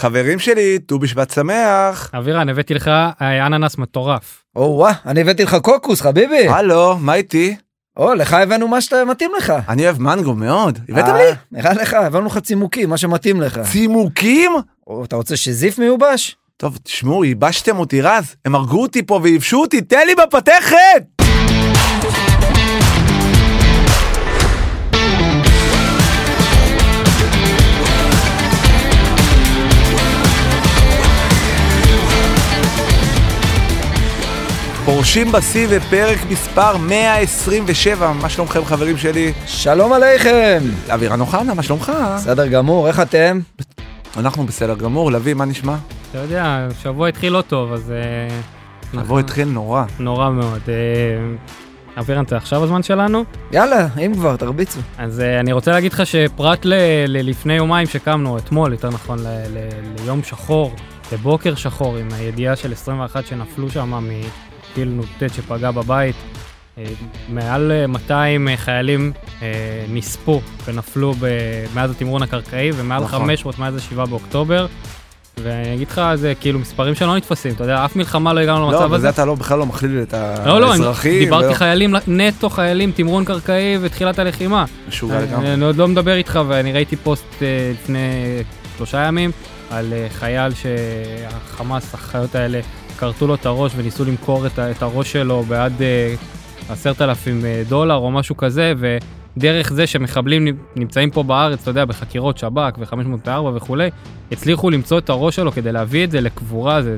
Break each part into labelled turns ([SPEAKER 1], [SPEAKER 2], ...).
[SPEAKER 1] חברים שלי, ט"ו בשבט שמח.
[SPEAKER 2] אבירן, הבאתי לך אה, אננס מטורף.
[SPEAKER 3] או וואה, אני הבאתי לך קוקוס, חביבי.
[SPEAKER 1] הלו, מה איתי?
[SPEAKER 3] או, לך הבאנו מה שמתאים לך.
[SPEAKER 1] אני אוהב מנגו מאוד. הבאת
[SPEAKER 3] אה,
[SPEAKER 1] לי?
[SPEAKER 3] נראה לך, הבאנו לך צימוקים, מה שמתאים לך.
[SPEAKER 1] צימוקים?
[SPEAKER 3] או, אתה רוצה שזיף מיובש?
[SPEAKER 1] טוב, תשמעו, ייבשתם אותי רז, הם הרגו אותי פה וייבשו אותי, תן לי בפתחת! פורשים בשיא ופרק מספר 127, מה שלומכם חברים שלי?
[SPEAKER 3] שלום עליכם!
[SPEAKER 1] אבירן אוחנה, מה שלומך?
[SPEAKER 3] בסדר גמור, איך אתם?
[SPEAKER 1] אנחנו בסדר גמור, לביא, מה נשמע?
[SPEAKER 2] אתה יודע, שבוע התחיל לא טוב, אז... אה,
[SPEAKER 1] לבוא התחיל נורא.
[SPEAKER 2] נורא מאוד. אה, אבירן, זה עכשיו הזמן שלנו?
[SPEAKER 3] יאללה, אם כבר, תרביצו.
[SPEAKER 2] אז אה, אני רוצה להגיד לך שפרט ל, ל, לפני יומיים שקמנו, אתמול יותר נכון, ל, ל, ליום שחור, לבוקר שחור, עם הידיעה של 21 שנפלו שם מטיל נ"ט שפגע בבית, אה, מעל אה, 200 חיילים אה, נספו ונפלו ב, מאז התמרון הקרקעי, ומעל
[SPEAKER 1] נכון.
[SPEAKER 2] 500 מאז ה-7 באוקטובר. ואני אגיד לך, זה כאילו מספרים שלא נתפסים, אתה יודע, אף מלחמה לא הגענו
[SPEAKER 1] לא,
[SPEAKER 2] למצב
[SPEAKER 1] אבל
[SPEAKER 2] הזה.
[SPEAKER 1] זה אתה לא, בכלל לא מכליל את
[SPEAKER 2] לא, לא, אני
[SPEAKER 1] האזרחים.
[SPEAKER 2] דיברתי
[SPEAKER 1] ולא-
[SPEAKER 2] חיילים, נטו חיילים, תמרון קרקעי ותחילת הלחימה.
[SPEAKER 1] משוגע לגמרי.
[SPEAKER 2] אני עוד לא מדבר איתך, ואני ראיתי פוסט אה, לפני שלושה ימים על אה, חייל שהחמאס, החיות האלה, כרתו לו את הראש וניסו למכור את ה- את הראש שלו בעד אה, עשרת אלפים אה, דולר או משהו כזה, ודרך זה שמחבלים נ- נמצאים פה בארץ, אתה יודע, בחקירות שב"כ ו-504 וכולי, הצליחו למצוא את הראש שלו כדי להביא את זה לקבורה, זה...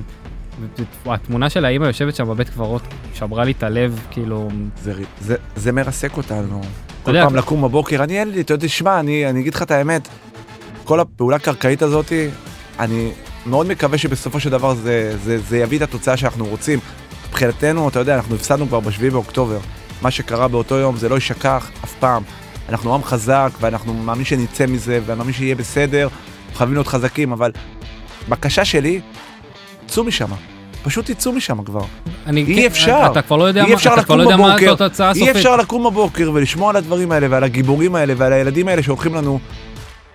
[SPEAKER 2] התמונה של האימא יושבת שם בבית קברות שברה לי את הלב, כאילו,
[SPEAKER 1] זה, זה, זה מרסק אותנו. כל
[SPEAKER 2] יודע-
[SPEAKER 1] פעם לקום בבוקר, אני אין לי, אתה יודע, שמע, אני, אני אגיד לך את האמת, כל הפעולה הקרקעית הזאת, אני מאוד מקווה שבסופו של דבר זה, זה, זה יביא את התוצאה שאנחנו רוצים. מבחינתנו, אתה יודע, אנחנו הפסדנו כבר ב-7 באוקטובר. מה שקרה באותו יום זה לא יישכח אף פעם. אנחנו עם חזק, ואנחנו מאמין שנצא מזה, ואני מאמין שיהיה בסדר, חייבים להיות חזקים, אבל בקשה שלי, צאו משם. פשוט תצאו משם כבר.
[SPEAKER 2] אני,
[SPEAKER 1] אי
[SPEAKER 2] כן,
[SPEAKER 1] אפשר.
[SPEAKER 2] אתה כבר לא יודע,
[SPEAKER 1] אי
[SPEAKER 2] מה-
[SPEAKER 1] אפשר
[SPEAKER 2] אתה כבר
[SPEAKER 1] לקום
[SPEAKER 2] לא יודע מה
[SPEAKER 1] בבוקר.
[SPEAKER 2] זאת התוצאה הסופית.
[SPEAKER 1] אי אפשר לקום בבוקר ולשמוע על הדברים האלה ועל הגיבורים האלה ועל הילדים האלה שהולכים לנו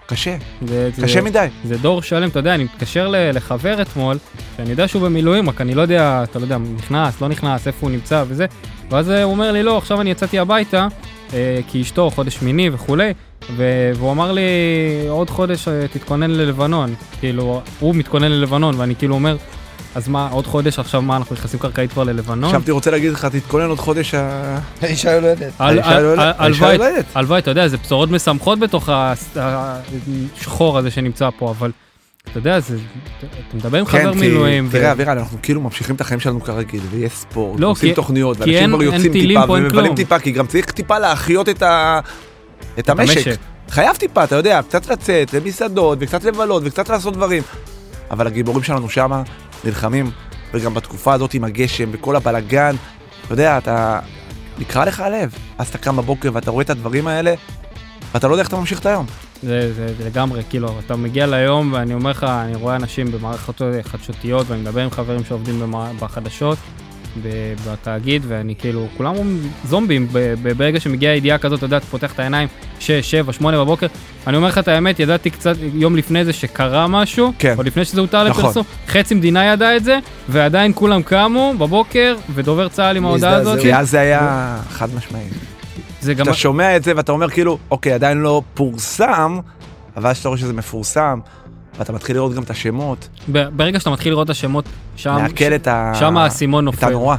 [SPEAKER 1] קשה,
[SPEAKER 2] זה,
[SPEAKER 1] קשה
[SPEAKER 2] זה, אה.
[SPEAKER 1] מדי.
[SPEAKER 2] זה דור שלם, אתה יודע, אני מתקשר ל- לחבר אתמול, שאני יודע שהוא במילואים, רק אני לא יודע, אתה לא יודע, נכנס, לא נכנס, איפה הוא נמצא וזה, ואז אה, הוא אומר לי, לא, עכשיו אני יצאתי הביתה, אה, כי אשתו חודש שמיני וכולי, ו- והוא אמר לי, עוד חודש אה, תתכונן ללבנון, כאילו, הוא מתכונן ללבנון, ואני כאילו אומר, אז מה, עוד חודש עכשיו, מה, אנחנו נכנסים קרקעית כבר ללבנון?
[SPEAKER 1] עכשיו רוצה להגיד לך, תתכונן עוד חודש, ה-
[SPEAKER 3] האישה יולדת.
[SPEAKER 2] על-
[SPEAKER 1] האישה
[SPEAKER 2] על-
[SPEAKER 1] יולדת-
[SPEAKER 2] על-
[SPEAKER 1] האישה
[SPEAKER 2] הלוואי-
[SPEAKER 1] יולדת.
[SPEAKER 2] הלוואי, אתה יודע, זה בשורות משמחות בתוך הס- השחור הזה שנמצא פה, אבל אתה יודע, זה, אתה מדבר עם חבר
[SPEAKER 1] כן, כי-
[SPEAKER 2] מילואים. ו-
[SPEAKER 1] תראה, אבירן, אנחנו כאילו ממשיכים את החיים שלנו כרגיל, ויש ספורט,
[SPEAKER 2] לא,
[SPEAKER 1] עושים
[SPEAKER 2] כי-
[SPEAKER 1] תוכניות,
[SPEAKER 2] כי
[SPEAKER 1] ואנשים
[SPEAKER 2] אין-
[SPEAKER 1] כבר
[SPEAKER 2] אין
[SPEAKER 1] יוצאים
[SPEAKER 2] טילים
[SPEAKER 1] טיפה
[SPEAKER 2] פה, אין
[SPEAKER 1] ומבלים
[SPEAKER 2] כלום.
[SPEAKER 1] טיפה, כי גם צריך טיפה להחיות את ה- את המשק.
[SPEAKER 2] המשק.
[SPEAKER 1] חייב טיפה, אתה יודע, קצת לצאת למסעדות, וקצת לבלות, וקצת לעשות דברים. אבל הגיבורים שלנו שמה נלחמים, וגם בתקופה הזאת עם הגשם וכל הבלגן, אתה יודע, אתה... נקרע לך הלב. אז אתה קם בבוקר ואתה רואה את הדברים האלה, ואתה לא יודע איך אתה ממשיך את היום.
[SPEAKER 2] זה, זה, זה לגמרי, כאילו, אתה מגיע ליום ואני אומר לך, אני רואה אנשים במערכות אה, חדשותיות ואני מדבר עם חברים שעובדים במע... בחדשות, ב- בתאגיד, ואני כאילו, כולם אומרים זומבים, ב- ב- ברגע שמגיעה ידיעה כזאת, אתה יודע, אתה פותח את העיניים, 6, 7, 8 בבוקר, אני אומר לך את האמת, ידעתי קצת יום לפני זה שקרה משהו,
[SPEAKER 1] כן.
[SPEAKER 2] עוד לפני שזה הותר
[SPEAKER 1] נכון.
[SPEAKER 2] לפרסום, חצי מדינה ידע את זה, ועדיין כולם קמו בבוקר, ודובר צה"ל עם ההודעה
[SPEAKER 3] מזדעזע.
[SPEAKER 2] הזאת,
[SPEAKER 1] כי אז זה היה חד משמעי.
[SPEAKER 2] זה גם...
[SPEAKER 1] אתה שומע את זה ואתה אומר כאילו, אוקיי, עדיין לא פורסם, אבל כשאתה רואה שזה מפורסם, ואתה מתחיל לראות גם את השמות,
[SPEAKER 2] ב- ברגע שאתה מתחיל לראות את השמות, שם,
[SPEAKER 1] מעכל את ה...
[SPEAKER 2] שם האסימון
[SPEAKER 1] את
[SPEAKER 2] נופל.
[SPEAKER 1] הנורא.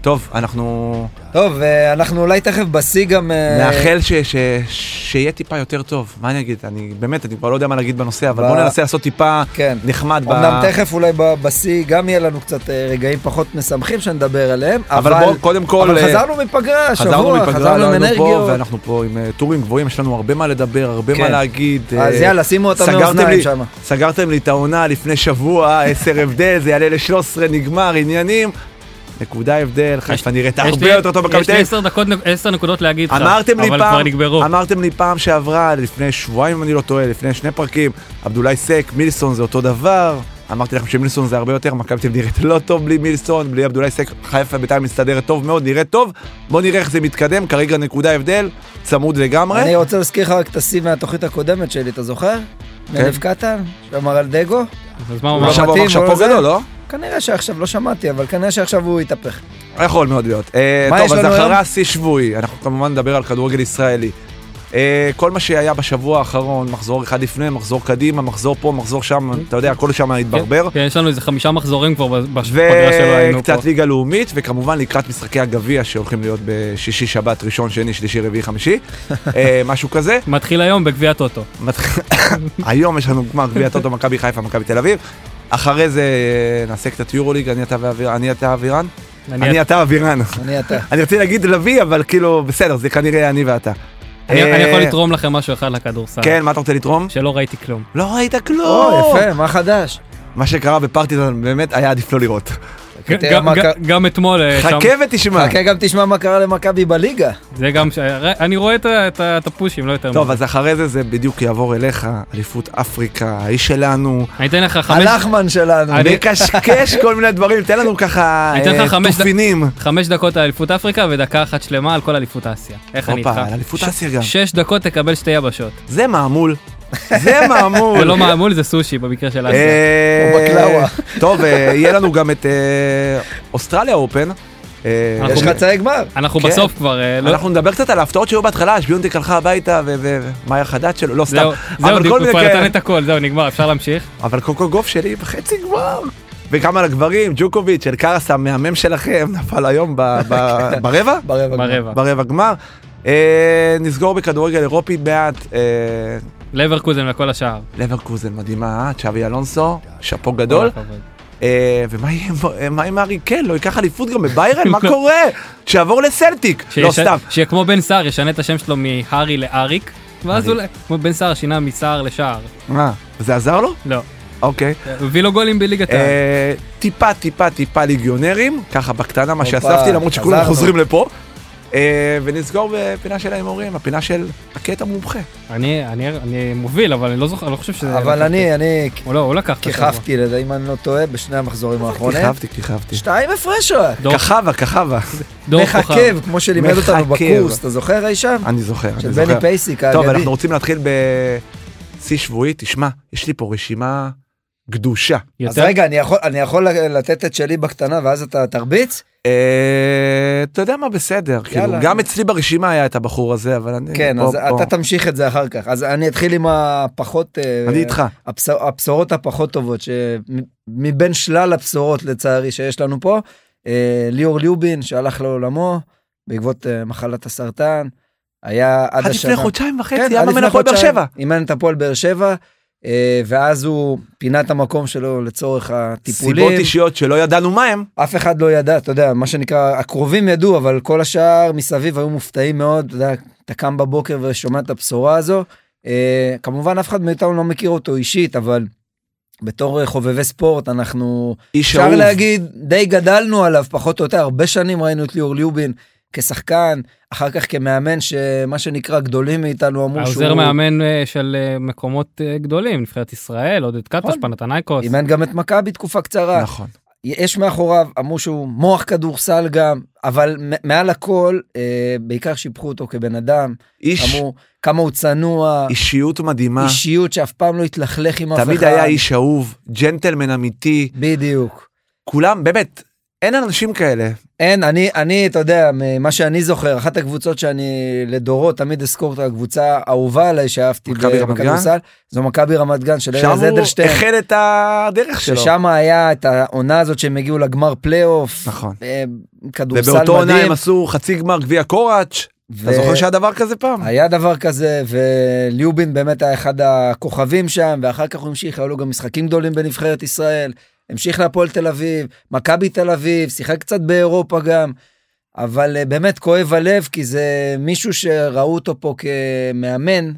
[SPEAKER 1] טוב, אנחנו
[SPEAKER 3] טוב, אה, אנחנו אולי תכף בשיא גם... אה,
[SPEAKER 1] נאחל ש- ש- שיהיה טיפה יותר טוב. מה אני אגיד? אני באמת, אני כבר לא יודע מה להגיד בנושא, אבל
[SPEAKER 3] ב-
[SPEAKER 1] בוא ננסה לעשות טיפה
[SPEAKER 3] כן.
[SPEAKER 1] נחמד. ב-
[SPEAKER 3] אמנם תכף אולי ב- בשיא גם יהיה לנו קצת אה, רגעים פחות משמחים שנדבר עליהם,
[SPEAKER 1] אבל בואו, קודם כל...
[SPEAKER 3] אבל
[SPEAKER 1] אה,
[SPEAKER 3] חזרנו מפגרה,
[SPEAKER 1] חזרנו
[SPEAKER 3] שבוע,
[SPEAKER 1] מפגרה,
[SPEAKER 3] חזרנו
[SPEAKER 1] לא
[SPEAKER 3] עם
[SPEAKER 1] היינו פה,
[SPEAKER 3] אנרגיות.
[SPEAKER 1] ואנחנו פה עם אה, טורים גבוהים, יש לנו הרבה מה לדבר, הרבה
[SPEAKER 3] כן.
[SPEAKER 1] מה להגיד.
[SPEAKER 3] אז
[SPEAKER 1] אה,
[SPEAKER 3] יאללה, שימו אותם באוזניים
[SPEAKER 1] לי,
[SPEAKER 3] שם.
[SPEAKER 1] סגרתם לי את העונה לפני שבוע, 10 הבדל, זה יעלה ל-13, נגמר, עניינים. נקודה הבדל, חיפה נראית
[SPEAKER 2] יש
[SPEAKER 1] הרבה
[SPEAKER 2] לי-
[SPEAKER 1] יותר טוב
[SPEAKER 2] יש לי
[SPEAKER 1] בקמפיין.
[SPEAKER 2] עשר דקות, עשר נקודות להגיד לך,
[SPEAKER 1] אמרתם לי
[SPEAKER 2] אבל
[SPEAKER 1] פעם, אמ-
[SPEAKER 2] כבר נגמרו.
[SPEAKER 1] אמרתם לי פעם שעברה, לפני שבועיים אם אני לא טועה, לפני שני פרקים, עבדולאי סק, מילסון זה אותו דבר. אמרתי לכם שמילסון זה הרבה יותר, מכבי תל אביב נראית לא טוב בלי מילסון, בלי עבדולאי סק, חיפה בית"ר מסתדרת טוב מאוד, נראית טוב. בוא נראה איך זה מתקדם, כרגע נקודה הבדל, צמוד לגמרי.
[SPEAKER 3] אני רוצה להזכיר לך רק את השיא מהתוכנית הקודמת שלי, אתה זוכר? אלף קטן? שאמר על דגו?
[SPEAKER 2] אז מה הוא
[SPEAKER 3] לא
[SPEAKER 2] אמר?
[SPEAKER 1] עכשיו הוא אמר
[SPEAKER 3] מתאים,
[SPEAKER 1] שאפו
[SPEAKER 3] לא זה?
[SPEAKER 1] גדול, לא?
[SPEAKER 3] כנראה שעכשיו לא שמעתי, אבל כנראה שעכשיו הוא התהפך.
[SPEAKER 1] יכול מאוד להיות. אה,
[SPEAKER 3] מה
[SPEAKER 1] טוב,
[SPEAKER 3] יש
[SPEAKER 1] אז
[SPEAKER 3] לנו
[SPEAKER 1] אחרי
[SPEAKER 3] היום?
[SPEAKER 1] השיא שבועי, אנחנו כמובן נדבר על כדורגל ישראלי. אה, כל מה שהיה בשבוע האחרון, מחזור אחד לפני, מחזור קדימה, מחזור פה, מחזור שם, אתה יודע, הכל שם התברבר.
[SPEAKER 2] כן, יש לנו איזה חמישה מחזורים כבר בש- בפגרה כן. שלא היינו פה.
[SPEAKER 1] וקצת ליגה לאומית, וכמובן לקראת משחקי הגביע שהולכים להיות בשישי, שבת, ראשון, שני, שלישי, רביעי, חמישי, אה, משהו כזה.
[SPEAKER 2] מתחיל היום בגביע הטוטו.
[SPEAKER 1] מתח- היום יש לנו גמר גביע טוטו, מכבי חיפה, מכבי תל אביב. אחרי זה אה, נעשה קצת יורוליג, אני אתה ואוויר- אני, אתה אבירן? אני אתה אבירן.
[SPEAKER 3] אני אתה.
[SPEAKER 1] אני רציתי להגיד לביא, אבל כאילו, בסדר, זה כנראה אני ואתה.
[SPEAKER 2] אני אני
[SPEAKER 1] אה,
[SPEAKER 2] יכול לתרום לכם משהו אחד לכדורסל.
[SPEAKER 1] כן, מה אתה רוצה לתרום?
[SPEAKER 2] שלא ראיתי כלום.
[SPEAKER 1] לא ראית
[SPEAKER 3] או,
[SPEAKER 1] כלום!
[SPEAKER 3] יפה, מה חדש?
[SPEAKER 1] מה שקרה בפרטיזן באמת היה עדיף לא לראות.
[SPEAKER 2] ג-
[SPEAKER 3] תראה
[SPEAKER 2] כן, גם-
[SPEAKER 3] מה
[SPEAKER 2] גם-
[SPEAKER 3] קרה-
[SPEAKER 2] גם אתמול, אה, שם-
[SPEAKER 1] חכה ותשמע.
[SPEAKER 3] חכה גם תשמע מה קרה למכבי בליגה.
[SPEAKER 2] זה גם, ש- אני רואה את ה- את ה- את הפושים, לא יותר.
[SPEAKER 1] טוב,
[SPEAKER 2] מזה.
[SPEAKER 1] אז אחרי זה זה בדיוק יעבור אליך, אליפות אפריקה, האיש שלנו.
[SPEAKER 2] אני אתן לך חמש-
[SPEAKER 3] הלחמן שלנו.
[SPEAKER 2] אני-
[SPEAKER 1] מקשקש כל מיני דברים, תן לנו ככה
[SPEAKER 2] אני אתן לך
[SPEAKER 1] אה,
[SPEAKER 2] חמש דק-
[SPEAKER 1] תופינים.
[SPEAKER 2] חמש דקות על אליפות אפריקה ודקה אחת שלמה על כל אליפות אסיה. איך אני
[SPEAKER 1] הופה,
[SPEAKER 2] איתך?
[SPEAKER 1] על אליפות
[SPEAKER 2] ש-
[SPEAKER 1] אסיה גם.
[SPEAKER 2] שש דקות תקבל שתי יבשות.
[SPEAKER 1] זה מעמול. זה מעמול.
[SPEAKER 2] זה לא מעמול, זה סושי במקרה של אסיה.
[SPEAKER 1] אה,
[SPEAKER 3] או בקלאווה.
[SPEAKER 1] טוב, אה, יהיה לנו גם את אה, אוסטרליה אופן. אה,
[SPEAKER 2] אנחנו
[SPEAKER 3] יש חצאי גמר.
[SPEAKER 2] אנחנו
[SPEAKER 1] כן.
[SPEAKER 2] בסוף כבר, אה, לא-
[SPEAKER 1] אנחנו נדבר קצת על ההפתעות שהיו בהתחלה, שביונטיק הלכה הביתה ומה היה חדש שלו, לא סתם.
[SPEAKER 2] זהו,
[SPEAKER 1] אבל
[SPEAKER 2] זהו,
[SPEAKER 1] כל
[SPEAKER 2] הוא
[SPEAKER 1] מיני
[SPEAKER 2] כבר
[SPEAKER 1] כאלה.
[SPEAKER 2] נתן את הכל, זהו, נגמר, אפשר להמשיך.
[SPEAKER 1] אבל קוקו גוף שלי בחצי גמר. וגם על הגברים, ג'וקוביץ', אלקרס המהמם שלכם, נפל היום ב- ב- ברבע?
[SPEAKER 3] ברבע גמר.
[SPEAKER 2] ברבע.
[SPEAKER 1] ברבע גמר. אה, נסגור בכדורגל אירופי בעד אה,
[SPEAKER 2] לברקוזן לכל השאר.
[SPEAKER 1] לברקוזן מדהימה, אה? צ'אבי אלונסו, שאפו גדול.
[SPEAKER 2] כל הכבוד.
[SPEAKER 1] אה, ומה יהיה עם- אה, מה עם ארי קיין? לא ייקח אליפות גם בביירן? מה קורה? שיעבור לסלטיק. לא
[SPEAKER 2] לא. שיש-
[SPEAKER 1] סתם.
[SPEAKER 2] שיהיה כמו בן סער, ישנה את השם שלו מהארי לאריק, ואז
[SPEAKER 1] אריק.
[SPEAKER 2] אולי, כמו בן סער שינה מסער לשער.
[SPEAKER 1] מה? אה, זה עזר לו?
[SPEAKER 2] לא.
[SPEAKER 1] אוקיי.
[SPEAKER 2] הוא הביא לו גולים בליגת העל.
[SPEAKER 1] אה, טיפה טיפה טיפה ליגיונרים, ככה בקטנה מה
[SPEAKER 3] הופה,
[SPEAKER 1] שאספתי, למרות שכולם
[SPEAKER 3] חזרנו.
[SPEAKER 1] חוזרים לפה. אה, ונסגור בפינה של ההימורים, הפינה של הקטע מומחה.
[SPEAKER 2] אני- אני אני מוביל, אבל אני לא זוכר, לא חושב שזה...
[SPEAKER 3] אבל אני, אני
[SPEAKER 2] הוא לא, הוא לקח את השבוע.
[SPEAKER 3] כיכבתי, לדעי, אם אני לא טועה, בשני המחזורים האחרונים.
[SPEAKER 1] כיכבתי, כיכבתי.
[SPEAKER 3] שתיים הפרש רק.
[SPEAKER 2] דור-
[SPEAKER 1] כחבה, כחבה.
[SPEAKER 2] דור כוכב.
[SPEAKER 3] מחכב, כמו שלימד אותנו
[SPEAKER 1] מחכב.
[SPEAKER 3] בקורס, אתה זוכר אי שם?
[SPEAKER 1] אני זוכר,
[SPEAKER 3] של
[SPEAKER 1] אני זוכר.
[SPEAKER 3] בני פייסיק
[SPEAKER 1] טוב,
[SPEAKER 3] האגדי.
[SPEAKER 1] אנחנו רוצים להתחיל בשיא שבועי, תשמע, יש לי פה רשימה גדושה.
[SPEAKER 3] אז
[SPEAKER 2] יותר-
[SPEAKER 3] רגע, אני יכול- אני יכול לתת את שלי בקטנה ואז אתה תרביץ?
[SPEAKER 1] אה, אתה יודע מה בסדר, כאילו,
[SPEAKER 3] יאללה.
[SPEAKER 1] גם אצלי ברשימה היה את הבחור הזה, אבל אני...
[SPEAKER 3] כן,
[SPEAKER 1] פה,
[SPEAKER 3] אז
[SPEAKER 1] פה.
[SPEAKER 3] אתה תמשיך את זה אחר כך. אז אני אתחיל עם הפחות... אה,
[SPEAKER 1] אני איתך.
[SPEAKER 3] הבש- הבשורות הפחות טובות, שמבין שלל הבשורות לצערי שיש לנו פה, אה, ליאור ליובין שהלך לעולמו בעקבות אה, מחלת הסרטן, היה עד
[SPEAKER 1] עד
[SPEAKER 3] השנה.
[SPEAKER 1] לפני חודשיים וחצי,
[SPEAKER 3] כן,
[SPEAKER 1] היה
[SPEAKER 3] עד
[SPEAKER 1] מאמן
[SPEAKER 3] לפני
[SPEAKER 1] הפועל באר
[SPEAKER 3] חודשיים.
[SPEAKER 1] שבע.
[SPEAKER 3] אימן את הפועל באר שבע, אה, ואז הוא פינה את המקום שלו לצורך הטיפולים.
[SPEAKER 1] סיבות אישיות שלא ידענו מה הם.
[SPEAKER 3] אף אחד לא ידע, אתה יודע, מה שנקרא, הקרובים ידעו, אבל כל השאר מסביב היו מופתעים מאוד, אתה יודע, אתה קם בבוקר ושומע את הבשורה הזו. אה, כמובן, אף אחד מאיתנו לא מכיר אותו אישית, אבל בתור אה, חובבי ספורט, אנחנו,
[SPEAKER 1] איש
[SPEAKER 3] אפשר
[SPEAKER 1] אהוב.
[SPEAKER 3] להגיד, די גדלנו עליו, פחות או יותר, הרבה שנים ראינו את ליאור ליובין כשחקן, אחר כך כמאמן, שמה שנקרא, גדולים מאיתנו אמרו שהוא...
[SPEAKER 2] העוזר מאמן אה, של אה, מקומות אה, גדולים, נבחרת ישראל, עודד קטוש,
[SPEAKER 3] נכון.
[SPEAKER 2] פנתנייקוס.
[SPEAKER 3] אימן גם את מכבי תקופה קצרה.
[SPEAKER 1] נכון.
[SPEAKER 3] יש מאחוריו, אמרו שהוא מוח כדורסל גם, אבל מ- מעל הכל, אה, בעיקר שיבחו אותו כבן אדם,
[SPEAKER 1] איש,
[SPEAKER 3] אמרו כמה הוא צנוע,
[SPEAKER 1] אישיות מדהימה,
[SPEAKER 3] אישיות שאף פעם לא התלכלך עם אף אחד.
[SPEAKER 1] תמיד היה איש אהוב, ג'נטלמן אמיתי,
[SPEAKER 3] בדיוק.
[SPEAKER 1] כולם, באמת, אין אנשים כאלה.
[SPEAKER 3] אין, אני, אני, אתה יודע, ממה שאני זוכר, אחת הקבוצות שאני לדורות תמיד אזכור את הקבוצה האהובה עליי שאהבתי
[SPEAKER 1] מכבי רמת גן?
[SPEAKER 3] בכדורסל, זו מכבי רמת גן של
[SPEAKER 1] שם
[SPEAKER 3] ארז
[SPEAKER 1] הוא
[SPEAKER 3] אדלשטיין.
[SPEAKER 1] החל את הדרך שלו.
[SPEAKER 3] ששם היה את העונה הזאת שהם הגיעו לגמר פלייאוף,
[SPEAKER 1] נכון.
[SPEAKER 3] אה, כדורסל מדהים.
[SPEAKER 1] ובאותו עונה הם עשו חצי גמר גביע קוראץ', אתה
[SPEAKER 3] ו-
[SPEAKER 1] זוכר שהיה דבר כזה פעם?
[SPEAKER 3] היה דבר כזה, וליובין באמת היה אחד הכוכבים שם, ואחר כך הוא המשיך, היו לו גם משחקים גדולים בנבחרת ישראל, המשיך להפועל תל אביב, מכבי תל אביב, שיחק קצת באירופה גם, אבל אה, באמת כואב הלב, כי זה מישהו שראו אותו פה כמאמן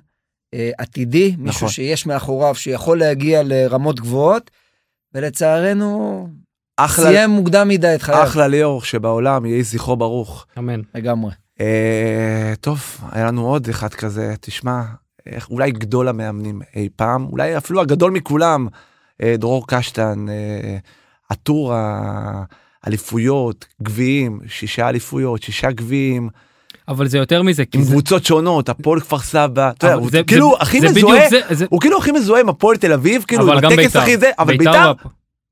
[SPEAKER 3] אה, עתידי, מישהו
[SPEAKER 1] נכון.
[SPEAKER 3] שיש מאחוריו, שיכול להגיע לרמות גבוהות, ולצערנו,
[SPEAKER 1] אחלה
[SPEAKER 3] סיים מוקדם מדי את חייו.
[SPEAKER 1] אחלה ליאור שבעולם, יהי זכרו ברוך.
[SPEAKER 2] אמן.
[SPEAKER 3] לגמרי.
[SPEAKER 1] אה, טוב, היה לנו עוד אחד כזה, תשמע, איך, אולי גדול המאמנים אי פעם, אולי אפילו הגדול מכולם, אה, דרור קשטן, אה, הטור האליפויות, גביעים, שישה אליפויות, שישה גביעים.
[SPEAKER 2] אבל זה יותר מזה, כי
[SPEAKER 1] עם
[SPEAKER 2] זה...
[SPEAKER 1] קבוצות שונות, הפועל כפר סבא, אתה יודע,
[SPEAKER 2] אבל
[SPEAKER 1] הוא
[SPEAKER 2] זה-
[SPEAKER 1] כאילו
[SPEAKER 2] זה-
[SPEAKER 1] הכי
[SPEAKER 2] זה
[SPEAKER 1] מזוהה,
[SPEAKER 2] בדיוק זה- זה-
[SPEAKER 1] הוא כאילו הכי מזוהה עם הפועל תל אביב, כאילו
[SPEAKER 2] אבל
[SPEAKER 1] עם
[SPEAKER 2] גם
[SPEAKER 1] הטקס
[SPEAKER 2] בית"ר. לא
[SPEAKER 1] הכי זה, אבל בית"ר,
[SPEAKER 2] הוא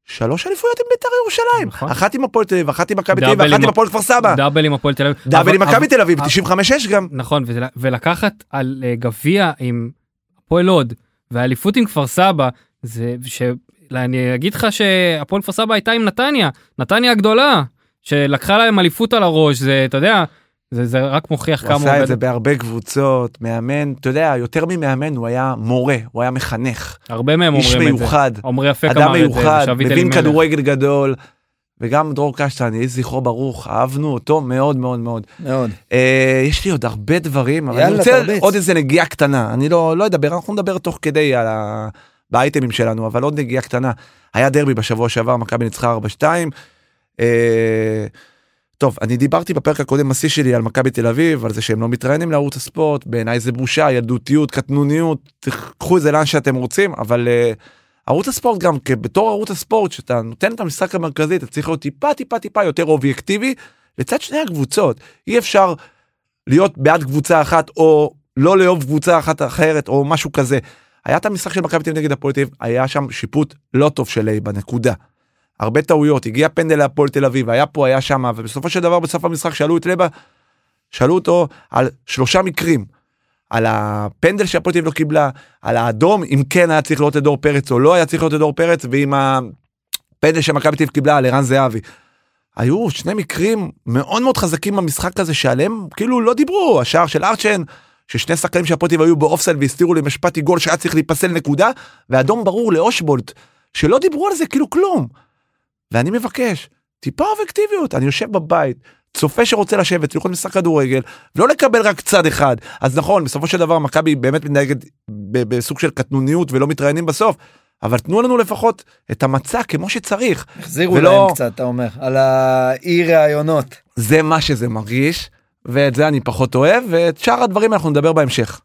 [SPEAKER 1] שלוש אליפויות עם בית"ר ירושלים,
[SPEAKER 2] נכון.
[SPEAKER 1] אחת עם הפועל תל אביב, אחת עם מכבי תל אביב,
[SPEAKER 2] דאבל
[SPEAKER 1] ואחת
[SPEAKER 2] עם
[SPEAKER 1] עם
[SPEAKER 2] הפ-
[SPEAKER 1] הפועל כפר סבא,
[SPEAKER 2] דאבל עם הפועל תל אביב.
[SPEAKER 1] דאבל
[SPEAKER 2] אבל-
[SPEAKER 1] עם מכבי
[SPEAKER 2] אבל-
[SPEAKER 1] תל אביב,
[SPEAKER 2] אבל-
[SPEAKER 1] 95 גם,
[SPEAKER 2] נכון, וזה- ולקחת על אה, גביע עם הפועל לוד והאליפות עם כפר סבא, זה ש... אני אגיד לך שהפועל כפר סבא הייתה עם נתניה, נתניה הגדולה, שלקחה להם אליפות על הראש, זה, אתה יודע, זה, זה רק מוכיח
[SPEAKER 1] הוא
[SPEAKER 2] כמה
[SPEAKER 1] עשה את זה
[SPEAKER 2] עובד,
[SPEAKER 1] בהרבה קבוצות, מאמן, אתה יודע, יותר ממאמן, הוא היה מורה, הוא היה מחנך,
[SPEAKER 2] הרבה מהם
[SPEAKER 1] איש
[SPEAKER 2] אומרים את זה.
[SPEAKER 1] מיוחד,
[SPEAKER 2] עמרי אפק
[SPEAKER 1] אדם
[SPEAKER 2] אמר את זה,
[SPEAKER 1] מיוחד,
[SPEAKER 2] ושביט
[SPEAKER 1] מבין
[SPEAKER 2] אלימלך.
[SPEAKER 1] כדורגל גדול, וגם דרור קשטן, יהי זכרו ברוך, אהבנו אותו מאוד מאוד מאוד.
[SPEAKER 3] מאוד.
[SPEAKER 1] אה, יש לי עוד הרבה דברים, אבל אני
[SPEAKER 3] יאללה,
[SPEAKER 1] רוצה
[SPEAKER 3] תרביץ.
[SPEAKER 1] עוד איזה נגיעה קטנה. אני לא, לא אדבר, אנחנו נדבר תוך כדי על ה... באייטמים שלנו, אבל עוד נגיעה קטנה. היה דרבי בשבוע שעבר, מכבי ניצחה 4-2. אה, טוב, אני דיברתי בפרק הקודם השיא שלי על מכבי תל אביב, על זה שהם לא מתראיינים לערוץ הספורט, בעיניי זה בושה, ילדותיות, קטנוניות, קחו את זה לאן שאתם רוצים, אבל אה, ערוץ הספורט גם, כ- בתור ערוץ הספורט, שאתה נותן את המשחק המרכזי, אתה צריך להיות טיפה טיפה טיפה יותר אובייקטיבי, לצד שני הקבוצות. אי אפשר להיות בעד קבוצה אחת או לא לאהוב קבוצה אחת אחרת או משהו כזה. היה את המשחק של מכבי תל אביב נגד הפועל תל אביב, היה שם שיפוט לא טוב של לייבה, נקודה. הרבה טעויות, הגיע פנדל להפועל תל אביב, היה פה, היה שם, ובסופו של דבר בסוף המשחק שאלו את לייבה, שאלו אותו על שלושה מקרים. על הפנדל שהפועל תל אביב לא קיבלה, על האדום, אם כן היה צריך לראות את דור פרץ או לא היה צריך לראות את דור פרץ, ועם הפנדל שמכבי תל אביב קיבלה על ערן זהבי. היו שני מקרים מאוד מאוד חזקים במשחק הזה שעליהם כאילו לא דיברו השער של ארצ'ן ששני שחקנים של הפועל תל אביב היו באופסייד והסתירו למשפטי גול שהיה צריך להיפסל נקודה ואדום ברור לאושבולט שלא דיברו על זה כאילו כלום. ואני מבקש טיפה אובייקטיביות אני יושב בבית צופה שרוצה לשבת לראות משחק כדורגל ולא לקבל רק צד אחד אז נכון בסופו של דבר מכבי באמת מתנהגת ב- בסוג של קטנוניות ולא מתראיינים בסוף אבל תנו לנו לפחות את המצע כמו שצריך
[SPEAKER 3] החזירו
[SPEAKER 1] ולא-
[SPEAKER 3] להם קצת, אתה אומר, על האי ראיונות.
[SPEAKER 1] זה מה שזה מרגיש, ואת זה אני פחות אוהב, ואת שאר הדברים אנחנו נדבר בהמשך.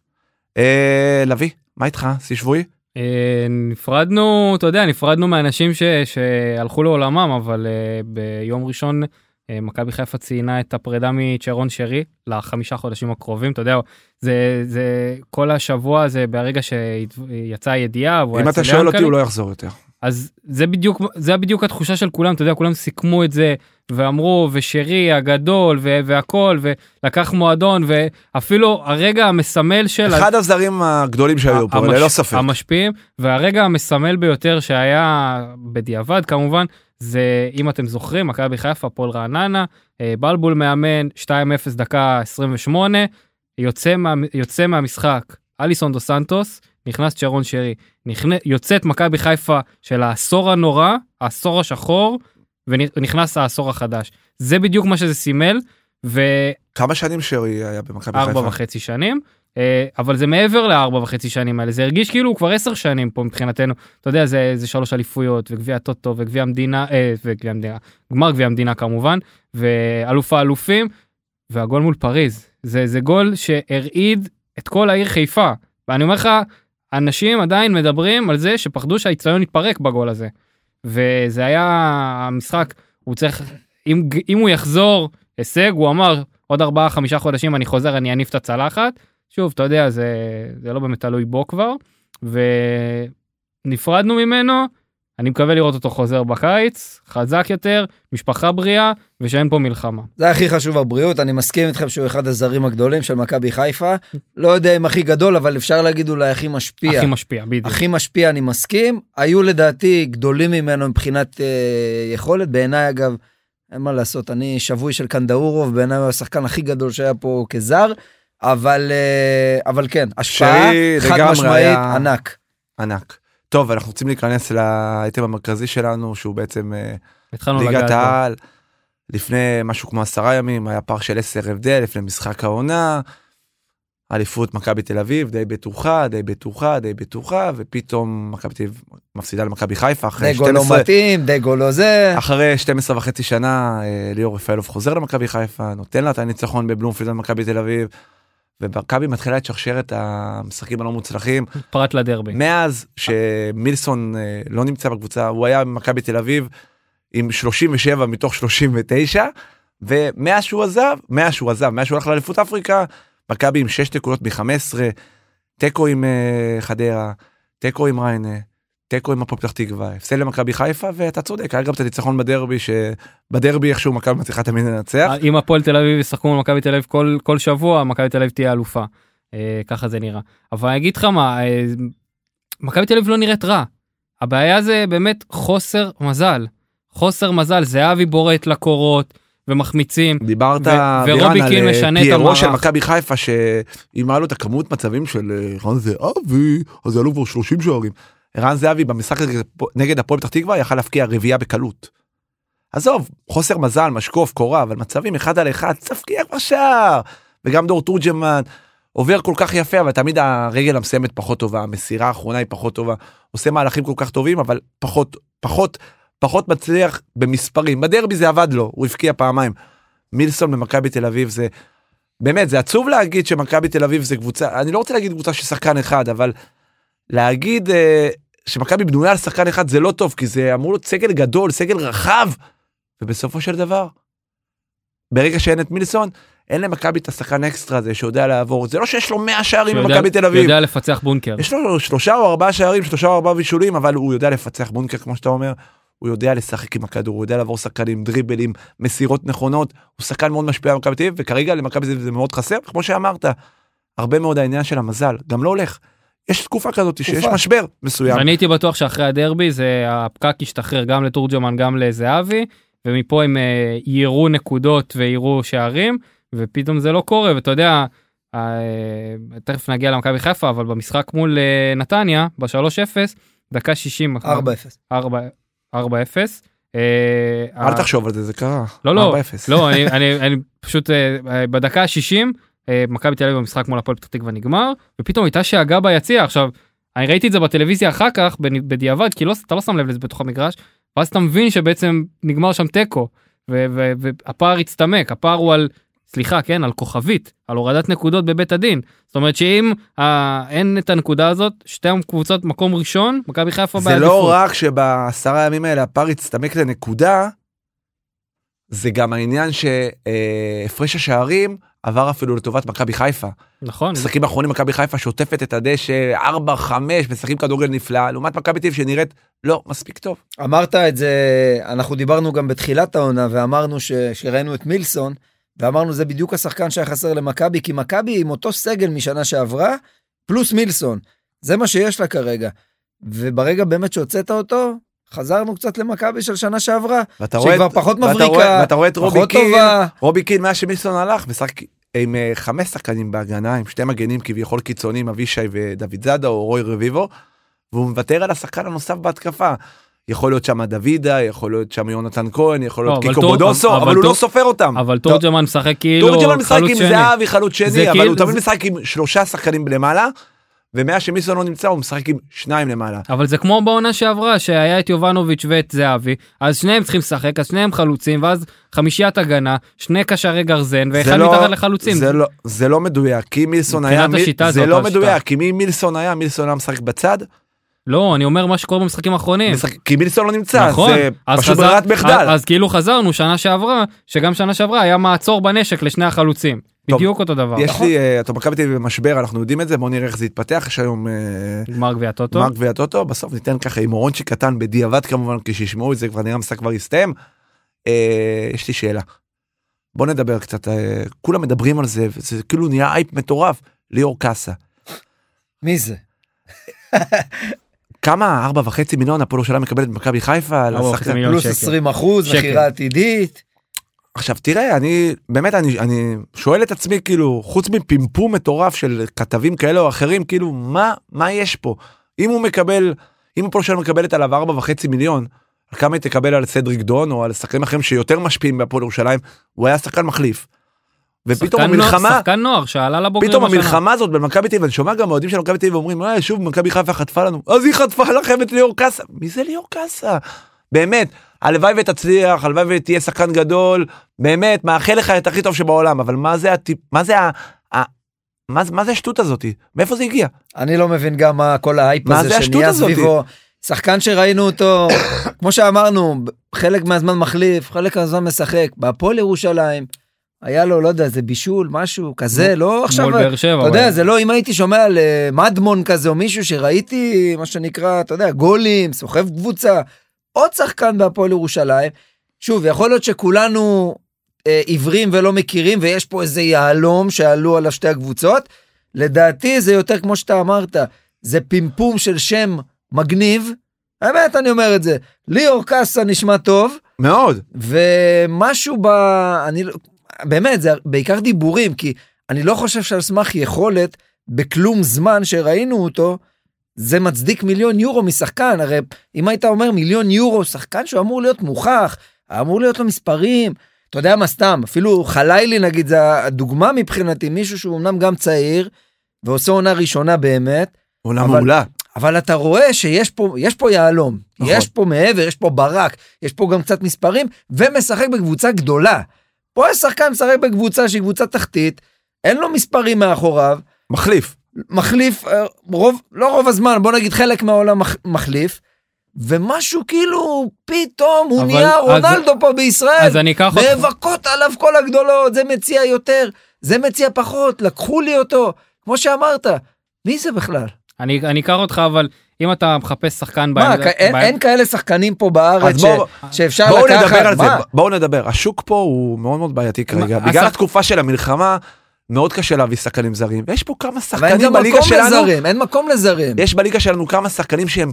[SPEAKER 1] אה, לביא, מה איתך? שיא שבועי?
[SPEAKER 2] אה, נפרדנו, אתה יודע, נפרדנו מאנשים ש, שהלכו לעולמם, אבל אה, ביום ראשון אה, מכבי חיפה ציינה את הפרידה מצ'רון שרי לחמישה חודשים הקרובים, אתה יודע, זה, זה כל השבוע זה ברגע שיצאה הידיעה, והוא היה
[SPEAKER 1] אם אתה
[SPEAKER 2] אצל
[SPEAKER 1] שואל אותי,
[SPEAKER 2] ינקלה,
[SPEAKER 1] הוא לא יחזור יותר.
[SPEAKER 2] אז זה בדיוק, זה בדיוק התחושה של כולם, אתה יודע, כולם סיכמו את זה, ואמרו, ושרי הגדול, ו- והכל, ולקח מועדון, ואפילו הרגע המסמל של...
[SPEAKER 1] אחד הזרים הגדולים שהיו פה,
[SPEAKER 2] כן, המש-
[SPEAKER 1] ללא ספק.
[SPEAKER 2] המשפיעים, והרגע המסמל ביותר שהיה בדיעבד כמובן, זה אם אתם זוכרים, מכבי חיפה, הפועל רעננה, אה, בלבול מאמן, 2-0 דקה 28, יוצא, מה, יוצא מהמשחק אליסון דו סנטוס, נכנס צ'רון שרי, נכנ... יוצאת מכבי חיפה של העשור הנורא, העשור השחור, ונכנס העשור החדש. זה בדיוק מה שזה סימל, ו...
[SPEAKER 1] כמה שנים שרי היה במכבי
[SPEAKER 2] ארבע
[SPEAKER 1] חיפה?
[SPEAKER 2] וחצי שנים. אה, אבל זה מעבר לארבע וחצי שנים האלה זה הרגיש כאילו הוא כבר עשר שנים פה מבחינתנו אתה יודע זה זה שלוש אליפויות וגביע הטוטו וגביע המדינה אה, וגביע המדינה גמר גביע המדינה כמובן ואלוף האלופים והגול מול פריז זה זה גול שהרעיד את כל העיר חיפה ואני אומר לך אנשים עדיין מדברים על זה שפחדו שהאיצטדיון יתפרק בגול הזה וזה היה המשחק הוא צריך אם אם הוא יחזור הישג הוא אמר עוד ארבעה חמישה חודשים אני חוזר אני אניף את הצלחת שוב אתה יודע זה זה לא באמת תלוי בו כבר ונפרדנו ממנו אני מקווה לראות אותו חוזר בקיץ חזק יותר משפחה בריאה ושאין פה מלחמה.
[SPEAKER 3] זה הכי חשוב הבריאות, אני מסכים איתכם שהוא אחד הזרים הגדולים של מכבי חיפה. לא יודע אם הכי גדול, אבל אפשר להגיד אולי הכי משפיע.
[SPEAKER 2] הכי משפיע בדיוק.
[SPEAKER 3] הכי משפיע, אני מסכים. היו לדעתי גדולים ממנו מבחינת אה, יכולת. בעיניי, אגב, אין מה לעשות, אני שבוי של קנדאורוב, בעיניי הוא השחקן הכי גדול שהיה פה כזר, אבל, אה, אבל כן, השפעה
[SPEAKER 1] שרי
[SPEAKER 3] חד
[SPEAKER 1] לגמרי
[SPEAKER 3] משמעית
[SPEAKER 1] היה-
[SPEAKER 3] ענק.
[SPEAKER 1] ענק. טוב, אנחנו רוצים להיכנס לאייטם המרכזי שלנו, שהוא בעצם אה,
[SPEAKER 2] התחלנו לגעת.
[SPEAKER 1] ליגת
[SPEAKER 2] בו.
[SPEAKER 1] העל. לפני משהו כמו עשרה ימים היה פער של עשר הבדל לפני משחק העונה. אליפות מכבי תל אביב די בטוחה די בטוחה די בטוחה ופתאום מכבי תל אביב מפסידה למכבי חיפה אחרי
[SPEAKER 3] דגו לא
[SPEAKER 1] 12
[SPEAKER 3] מתאים, דגו לא זה.
[SPEAKER 1] אחרי 12 וחצי שנה אה, ליאור רפאלוב חוזר למכבי חיפה נותן לה את הניצחון בבלומפילד על מכבי תל אביב. ומכבי מתחילה את שרשרת המשחקים הלא מוצלחים
[SPEAKER 2] פרט לדרבי.
[SPEAKER 1] מאז שמילסון אה, לא נמצא בקבוצה הוא היה במכבי תל אביב עם 37 מתוך 39 ומאז שהוא עזב, מאז שהוא עזב, מאז שהוא הלך לאליפות אפריקה, מכבי עם 6 נקודות מ-15, תיקו עם אה, חדרה, תיקו עם ריינה, תיקו עם הפועל פתח תקווה, הפסד למכבי חיפה, ואתה צודק, היה גם את הניצחון בדרבי, שבדרבי איכשהו מכבי מצליחה תמיד לנצח.
[SPEAKER 2] אה, אם הפועל תל אביב ישחקו מול מכבי תל אביב כל, כל שבוע, מכבי תל אביב תהיה אלופה. אה, ככה זה נראה. אבל אני אגיד לך מה, אה, מכבי תל אביב לא נראית רע. הבעיה זה באמת חוסר מזל. חוסר מזל, זהבי בורט לקורות ומחמיצים.
[SPEAKER 1] דיברת, אה,
[SPEAKER 2] ו- ורובי קין משנה את
[SPEAKER 1] פיירו של
[SPEAKER 2] המערך.
[SPEAKER 1] מכבי חיפה, שאם היה לו את הכמות מצבים של אה, ערן זהבי, אז היה לו כבר 30 שערים. ערן זהבי במשחק נגד הפועל- נגד הפועל פתח תקווה יכל להפקיע רביעייה בקלות. עזוב, חוסר מזל, משקוף, קורה, אבל מצבים אחד על אחד, תפקיע כבר שער. וגם דור תורג'מן עובר כל כך יפה, אבל תמיד הרגל המסיימת פחות טובה, המסירה האחרונה היא פחות טובה. עושה מהלכים כל כך טובים, אבל פחות, פחות, פחות מצליח במספרים. בדרבי זה עבד לו, הוא הבקיע פעמיים. מילסון במכבי תל אביב זה באמת זה עצוב להגיד שמכבי תל אביב זה קבוצה אני לא רוצה להגיד קבוצה של שחקן אחד אבל להגיד אה, שמכבי בנויה על שחקן אחד זה לא טוב כי זה אמור להיות סגל גדול סגל רחב ובסופו של דבר. ברגע שאין את מילסון אין למכבי את השחקן אקסטרה הזה שיודע לעבור זה לא שיש לו 100 שערים
[SPEAKER 2] שיודע-
[SPEAKER 1] במכבי תל אביב
[SPEAKER 2] יודע לפצח בונקר.
[SPEAKER 1] יש לו שלושה או ארבעה שערים, שלושה או ארבעה בישולים, אבל הוא יודע לפצח בונקר, כמו שאתה אומר. הוא יודע לשחק עם הכדור, הוא יודע לעבור שחקנים, דריבלים, מסירות נכונות. הוא שחקן מאוד משפיע על מכבי תל אביב, וכרגע למכבי תל אביב זה מאוד חסר. כמו שאמרת, הרבה מאוד העניין של המזל, גם לא הולך. יש תקופה כזאת שיש
[SPEAKER 3] תקופה.
[SPEAKER 1] משבר מסוים.
[SPEAKER 2] אני הייתי בטוח שאחרי הדרבי זה הפקק ישתחרר גם לתורג'מן גם לזהבי ומפה הם אה, יירו נקודות ויירו שערים ופתאום זה לא קורה ואתה יודע אה, תכף נגיע למכבי חיפה אבל במשחק מול אה, נתניה ב-3-0 דקה נכון? 60
[SPEAKER 1] אה,
[SPEAKER 3] 4-0.
[SPEAKER 2] 4 4 0 אה,
[SPEAKER 1] אל
[SPEAKER 2] ה-
[SPEAKER 1] תחשוב על זה, זה קרה.
[SPEAKER 2] לא, לא.
[SPEAKER 1] 4-0.
[SPEAKER 2] לא אני, אני, אני פשוט אה, אה, בדקה ה-60 אה, מכבי תל אביב במשחק מול הפועל פתח תקווה נגמר ופתאום הייתה שאגה ביציע עכשיו אני ראיתי את זה בטלוויזיה אחר כך בנ- בדיעבד כי לא אתה לא שם לב לזה בתוך המגרש ואז אתה מבין שבעצם נגמר שם תיקו ו- ו- והפער הצטמק הפער הוא על. סליחה כן על כוכבית על הורדת נקודות בבית הדין זאת אומרת שאם אה, אין את הנקודה הזאת שתי הקבוצות מקום ראשון מכבי חיפה
[SPEAKER 1] זה לא רק שבעשרה הימים האלה הפער הצטמק לנקודה, זה גם העניין שהפרש השערים עבר אפילו לטובת מכבי חיפה.
[SPEAKER 2] נכון
[SPEAKER 1] משחקים אחרונים מכבי חיפה שוטפת את הדשא 4-5 משחקים כדורגל נפלא לעומת מכבי תל אביב שנראית לא מספיק טוב.
[SPEAKER 3] אמרת את זה, אנחנו דיברנו גם בתחילת העונה ואמרנו ש, שראינו את מילסון, ואמרנו זה בדיוק השחקן שהיה חסר למכבי, כי מכבי עם אותו סגל משנה שעברה, פלוס מילסון. זה מה שיש לה כרגע. וברגע באמת שהוצאת אותו, חזרנו קצת למכבי של שנה שעברה,
[SPEAKER 1] ואתה
[SPEAKER 3] שהיא
[SPEAKER 1] רואה
[SPEAKER 3] כבר
[SPEAKER 1] את-
[SPEAKER 3] פחות
[SPEAKER 1] ואתה
[SPEAKER 3] מבריקה,
[SPEAKER 1] רואה- ואתה רואה את רובי
[SPEAKER 3] פחות
[SPEAKER 1] קין,
[SPEAKER 3] טובה.
[SPEAKER 1] רובי קין מאז שמילסון הלך משחק עם אה, חמש שחקנים בהגנה עם שתי מגנים כביכול קיצוניים אבישי ודוד זאדה או רוי רביבו. והוא מוותר על השחקן הנוסף בהתקפה. יכול להיות שם דוידה יכול להיות שם יונתן כהן יכול
[SPEAKER 2] לא,
[SPEAKER 1] להיות
[SPEAKER 2] אבל
[SPEAKER 1] קיקו
[SPEAKER 2] טור-
[SPEAKER 1] בודוסו
[SPEAKER 2] אבל
[SPEAKER 1] אבל הוא
[SPEAKER 2] טור-
[SPEAKER 1] לא סופר אותם.
[SPEAKER 2] אבל
[SPEAKER 1] אתה-
[SPEAKER 2] תורג'מן משחק כאילו
[SPEAKER 1] תורג'מן לא משחק עם
[SPEAKER 2] חלוץ שני.
[SPEAKER 1] זהבי חלוץ שני
[SPEAKER 2] זה
[SPEAKER 1] אבל
[SPEAKER 2] כאילו-
[SPEAKER 1] הוא תמיד
[SPEAKER 2] זה-
[SPEAKER 1] משחק עם שלושה שחקנים למעלה. ומאז שמיסון לא נמצא הוא משחק עם שניים למעלה.
[SPEAKER 2] אבל זה כמו בעונה שעברה שהיה את יובנוביץ' ואת זהבי אז שניהם צריכים לשחק אז שניהם חלוצים ואז חמישיית הגנה שני קשרי גרזן
[SPEAKER 1] זה
[SPEAKER 2] ואחד
[SPEAKER 1] לא-
[SPEAKER 2] מתחת לחלוצים
[SPEAKER 1] זה לא, זה לא מדויק כי אם מילסון
[SPEAKER 2] מבחינת
[SPEAKER 1] היה מיל-
[SPEAKER 2] השיטה זו
[SPEAKER 1] זה
[SPEAKER 2] אותה
[SPEAKER 1] לא
[SPEAKER 2] השיטה.
[SPEAKER 1] מדויק כי מי מילסון היה מילסון היה משחק בצד
[SPEAKER 2] לא אני אומר מה שקורה במשחקים האחרונים
[SPEAKER 1] משחק, כי מילסון לא נמצא
[SPEAKER 2] כן. נכון
[SPEAKER 1] זה
[SPEAKER 2] אז
[SPEAKER 1] פשוט
[SPEAKER 2] חזר-
[SPEAKER 1] ברירת מחדל.
[SPEAKER 2] אז, אז כאילו חזרנו שנה שעברה שגם שנה שעברה היה מעצור בנשק לשני החלוצים
[SPEAKER 1] טוב,
[SPEAKER 2] בדיוק אותו דבר
[SPEAKER 1] יש לי אה, אתה מכבי תל אביב במשבר אנחנו יודעים את זה בוא נראה איך זה יתפתח יש היום אה,
[SPEAKER 2] גמר גביע טוטו
[SPEAKER 1] גמר גביע טוטו בסוף ניתן ככה הימורונצ'יק קטן בדיעבד כמובן כשישמעו את זה כבר נראה המשחק כבר יסתיים. אה, יש לי שאלה. בוא נדבר קצת אה, כולם מדברים על זה וזה כאילו נהיה אייפ מטורף ליאור קאסה.
[SPEAKER 3] מי זה?
[SPEAKER 1] כמה ארבע וחצי מיליון הפועל ירושלים מקבלת במכבי חיפה על
[SPEAKER 2] ארבע וחצי
[SPEAKER 1] השחקן?
[SPEAKER 2] מיליון
[SPEAKER 3] פלוס
[SPEAKER 2] שקל.
[SPEAKER 3] 20 אחוז,
[SPEAKER 2] שקל.
[SPEAKER 3] מכירה עתידית.
[SPEAKER 1] עכשיו תראה אני באמת אני אני שואל את עצמי כאילו חוץ מפמפום מטורף של כתבים כאלה או אחרים כאילו מה מה יש פה אם הוא מקבל אם הפועל שלנו מקבלת עליו ארבע וחצי מיליון. על כמה היא תקבל על סדריק דון או על שחקנים אחרים שיותר משפיעים בהפועל ירושלים הוא היה שחקן מחליף. ופתאום
[SPEAKER 2] שחקן נוער-
[SPEAKER 1] המלחמה
[SPEAKER 2] שחקן נוער שעלה לבוגרים
[SPEAKER 1] פתאום
[SPEAKER 2] השנה.
[SPEAKER 1] המלחמה הזאת בין מכבי תל אביב אני שומע גם אוהדים של מכבי תל אביב אומרים אה, שוב מכבי חיפה חטפה לנו אז היא חטפה לכם את ליאור קאסה מי זה ליאור קאסה באמת הלוואי ותצליח הלוואי ותהיה שחקן גדול באמת מאחל לך את הכי טוב שבעולם אבל מה זה הטיפ מה זה ה... ה- מה זה- מה זה השטות הזאתי מאיפה זה הגיע
[SPEAKER 3] אני לא מבין גם מה כל ההייפ
[SPEAKER 1] מה זה
[SPEAKER 3] הזה
[SPEAKER 1] השטות
[SPEAKER 3] שנהיה
[SPEAKER 1] הזאתי?
[SPEAKER 3] סביבו. שחקן שראינו אותו, כמו שאמרנו, חלק מהזמן מחליף, חלק מהזמן משחק. בהפועל ירושלים, היה לו, לא יודע, איזה בישול, משהו כזה, לא עכשיו...
[SPEAKER 2] מול באר שבע.
[SPEAKER 3] אתה יודע,
[SPEAKER 2] אבל-
[SPEAKER 3] זה לא אם הייתי שומע על אה, מדמון כזה או מישהו שראיתי, מה שנקרא, אתה יודע, גולים, סוחב קבוצה, עוד שחקן בהפועל ירושלים. שוב, יכול להיות שכולנו אה, עיוורים ולא מכירים, ויש פה איזה יהלום שעלו עליו שתי הקבוצות. לדעתי זה יותר כמו שאתה אמרת, זה פמפום של שם מגניב. האמת, אני אומר את זה. ליאור קאסה נשמע טוב,
[SPEAKER 1] מאוד.
[SPEAKER 3] ומשהו ב... אני לא... באמת, זה בעיקר דיבורים, כי אני לא חושב שעל סמך יכולת, בכלום זמן שראינו אותו, זה מצדיק מיליון יורו משחקן. הרי אם היית אומר מיליון יורו, שחקן שהוא אמור להיות מוכח, אמור להיות לו מספרים, אתה יודע מה, סתם, אפילו חלילי נגיד, זה הדוגמה מבחינתי, מישהו שהוא אמנם גם צעיר, ועושה עונה ראשונה באמת,
[SPEAKER 1] עונה
[SPEAKER 3] אבל-
[SPEAKER 1] לא, מעולה.
[SPEAKER 3] אבל אתה רואה שיש פה, יש פה יהלום,
[SPEAKER 1] נכון.
[SPEAKER 3] נכון. יש פה מעבר, יש פה ברק, יש פה גם קצת מספרים, ומשחק בקבוצה גדולה. פה יש שחקן משחק בקבוצה שהיא קבוצה תחתית, אין לו מספרים מאחוריו,
[SPEAKER 1] מחליף.
[SPEAKER 3] מחליף, אה, רוב, לא רוב הזמן, בוא נגיד חלק מהעולם מח, מחליף, ומשהו כאילו, פתאום הוא
[SPEAKER 2] אבל-
[SPEAKER 3] נהיה
[SPEAKER 2] אז-
[SPEAKER 3] רונלדו פה בישראל,
[SPEAKER 2] אז אני אקח אותך.
[SPEAKER 3] נאבקות עליו כל הגדולות, זה מציע יותר, זה מציע פחות, לקחו לי אותו, כמו שאמרת, מי זה בכלל?
[SPEAKER 2] אני אני אקח אותך, אבל אם אתה מחפש שחקן
[SPEAKER 3] מה,
[SPEAKER 2] בעמדה-
[SPEAKER 3] כ- אין-
[SPEAKER 2] בעמדה-
[SPEAKER 3] אין כאלה שחקנים פה בארץ
[SPEAKER 1] אז
[SPEAKER 3] ש-
[SPEAKER 1] בואו-
[SPEAKER 3] שאפשר לקחת?
[SPEAKER 1] בואו נדבר על זה,
[SPEAKER 3] מה?
[SPEAKER 1] בואו נדבר. השוק פה הוא מאוד מאוד בעייתי כרגע.
[SPEAKER 2] מה,
[SPEAKER 1] בגלל
[SPEAKER 2] השח-
[SPEAKER 1] התקופה של המלחמה, מאוד קשה להביא שחקנים זרים. ויש פה כמה
[SPEAKER 3] אבל אין
[SPEAKER 1] שחקנים
[SPEAKER 3] גם
[SPEAKER 1] בליגה
[SPEAKER 3] מקום
[SPEAKER 1] שלנו,
[SPEAKER 3] לזרים, אין מקום לזרים.
[SPEAKER 1] יש בליגה שלנו כמה שחקנים שהם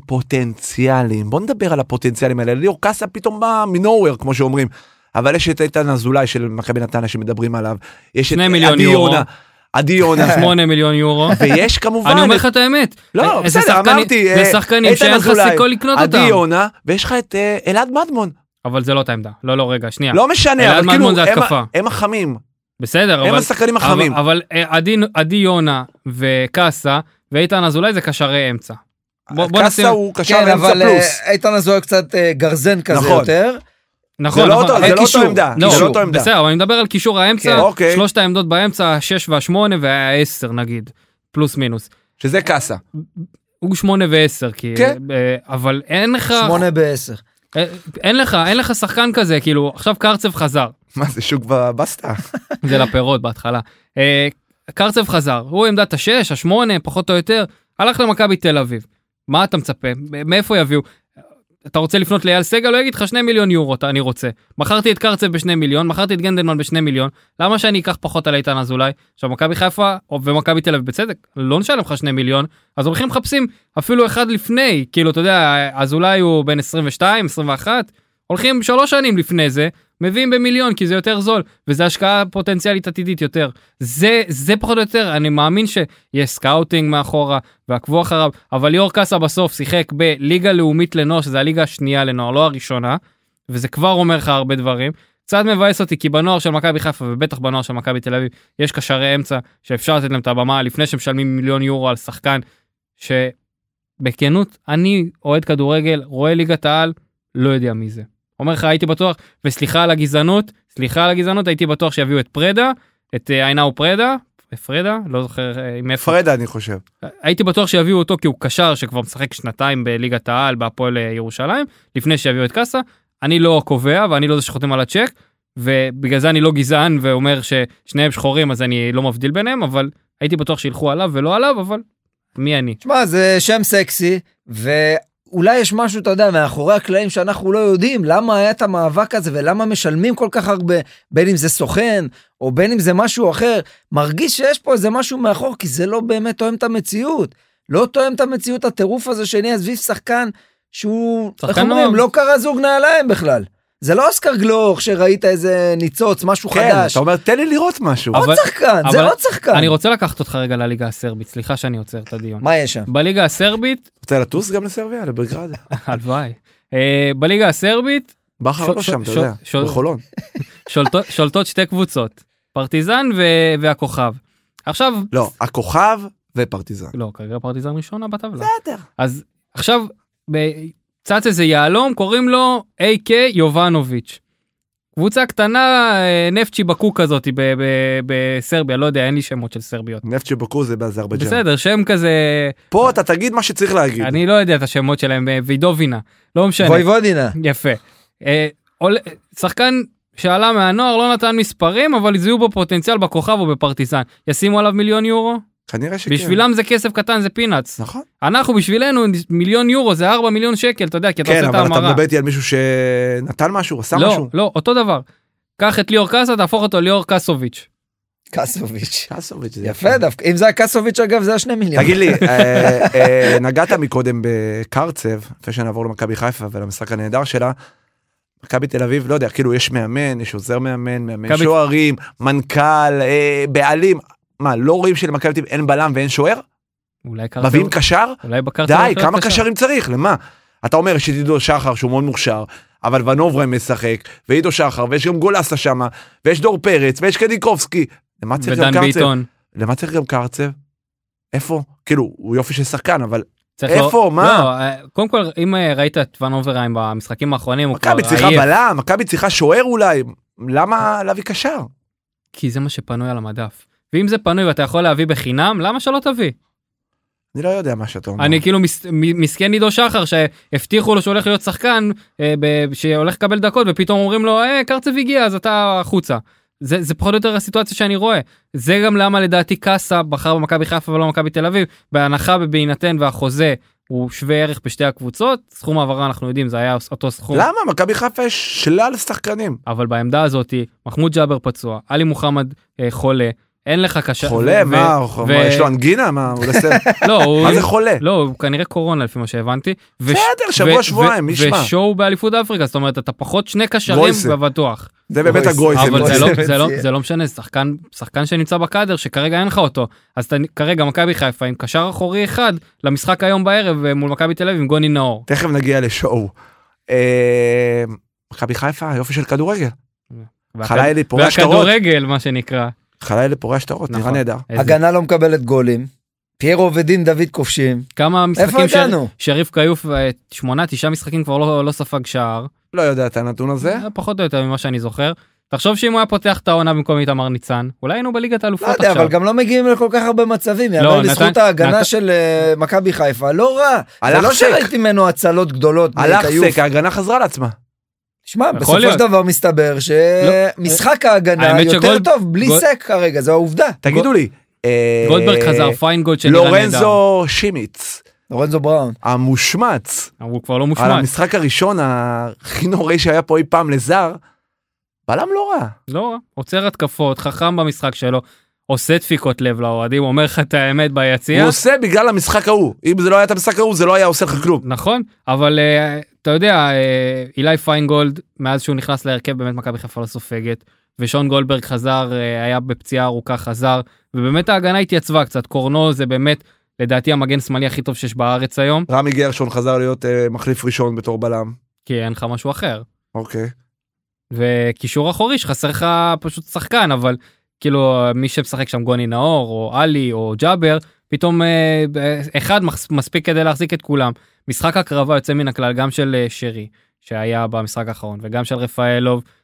[SPEAKER 1] פוטנציאליים. בוא נדבר על הפוטנציאלים האלה. ליאור קאסה פתאום בא מנוהוור, כמו שאומרים. אבל יש את איתן אזולאי של מכבי נתניה שמדברים עליו. יש את
[SPEAKER 2] שני מיליון
[SPEAKER 1] עדי
[SPEAKER 2] יורו.
[SPEAKER 1] יונה. עדי יונה.
[SPEAKER 2] 8 מיליון יורו.
[SPEAKER 1] ויש כמובן...
[SPEAKER 2] אני אומר
[SPEAKER 1] את-
[SPEAKER 2] לך את האמת. אה,
[SPEAKER 1] לא,
[SPEAKER 2] איזה
[SPEAKER 1] בסדר,
[SPEAKER 2] שחקנים-
[SPEAKER 1] אמרתי,
[SPEAKER 2] זה
[SPEAKER 1] אה,
[SPEAKER 2] שחקנים
[SPEAKER 1] איתן
[SPEAKER 2] שאין לך
[SPEAKER 1] אזולאי,
[SPEAKER 2] סיכוי לקנות
[SPEAKER 1] עדי
[SPEAKER 2] אותם.
[SPEAKER 1] יונה, ויש לך את אה, אלעד מדמון.
[SPEAKER 2] אבל זה לא את העמדה. לא, לא, רגע, שנייה.
[SPEAKER 1] לא משנה,
[SPEAKER 2] אלעד
[SPEAKER 1] אבל כאילו,
[SPEAKER 2] מדמון זה
[SPEAKER 1] הם ה-
[SPEAKER 2] התקפה.
[SPEAKER 1] הם החמים.
[SPEAKER 2] בסדר,
[SPEAKER 1] הם
[SPEAKER 2] אבל...
[SPEAKER 1] השחקנים
[SPEAKER 2] אבל-
[SPEAKER 1] החמים.
[SPEAKER 2] אבל אה, עדי- עדי יונה וקאסה ואיתן אזולאי זה קשרי אמצע. בוא- בוא נשים-
[SPEAKER 1] קאסה הוא קשר
[SPEAKER 3] כן,
[SPEAKER 1] אמצע
[SPEAKER 3] אבל אה,
[SPEAKER 1] פלוס.
[SPEAKER 3] איתן אזולאי קצת אה, גרזן כזה
[SPEAKER 1] נכון.
[SPEAKER 3] יותר.
[SPEAKER 2] נכון,
[SPEAKER 1] זה לא
[SPEAKER 2] נכון.
[SPEAKER 1] אותו- זה
[SPEAKER 2] אה,
[SPEAKER 1] לא
[SPEAKER 3] קישור.
[SPEAKER 1] אותו עמדה.
[SPEAKER 2] לא,
[SPEAKER 1] זה לא
[SPEAKER 3] קישור,
[SPEAKER 1] אותו עמדה.
[SPEAKER 2] בסדר, אבל אני מדבר על קישור
[SPEAKER 1] כן,
[SPEAKER 2] האמצע,
[SPEAKER 1] אוקיי.
[SPEAKER 2] שלושת העמדות באמצע, השש והשמונה והעשר נגיד, פלוס מינוס.
[SPEAKER 1] שזה קאסה.
[SPEAKER 2] הוא שמונה ועשר, כי...
[SPEAKER 1] כן.
[SPEAKER 2] אה, אבל אין לך...
[SPEAKER 3] שמונה בעשר.
[SPEAKER 2] אה, אין לך, אין לך שחקן כזה, כאילו, עכשיו קרצב חזר.
[SPEAKER 1] מה זה שוק בבסטה?
[SPEAKER 2] זה לפירות בהתחלה. אה, קרצב חזר, הוא עמדת השש, השמונה, פחות או יותר, הלך למכבי תל אביב. מה אתה מצפה? מאיפה יביאו? אתה רוצה לפנות לאייל סגל? הוא יגיד לך שני מיליון יורו אתה- אני רוצה. מכרתי את קרצב בשני מיליון, מכרתי את גנדלמן בשני מיליון, למה שאני אקח פחות על איתן אזולאי? עכשיו מכבי חיפה או- ומכבי תל אביב בצדק, לא נשלם לך שני מיליון, אז הולכים מחפשים אפילו אחד לפני, כאילו אתה יודע, אזולאי הוא בן 22, 21, הולכים שלוש שנים לפני זה, מביאים במיליון כי זה יותר זול וזה השקעה פוטנציאלית עתידית יותר זה זה פחות או יותר אני מאמין שיש סקאוטינג מאחורה ועקבו אחריו אבל ליאור קאסה בסוף שיחק בליגה לאומית לנוער שזה הליגה השנייה לנוער לא הראשונה וזה כבר אומר לך הרבה דברים. קצת מבאס אותי כי בנוער של מכבי חיפה ובטח בנוער של מכבי תל אביב יש קשרי אמצע שאפשר לתת להם את הבמה לפני שמשלמים מיליון יורו על שחקן שבכנות אני אוהד כדורגל רואה ליגת העל לא יודע מי זה. אומר לך הייתי בטוח וסליחה על הגזענות סליחה על הגזענות הייתי בטוח שיביאו את פרדה את אה, עינאו פרדה פרדה לא זוכר אה, מאיפה
[SPEAKER 1] פרדה אני חושב.
[SPEAKER 2] הייתי בטוח שיביאו אותו כי הוא קשר שכבר משחק שנתיים בליגת העל בהפועל אה, ירושלים לפני שיביאו את קאסה. אני לא קובע ואני לא זה שחותם על הצ'ק ובגלל זה אני לא גזען ואומר ששניהם שחורים אז אני לא מבדיל ביניהם אבל הייתי בטוח שילכו עליו ולא עליו אבל מי אני.
[SPEAKER 3] שמע, זה שם סקסי, ואולי יש משהו, אתה יודע, מאחורי הקלעים שאנחנו לא יודעים, למה היה את המאבק הזה ולמה משלמים כל כך הרבה, בין אם זה סוכן, או בין אם זה משהו אחר, מרגיש שיש פה איזה משהו מאחור, כי זה לא באמת תואם את המציאות. לא תואם את המציאות, הטירוף הזה שנהיה סביב שחקן שהוא,
[SPEAKER 2] שחקן
[SPEAKER 3] איך אומרים,
[SPEAKER 2] לא-
[SPEAKER 3] לא קרא זוג נעליים בכלל. זה לא אוסקר גלוך שראית איזה ניצוץ, משהו
[SPEAKER 1] כן,
[SPEAKER 3] חדש.
[SPEAKER 1] אתה אומר תן לי לראות משהו.
[SPEAKER 2] אבל-
[SPEAKER 3] עוד שחקן, זה
[SPEAKER 2] אבל-
[SPEAKER 3] עוד שחקן.
[SPEAKER 2] אני רוצה לקחת אותך רגע לליגה הסרבית סליחה שאני עוצר את הדיון.
[SPEAKER 3] מה יש שם?
[SPEAKER 2] בליגה הסרבית
[SPEAKER 1] רוצה לטוס גם לסרביה? לבלגרד?
[SPEAKER 2] הלוואי. אה, בליגה הסרבית
[SPEAKER 1] בכר
[SPEAKER 2] שו-
[SPEAKER 1] לא
[SPEAKER 2] שו-
[SPEAKER 1] שם, אתה
[SPEAKER 2] שו-
[SPEAKER 1] יודע,
[SPEAKER 2] שו-
[SPEAKER 1] בחולון.
[SPEAKER 2] שולטות- שולטות שתי קבוצות פרטיזן ו- והכוכב. עכשיו
[SPEAKER 1] לא, הכוכב ופרטיזן.
[SPEAKER 2] לא, כרגע פרטיזן ראשונה בטבלה.
[SPEAKER 1] בסדר.
[SPEAKER 2] אז עכשיו ב- צץ איזה יהלום, קוראים לו AK יובנוביץ'. קבוצה קטנה, אה, נפצ'י בקו כזאת ב- ב- בסרביה, לא יודע, אין לי שמות של סרביות.
[SPEAKER 1] נפט שבקו זה באזרבייג'אן.
[SPEAKER 2] בסדר, שם כזה,
[SPEAKER 1] פה אתה תגיד מה שצריך להגיד.
[SPEAKER 2] אני לא יודע את השמות שלהם, אה, וידובינה, לא משנה.
[SPEAKER 3] וואי וודינה.
[SPEAKER 2] יפה. אה, עול- שחקן שעלה מהנוער לא נתן מספרים אבל זיהו בו פוטנציאל בכוכב או בפרטיזן ישימו עליו מיליון יורו
[SPEAKER 1] כנראה שכן.
[SPEAKER 2] בשבילם זה כסף קטן זה פינאץ
[SPEAKER 1] נכון.
[SPEAKER 2] אנחנו בשבילנו מיליון יורו זה 4 מיליון שקל אתה יודע כי אתה
[SPEAKER 1] כן,
[SPEAKER 2] עושה את
[SPEAKER 1] אבל אתה
[SPEAKER 2] ההמרה.
[SPEAKER 1] מדבר איתי על מישהו שנתן משהו, עשה
[SPEAKER 2] לא
[SPEAKER 1] משהו.
[SPEAKER 2] לא אותו דבר. קח את ליאור קאסה תהפוך אותו ליאור קאסוביץ'.
[SPEAKER 3] קסוביץ'.
[SPEAKER 1] קסוביץ', זה
[SPEAKER 3] יפה דווקא, אם זה היה קסוביץ' אגב זה היה שני מיליון.
[SPEAKER 1] תגיד לי, אה, אה, נגעת מקודם בקרצב, לפני שנעבור למכבי חיפה ולמשחק הנהדר שלה, מכבי תל אביב, לא יודע, כאילו יש מאמן, יש עוזר מאמן, מאמן
[SPEAKER 2] מכבי-
[SPEAKER 1] שוערים, מנכ"ל, אה, בעלים. מה, לא רואים שלמכבי תל אביב אין בלם ואין שוער?
[SPEAKER 2] אולי קרצב.
[SPEAKER 1] מביאים קשר?
[SPEAKER 2] אולי בקרצב.
[SPEAKER 1] די,
[SPEAKER 2] הולך
[SPEAKER 1] כמה
[SPEAKER 2] קשר.
[SPEAKER 1] קשרים צריך? למה? אתה אומר יש את עידו שחר שהוא מאוד מוכשר, אבל ונוברם משחק, ועידו שחר, ויש גם גולסה שמה, ויש דור פרץ, ויש קניקובסקי. למה צריך גם
[SPEAKER 2] ודן
[SPEAKER 1] קרצב?
[SPEAKER 2] ביטון.
[SPEAKER 1] למה צריך גם קרצב? איפה? כאילו, הוא יופי של שחקן, אבל
[SPEAKER 2] צריך
[SPEAKER 1] איפה?
[SPEAKER 2] לא-
[SPEAKER 1] מה?
[SPEAKER 2] לא, אה, קודם כל אם אה, ראית את ון אוברהיים במשחקים האחרונים הוא כבר
[SPEAKER 1] מכבי צריכה
[SPEAKER 2] עייף
[SPEAKER 1] בלם, מכבי צריכה שוער אולי, למה להביא קשר?
[SPEAKER 2] כי זה מה שפנוי על המדף. ואם זה פנוי ואתה יכול להביא בחינם למה שלא תביא?
[SPEAKER 1] אני לא יודע מה שאתה אומר.
[SPEAKER 2] אני כאילו מס- מ- מסכן עידו שחר שהבטיחו לו שהוא הולך להיות שחקן אה, ב- שהולך לקבל דקות ופתאום אומרים לו אה, קרצב הגיע אז אתה החוצה. זה, זה פחות או יותר הסיטואציה שאני רואה זה גם למה לדעתי קאסה בחר במכבי חיפה ולא במכבי תל אביב בהנחה ובהינתן והחוזה הוא שווה ערך בשתי הקבוצות סכום העברה אנחנו יודעים זה היה אותו סכום
[SPEAKER 1] למה? מכבי חיפה יש שלל שחקנים.
[SPEAKER 2] אבל בעמדה הזאת מחמוד ג'אבר פצוע עלי מוחמד אה, חולה אין לך קשר
[SPEAKER 1] חולה,
[SPEAKER 2] ו-
[SPEAKER 1] מה,
[SPEAKER 2] ו-
[SPEAKER 1] מה, יש לו אנגינה? מה, הוא עושה...
[SPEAKER 2] לא, הוא-
[SPEAKER 1] מה זה חולה?
[SPEAKER 2] לא, הוא כנראה קורונה לפי מה שהבנתי. וש-
[SPEAKER 1] בסדר,
[SPEAKER 2] ו-
[SPEAKER 1] שבוע,
[SPEAKER 2] ו-
[SPEAKER 1] שבועיים, מי ישמע?
[SPEAKER 2] ושואו באליפות אפריקה, זאת אומרת, אתה פחות שני קשרים
[SPEAKER 1] גרויסה.
[SPEAKER 2] בבטוח.
[SPEAKER 1] זה באמת הגרויס.
[SPEAKER 3] גרויסה,
[SPEAKER 2] אבל זה
[SPEAKER 3] גרויסה.
[SPEAKER 2] לא- זה לא- זה לא משנה, זה שחקן, שחקן שנמצא בקאדר, שכרגע אין לך אותו. אז אתה כרגע מכבי חיפה עם קשר אחורי אחד למשחק היום בערב אה, מול מכבי תל אביב עם גוני נאור.
[SPEAKER 1] תכף נגיע לשואו. אה, מכבי חיפה, יופי של כדורגל.
[SPEAKER 2] והכד-
[SPEAKER 1] חלילי פורע שטרות.
[SPEAKER 2] והכדורגל, מה שנקרא.
[SPEAKER 1] חלילי פורע שטרות, נראה
[SPEAKER 2] נכון.
[SPEAKER 1] נהדר.
[SPEAKER 2] איזה-
[SPEAKER 3] הגנה לא מקבלת גולים, פיירו ודין דוד כובשים.
[SPEAKER 2] כמה
[SPEAKER 3] איפה
[SPEAKER 2] משחקים ש-
[SPEAKER 3] הגענו?
[SPEAKER 2] שריף כיוף, אה, שמונה, תשעה משחקים כבר לא- לא ספג שער.
[SPEAKER 1] לא יודע את הנתון הזה.
[SPEAKER 2] זה פחות או יותר ממה שאני זוכר. תחשוב שאם הוא היה פותח את העונה במקום איתמר ניצן, אולי היינו בליגת האלופות
[SPEAKER 3] לא יודע,
[SPEAKER 2] עכשיו. לא,
[SPEAKER 3] אבל גם לא מגיעים לכל כך הרבה מצבים, יאמר
[SPEAKER 2] נתן-
[SPEAKER 3] לזכות ההגנה
[SPEAKER 2] נתן-
[SPEAKER 3] של אה, מכבי חיפה, לא רע. זה
[SPEAKER 1] הלך
[SPEAKER 3] לא
[SPEAKER 1] סק.
[SPEAKER 3] שראיתי ממנו הצלות גדולות.
[SPEAKER 1] הלך
[SPEAKER 3] מכיוף.
[SPEAKER 1] סק, ההגנה חזרה לעצמה.
[SPEAKER 3] שמע,
[SPEAKER 2] יכול
[SPEAKER 3] בסופו
[SPEAKER 2] להיות. לא.
[SPEAKER 3] של דבר מסתבר שמשחק ההגנה
[SPEAKER 2] האמת
[SPEAKER 3] יותר
[SPEAKER 2] שגולד-
[SPEAKER 3] טוב בלי
[SPEAKER 2] גולד-
[SPEAKER 3] סק כרגע, זו העובדה.
[SPEAKER 1] תגידו לי. אה,
[SPEAKER 2] גולדברג חזר, פיינגולד שנראה נהדר.
[SPEAKER 1] לורנזו שימיץ,
[SPEAKER 3] לורנזו בראון.
[SPEAKER 1] המושמץ.
[SPEAKER 2] אבל הוא כבר לא
[SPEAKER 1] על
[SPEAKER 2] מושמץ.
[SPEAKER 1] המשחק הראשון הכי נוראי שהיה פה אי פעם לזר, בלם לא רע.
[SPEAKER 2] לא רע. עוצר התקפות, חכם במשחק שלו, עושה דפיקות לב לאוהדים, אומר לך את האמת ביציע.
[SPEAKER 1] הוא עושה בגלל המשחק ההוא. אם זה לא היה את המשחק ההוא, זה לא היה עושה לך כלום.
[SPEAKER 2] נכון, אבל אה, אתה יודע, אה, אילי פיינגולד, מאז שהוא נכנס להרכב, באמת מכבי חיפה לא סופגת, ושון גולדברג חזר, אה, היה בפציעה ארוכה, חזר, ובאמת ההגנה התייצבה קצת. קורנו זה באמת, לדעתי, המגן שמאלי הכי טוב שיש בארץ היום,
[SPEAKER 1] רמי גרשון חזר להיות אה, מחליף ראשון בתור בלם.
[SPEAKER 2] כי אין לך משהו אחר.
[SPEAKER 1] אוקיי.
[SPEAKER 2] וקישור אחורי שחסר לך פשוט שחקן אבל כאילו מי שמשחק שם גוני נאור או עלי או ג'אבר פתאום אה, אה, אחד מס- מספיק כדי להחזיק את כולם משחק הקרבה יוצא מן הכלל גם של אה, שרי שהיה במשחק האחרון וגם של רפאלוב אה,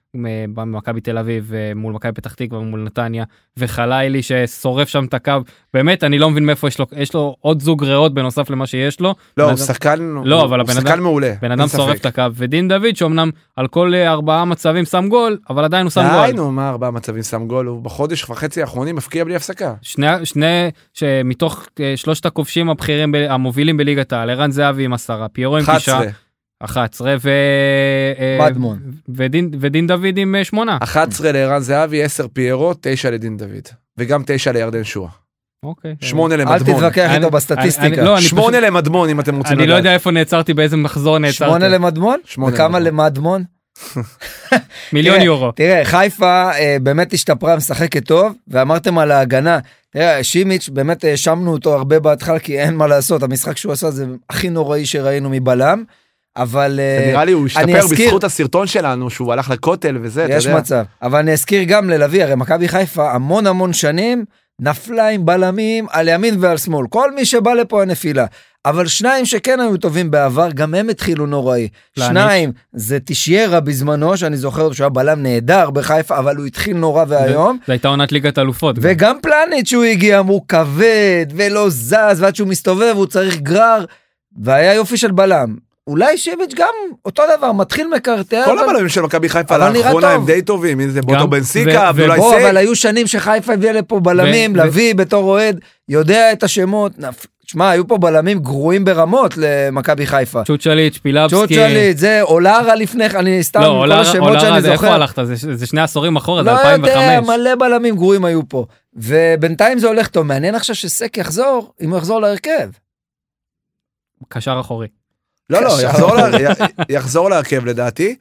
[SPEAKER 2] במכבי תל אביב אה, מול מכבי פתח תקווה מול נתניה וחלילי ששורף שם את הקו באמת אני לא מבין מאיפה יש לו יש לו עוד זוג ריאות בנוסף למה שיש לו
[SPEAKER 1] לא, הוא
[SPEAKER 2] בן אדם-
[SPEAKER 1] שחקן,
[SPEAKER 2] לא,
[SPEAKER 1] הוא-
[SPEAKER 2] אבל
[SPEAKER 1] הוא
[SPEAKER 2] הבן
[SPEAKER 1] שחקן
[SPEAKER 2] אדם-
[SPEAKER 1] מעולה.
[SPEAKER 2] בן
[SPEAKER 1] אין
[SPEAKER 2] אדם
[SPEAKER 1] ספק.
[SPEAKER 2] שורף את הקו ודין דוד שאומנם על כל אה, ארבעה מצבים שם גול אבל עדיין הוא שם גול.
[SPEAKER 1] די, נו, מה ארבעה מצבים שם גול, הוא בחודש וחצי האחרונים מפקיע בלי הפסקה.
[SPEAKER 2] שני, שני שמתוך אה, שלושת הכובשים הבכירים ב, המובילים בליגת העל ערן זהבי עם עשרה פיירו לא עם תשעה
[SPEAKER 1] 11,
[SPEAKER 2] 11 ו... אה,
[SPEAKER 3] מדמון.
[SPEAKER 2] ודין, ודין דוד עם אה, שמונה
[SPEAKER 1] 11 לערן זהבי, 10 פיירו, 9 לדין דוד. וגם 9 לירדן שועה.
[SPEAKER 2] אוקיי
[SPEAKER 1] 8
[SPEAKER 3] אל
[SPEAKER 1] למדמון.
[SPEAKER 3] תתווכח
[SPEAKER 2] אני-
[SPEAKER 3] איתו
[SPEAKER 2] אני- אני-
[SPEAKER 3] בסטטיסטיקה.
[SPEAKER 2] לא, אני
[SPEAKER 1] 8 למדמון אם אתם רוצים
[SPEAKER 2] אני לא
[SPEAKER 1] לדעת.
[SPEAKER 2] יודע איפה נעצרתי באיזה מחזור
[SPEAKER 3] שמונה
[SPEAKER 2] לא נעצרתי
[SPEAKER 3] למדמון?
[SPEAKER 1] שמונה
[SPEAKER 3] וכמה
[SPEAKER 1] למדמון.
[SPEAKER 3] למדמון?
[SPEAKER 2] מיליון
[SPEAKER 3] תראה,
[SPEAKER 2] יורו
[SPEAKER 3] תראה, חיפה אה, באמת השתפרה, משחקת טוב, ואמרתם על ההגנה. תראה, שימיץ', באמת האשמנו אותו הרבה בהתחלה, כי אין מה לעשות, המשחק שהוא עשה זה הכי נוראי שראינו מבלם, אבל אה,
[SPEAKER 1] נראה לי הוא
[SPEAKER 3] אני
[SPEAKER 1] השתפר
[SPEAKER 3] אזכיר-
[SPEAKER 1] בזכות הסרטון שלנו שהוא הלך לכותל וזה, אתה
[SPEAKER 3] יש
[SPEAKER 1] יודע.
[SPEAKER 3] מצב. אבל אני אזכיר גם ללוי, הרי מכבי חיפה המון המון שנים נפלה עם בלמים על ימין ועל שמאל. כל מי שבא לפה היה נפילה. אבל שניים שכן היו טובים בעבר, גם הם התחילו נוראי.
[SPEAKER 2] פלניץ'.
[SPEAKER 3] שניים, זה תשיירה בזמנו, שאני זוכר אותו שהוא היה בלם נהדר בחיפה, אבל הוא התחיל נורא ואיום.
[SPEAKER 2] זו הייתה עונת ליגת אלופות גם.
[SPEAKER 3] וגם פלניץ' שהוא הגיע, אמרו כבד ולא זז, ועד שהוא מסתובב הוא צריך גרר, והיה יופי של בלם. אולי שיביץ' גם אותו דבר, מתחיל מקרטע.
[SPEAKER 1] כל הבלמים של מכבי חיפה
[SPEAKER 3] אבל נראה
[SPEAKER 1] לאחרונה הם
[SPEAKER 3] טוב.
[SPEAKER 1] די טובים, אם זה בוטו
[SPEAKER 2] גם-
[SPEAKER 1] בן סיקה,
[SPEAKER 2] ו-
[SPEAKER 1] ואולי
[SPEAKER 3] בוא, אבל
[SPEAKER 1] סייק.
[SPEAKER 3] היו שנים שחיפה הביאה לפה בלמים,
[SPEAKER 2] ו-
[SPEAKER 3] לביא בתור אוהד, יודע את השמות. נפ- שמע, היו פה בלמים גרועים ברמות למכבי חיפה.
[SPEAKER 2] צ'וצ'ליץ', פילבסקי.
[SPEAKER 3] צ'וצ'ליץ', זה אולרה לפני כן, אני סתם,
[SPEAKER 2] לא,
[SPEAKER 3] כל
[SPEAKER 2] אולרה,
[SPEAKER 3] השמות
[SPEAKER 2] אולרה,
[SPEAKER 3] שאני
[SPEAKER 2] זה- איפה
[SPEAKER 3] זוכר.
[SPEAKER 2] הלכת? זה זה שני עשורים אחורה, זה
[SPEAKER 3] לא
[SPEAKER 2] 2005.
[SPEAKER 3] יודע, מלא בלמים גרועים היו פה. ובינתיים זה הולך טוב. מעניין עכשיו שסק יחזור, אם הוא יחזור להרכב.
[SPEAKER 2] קשר אחורי.
[SPEAKER 1] לא, לא,
[SPEAKER 3] קשר.
[SPEAKER 1] יחזור לה- י- יחזור להרכב לדעתי.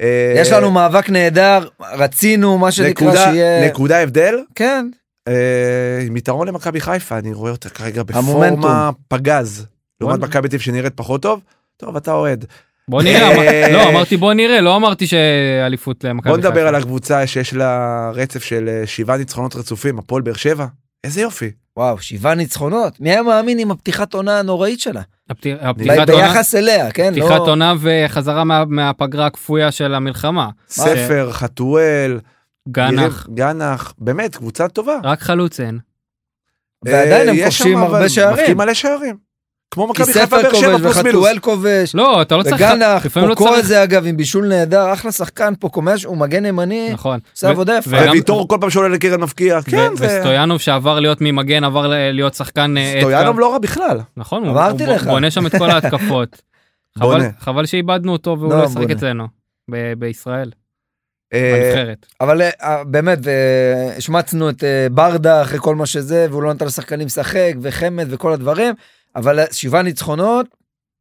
[SPEAKER 1] אה,
[SPEAKER 3] יש לנו מאבק נהדר, רצינו, מה שנקרא,
[SPEAKER 1] נקודה-
[SPEAKER 3] שיהיה...
[SPEAKER 1] נקודה הבדל,
[SPEAKER 3] כן.
[SPEAKER 1] אה, עם יתרון למכבי חיפה, אני רואה אותה כרגע בפורמה
[SPEAKER 3] המומנטום.
[SPEAKER 1] פגז. לעומת
[SPEAKER 2] וואלה.
[SPEAKER 1] מכבי תל אביב שנראית פחות טוב, טוב, אתה אוהד.
[SPEAKER 2] בוא נראה, אמר-
[SPEAKER 1] אה.
[SPEAKER 2] לא, אמרתי בוא נראה, לא אמרתי שאליפות למכבי
[SPEAKER 1] בוא
[SPEAKER 2] חיפה.
[SPEAKER 1] נדבר על הקבוצה שיש לה רצף של אה, שבעה ניצחונות רצופים, הפועל באר שבע. איזה יופי.
[SPEAKER 3] וואו, שבעה ניצחונות. מי היה מאמין עם הפתיחת עונה הנוראית שלה?
[SPEAKER 2] הפתיח-
[SPEAKER 1] פתיחת
[SPEAKER 3] ב-
[SPEAKER 2] הפתיחת עונה-
[SPEAKER 3] ביחס אליה, כן? לא-
[SPEAKER 2] פתיחת עונה וחזרה מה- מהפגרה הכפויה של המלחמה.
[SPEAKER 3] כן.
[SPEAKER 1] ספר, חתואל,
[SPEAKER 2] גנח,
[SPEAKER 1] יריב- גנח, באמת, קבוצה טובה.
[SPEAKER 2] רק חלוץ אין.
[SPEAKER 3] אה, ועדיין
[SPEAKER 1] אה,
[SPEAKER 3] הם
[SPEAKER 1] יש
[SPEAKER 3] כובשים
[SPEAKER 1] שם, אבל
[SPEAKER 3] הרבה שערים.
[SPEAKER 1] מפקיעים מלא שערים. כמו
[SPEAKER 3] כי
[SPEAKER 1] מכבי חיפה
[SPEAKER 3] ספר
[SPEAKER 1] באר שבע
[SPEAKER 3] כובש
[SPEAKER 1] פלוס מינוס.
[SPEAKER 3] וחתואל כובש.
[SPEAKER 2] לא, אתה לא צריך...
[SPEAKER 3] וגנח,
[SPEAKER 2] לפעמים לא
[SPEAKER 3] פוקו
[SPEAKER 2] צריך-
[SPEAKER 3] הזה אגב עם בישול נעדר, אחלה שחקן, פוקו מש, הוא מגן ימני,
[SPEAKER 2] נכון.
[SPEAKER 3] עושה
[SPEAKER 2] ו-
[SPEAKER 3] עבודה יפה.
[SPEAKER 2] וגם-
[SPEAKER 1] וויטור אה, כל פעם שעולה לקרן מבקיע. כן,
[SPEAKER 2] ו-
[SPEAKER 1] זה...
[SPEAKER 2] וסטויאנוב שעבר להיות ממגן עבר ל- להיות שחקן אה,
[SPEAKER 1] סטויאנוב
[SPEAKER 2] התקף.
[SPEAKER 1] לא רע בכלל.
[SPEAKER 2] נכון, הוא-
[SPEAKER 3] אמרתי
[SPEAKER 2] הוא בו-
[SPEAKER 3] לך.
[SPEAKER 2] בונה שם את כל ההתקפות. חבל-
[SPEAKER 1] בונה.
[SPEAKER 2] חבל שאיבדנו אותו והוא
[SPEAKER 3] לא,
[SPEAKER 2] לא ישחק
[SPEAKER 3] בונה.
[SPEAKER 2] אצלנו ב- בישראל,
[SPEAKER 1] אה,
[SPEAKER 2] בנבחרת.
[SPEAKER 3] אבל אה, באמת, והשמצנו את אה, ברדה אחרי כל מה שזה, והוא לא נתן לשחקנים לשחק, וחמד וכל הדברים, אבל אה, שבעה ניצחונות,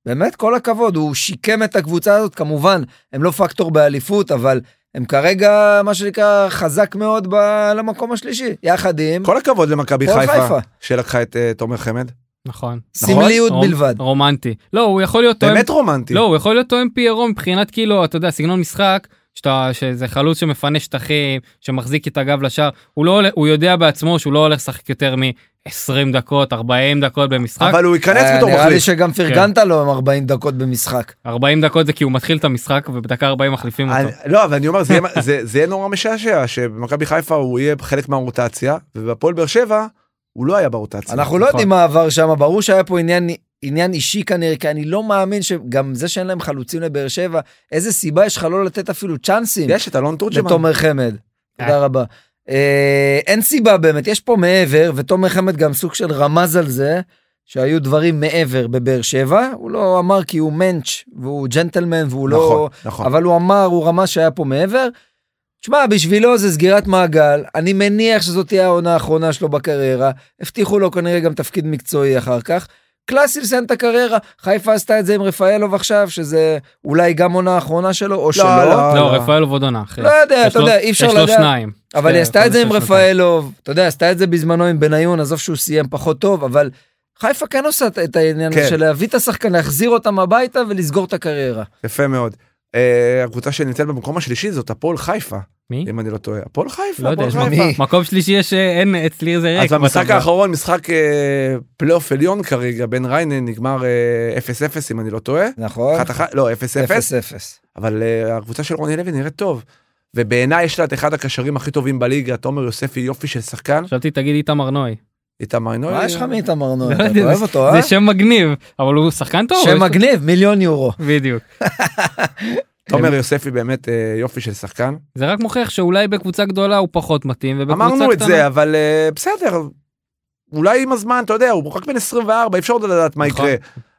[SPEAKER 3] באמת כל הכבוד, הוא שיקם את הקבוצה הזאת, כמובן, הם לא פקטור באליפות, אבל הם כרגע, מה שנקרא, חזק מאוד ב- למקום השלישי, יחד עם
[SPEAKER 1] כל הכבוד למכבי
[SPEAKER 3] הפועל
[SPEAKER 1] חיפה, שלקחה את אה, תומר חמד.
[SPEAKER 2] נכון.
[SPEAKER 3] סמליות
[SPEAKER 2] רומ-
[SPEAKER 3] בלבד.
[SPEAKER 2] רומנטי. לא, הוא יכול להיות תואם...
[SPEAKER 1] באמת רומנטי.
[SPEAKER 2] לא, הוא יכול להיות תואם פיירו מבחינת כאילו, אתה יודע, סגנון משחק, שאתה, שזה חלוץ שמפנה שטחים, שמחזיק את הגב לשער, הוא, לא, הולך- הוא יודע בעצמו שהוא לא הולך לשחק יותר מ-20 דקות, 40 דקות במשחק. אבל...
[SPEAKER 1] אבל הוא ייכנס
[SPEAKER 3] אה,
[SPEAKER 1] בתור
[SPEAKER 3] נראה לי
[SPEAKER 1] מחליף. כן.
[SPEAKER 3] שגם פרגנת לו עם 40 דקות במשחק.
[SPEAKER 2] 40 דקות זה כי הוא מתחיל את המשחק ובדקה 40 מחליפים אותו.
[SPEAKER 1] אני- לא, אבל אני אומר, זה יהיה- זה- זה יהיה נורא משעשע, שבמכבי חיפה הוא יהיה חלק מהרוטציה, ובפועל באר שבע הוא לא היה ברוטציה.
[SPEAKER 3] אנחנו לא
[SPEAKER 2] נכון.
[SPEAKER 3] יודעים מה עבר שם, ברור שהיה פה עניין, עניין אישי כנראה, כי אני לא מאמין שגם זה שאין להם חלוצים לבאר שבע, איזה סיבה יש לך לא לתת אפילו צ'אנסים
[SPEAKER 1] יש את אלון תורג'מן.
[SPEAKER 3] לתומר חמד.
[SPEAKER 2] אה.
[SPEAKER 3] תודה רבה. אה, אין סיבה באמת, יש פה מעבר, ותומר חמד גם סוג של רמז על זה, שהיו דברים מעבר בבאר שבע, הוא לא אמר כי הוא מענץ' והוא ג'נטלמן והוא לא...
[SPEAKER 1] נכון, נכון.
[SPEAKER 3] אבל הוא אמר, הוא רמז שהיה פה מעבר. שמע, בשבילו זה סגירת מעגל, אני מניח שזאת תהיה העונה האחרונה שלו בקריירה, הבטיחו לו כנראה גם תפקיד מקצועי אחר כך. קלאסי לסיים את הקריירה, חיפה עשתה את זה עם רפאלוב עכשיו, שזה אולי גם עונה האחרונה שלו, או שלא.
[SPEAKER 1] לא.
[SPEAKER 2] לא,
[SPEAKER 1] לא.
[SPEAKER 2] רפאל עוד עונה, אחי.
[SPEAKER 3] אה, לא יודע,
[SPEAKER 2] יש
[SPEAKER 3] אתה
[SPEAKER 2] לו-
[SPEAKER 3] יודע, אי אפשר
[SPEAKER 2] יש לו
[SPEAKER 3] לדעת.
[SPEAKER 2] שניים. כן,
[SPEAKER 3] אבל
[SPEAKER 2] שתי-
[SPEAKER 3] היא עשתה את זה עם
[SPEAKER 2] חמש, שש,
[SPEAKER 3] רפאלוב, אתה יודע, עשתה את זה בזמנו עם בניון, עזוב שהוא סיים פחות טוב, אבל חיפה כן עושה את- את העניין
[SPEAKER 1] כן.
[SPEAKER 3] הזה של להביא את השחקן, להחזיר אותם הביתה ולסגור את הקריירה.
[SPEAKER 1] יפה מאוד. אה, הקבוצה שנמצאת במקום השלישי זאת הפועל חיפה,
[SPEAKER 2] מי?
[SPEAKER 1] אם אני לא טועה. הפועל חיפה,
[SPEAKER 2] לא יודע,
[SPEAKER 1] הפועל
[SPEAKER 2] יש
[SPEAKER 1] חיפה.
[SPEAKER 3] מי?
[SPEAKER 2] מקום- מקום שלישי יש, אה, אין אצלי איזה ריק.
[SPEAKER 1] אז המשחק
[SPEAKER 2] בטבלה.
[SPEAKER 1] האחרון, משחק אה, פלייאוף עליון כרגע, בין ריינן נגמר אה, 0-0 אם אני לא טועה.
[SPEAKER 3] נכון?
[SPEAKER 1] אחת אחת, לא, 0-0,
[SPEAKER 3] אפס אפס.
[SPEAKER 1] אבל אה, הקבוצה של רוני לוי נראית טוב. ובעיניי יש לה את אחד הקשרים הכי טובים בליגה, תומר יוספי, יופי של שחקן.
[SPEAKER 2] חשבתי תגיד איתמר נוי.
[SPEAKER 1] איתמר נוי.
[SPEAKER 3] מה יש לך מאיתמר
[SPEAKER 2] לא
[SPEAKER 3] נוי? אתה
[SPEAKER 2] יודע,
[SPEAKER 3] אוהב אותו, אה?
[SPEAKER 2] זה שם מגניב, אבל הוא שחקן טוב. יש
[SPEAKER 3] שם
[SPEAKER 2] לו-
[SPEAKER 3] מגניב, מיליון יורו.
[SPEAKER 2] בדיוק.
[SPEAKER 1] תומר יוספי באמת אה, יופי של שחקן.
[SPEAKER 2] זה רק מוכיח שאולי בקבוצה גדולה הוא פחות מתאים ובקבוצה
[SPEAKER 1] אמרנו את
[SPEAKER 2] קטנה-
[SPEAKER 1] זה, אבל אה, בסדר, אולי עם הזמן, אתה יודע, הוא רק בן 24, אי אפשר עוד לדעת מה
[SPEAKER 2] נכון.
[SPEAKER 1] יקרה.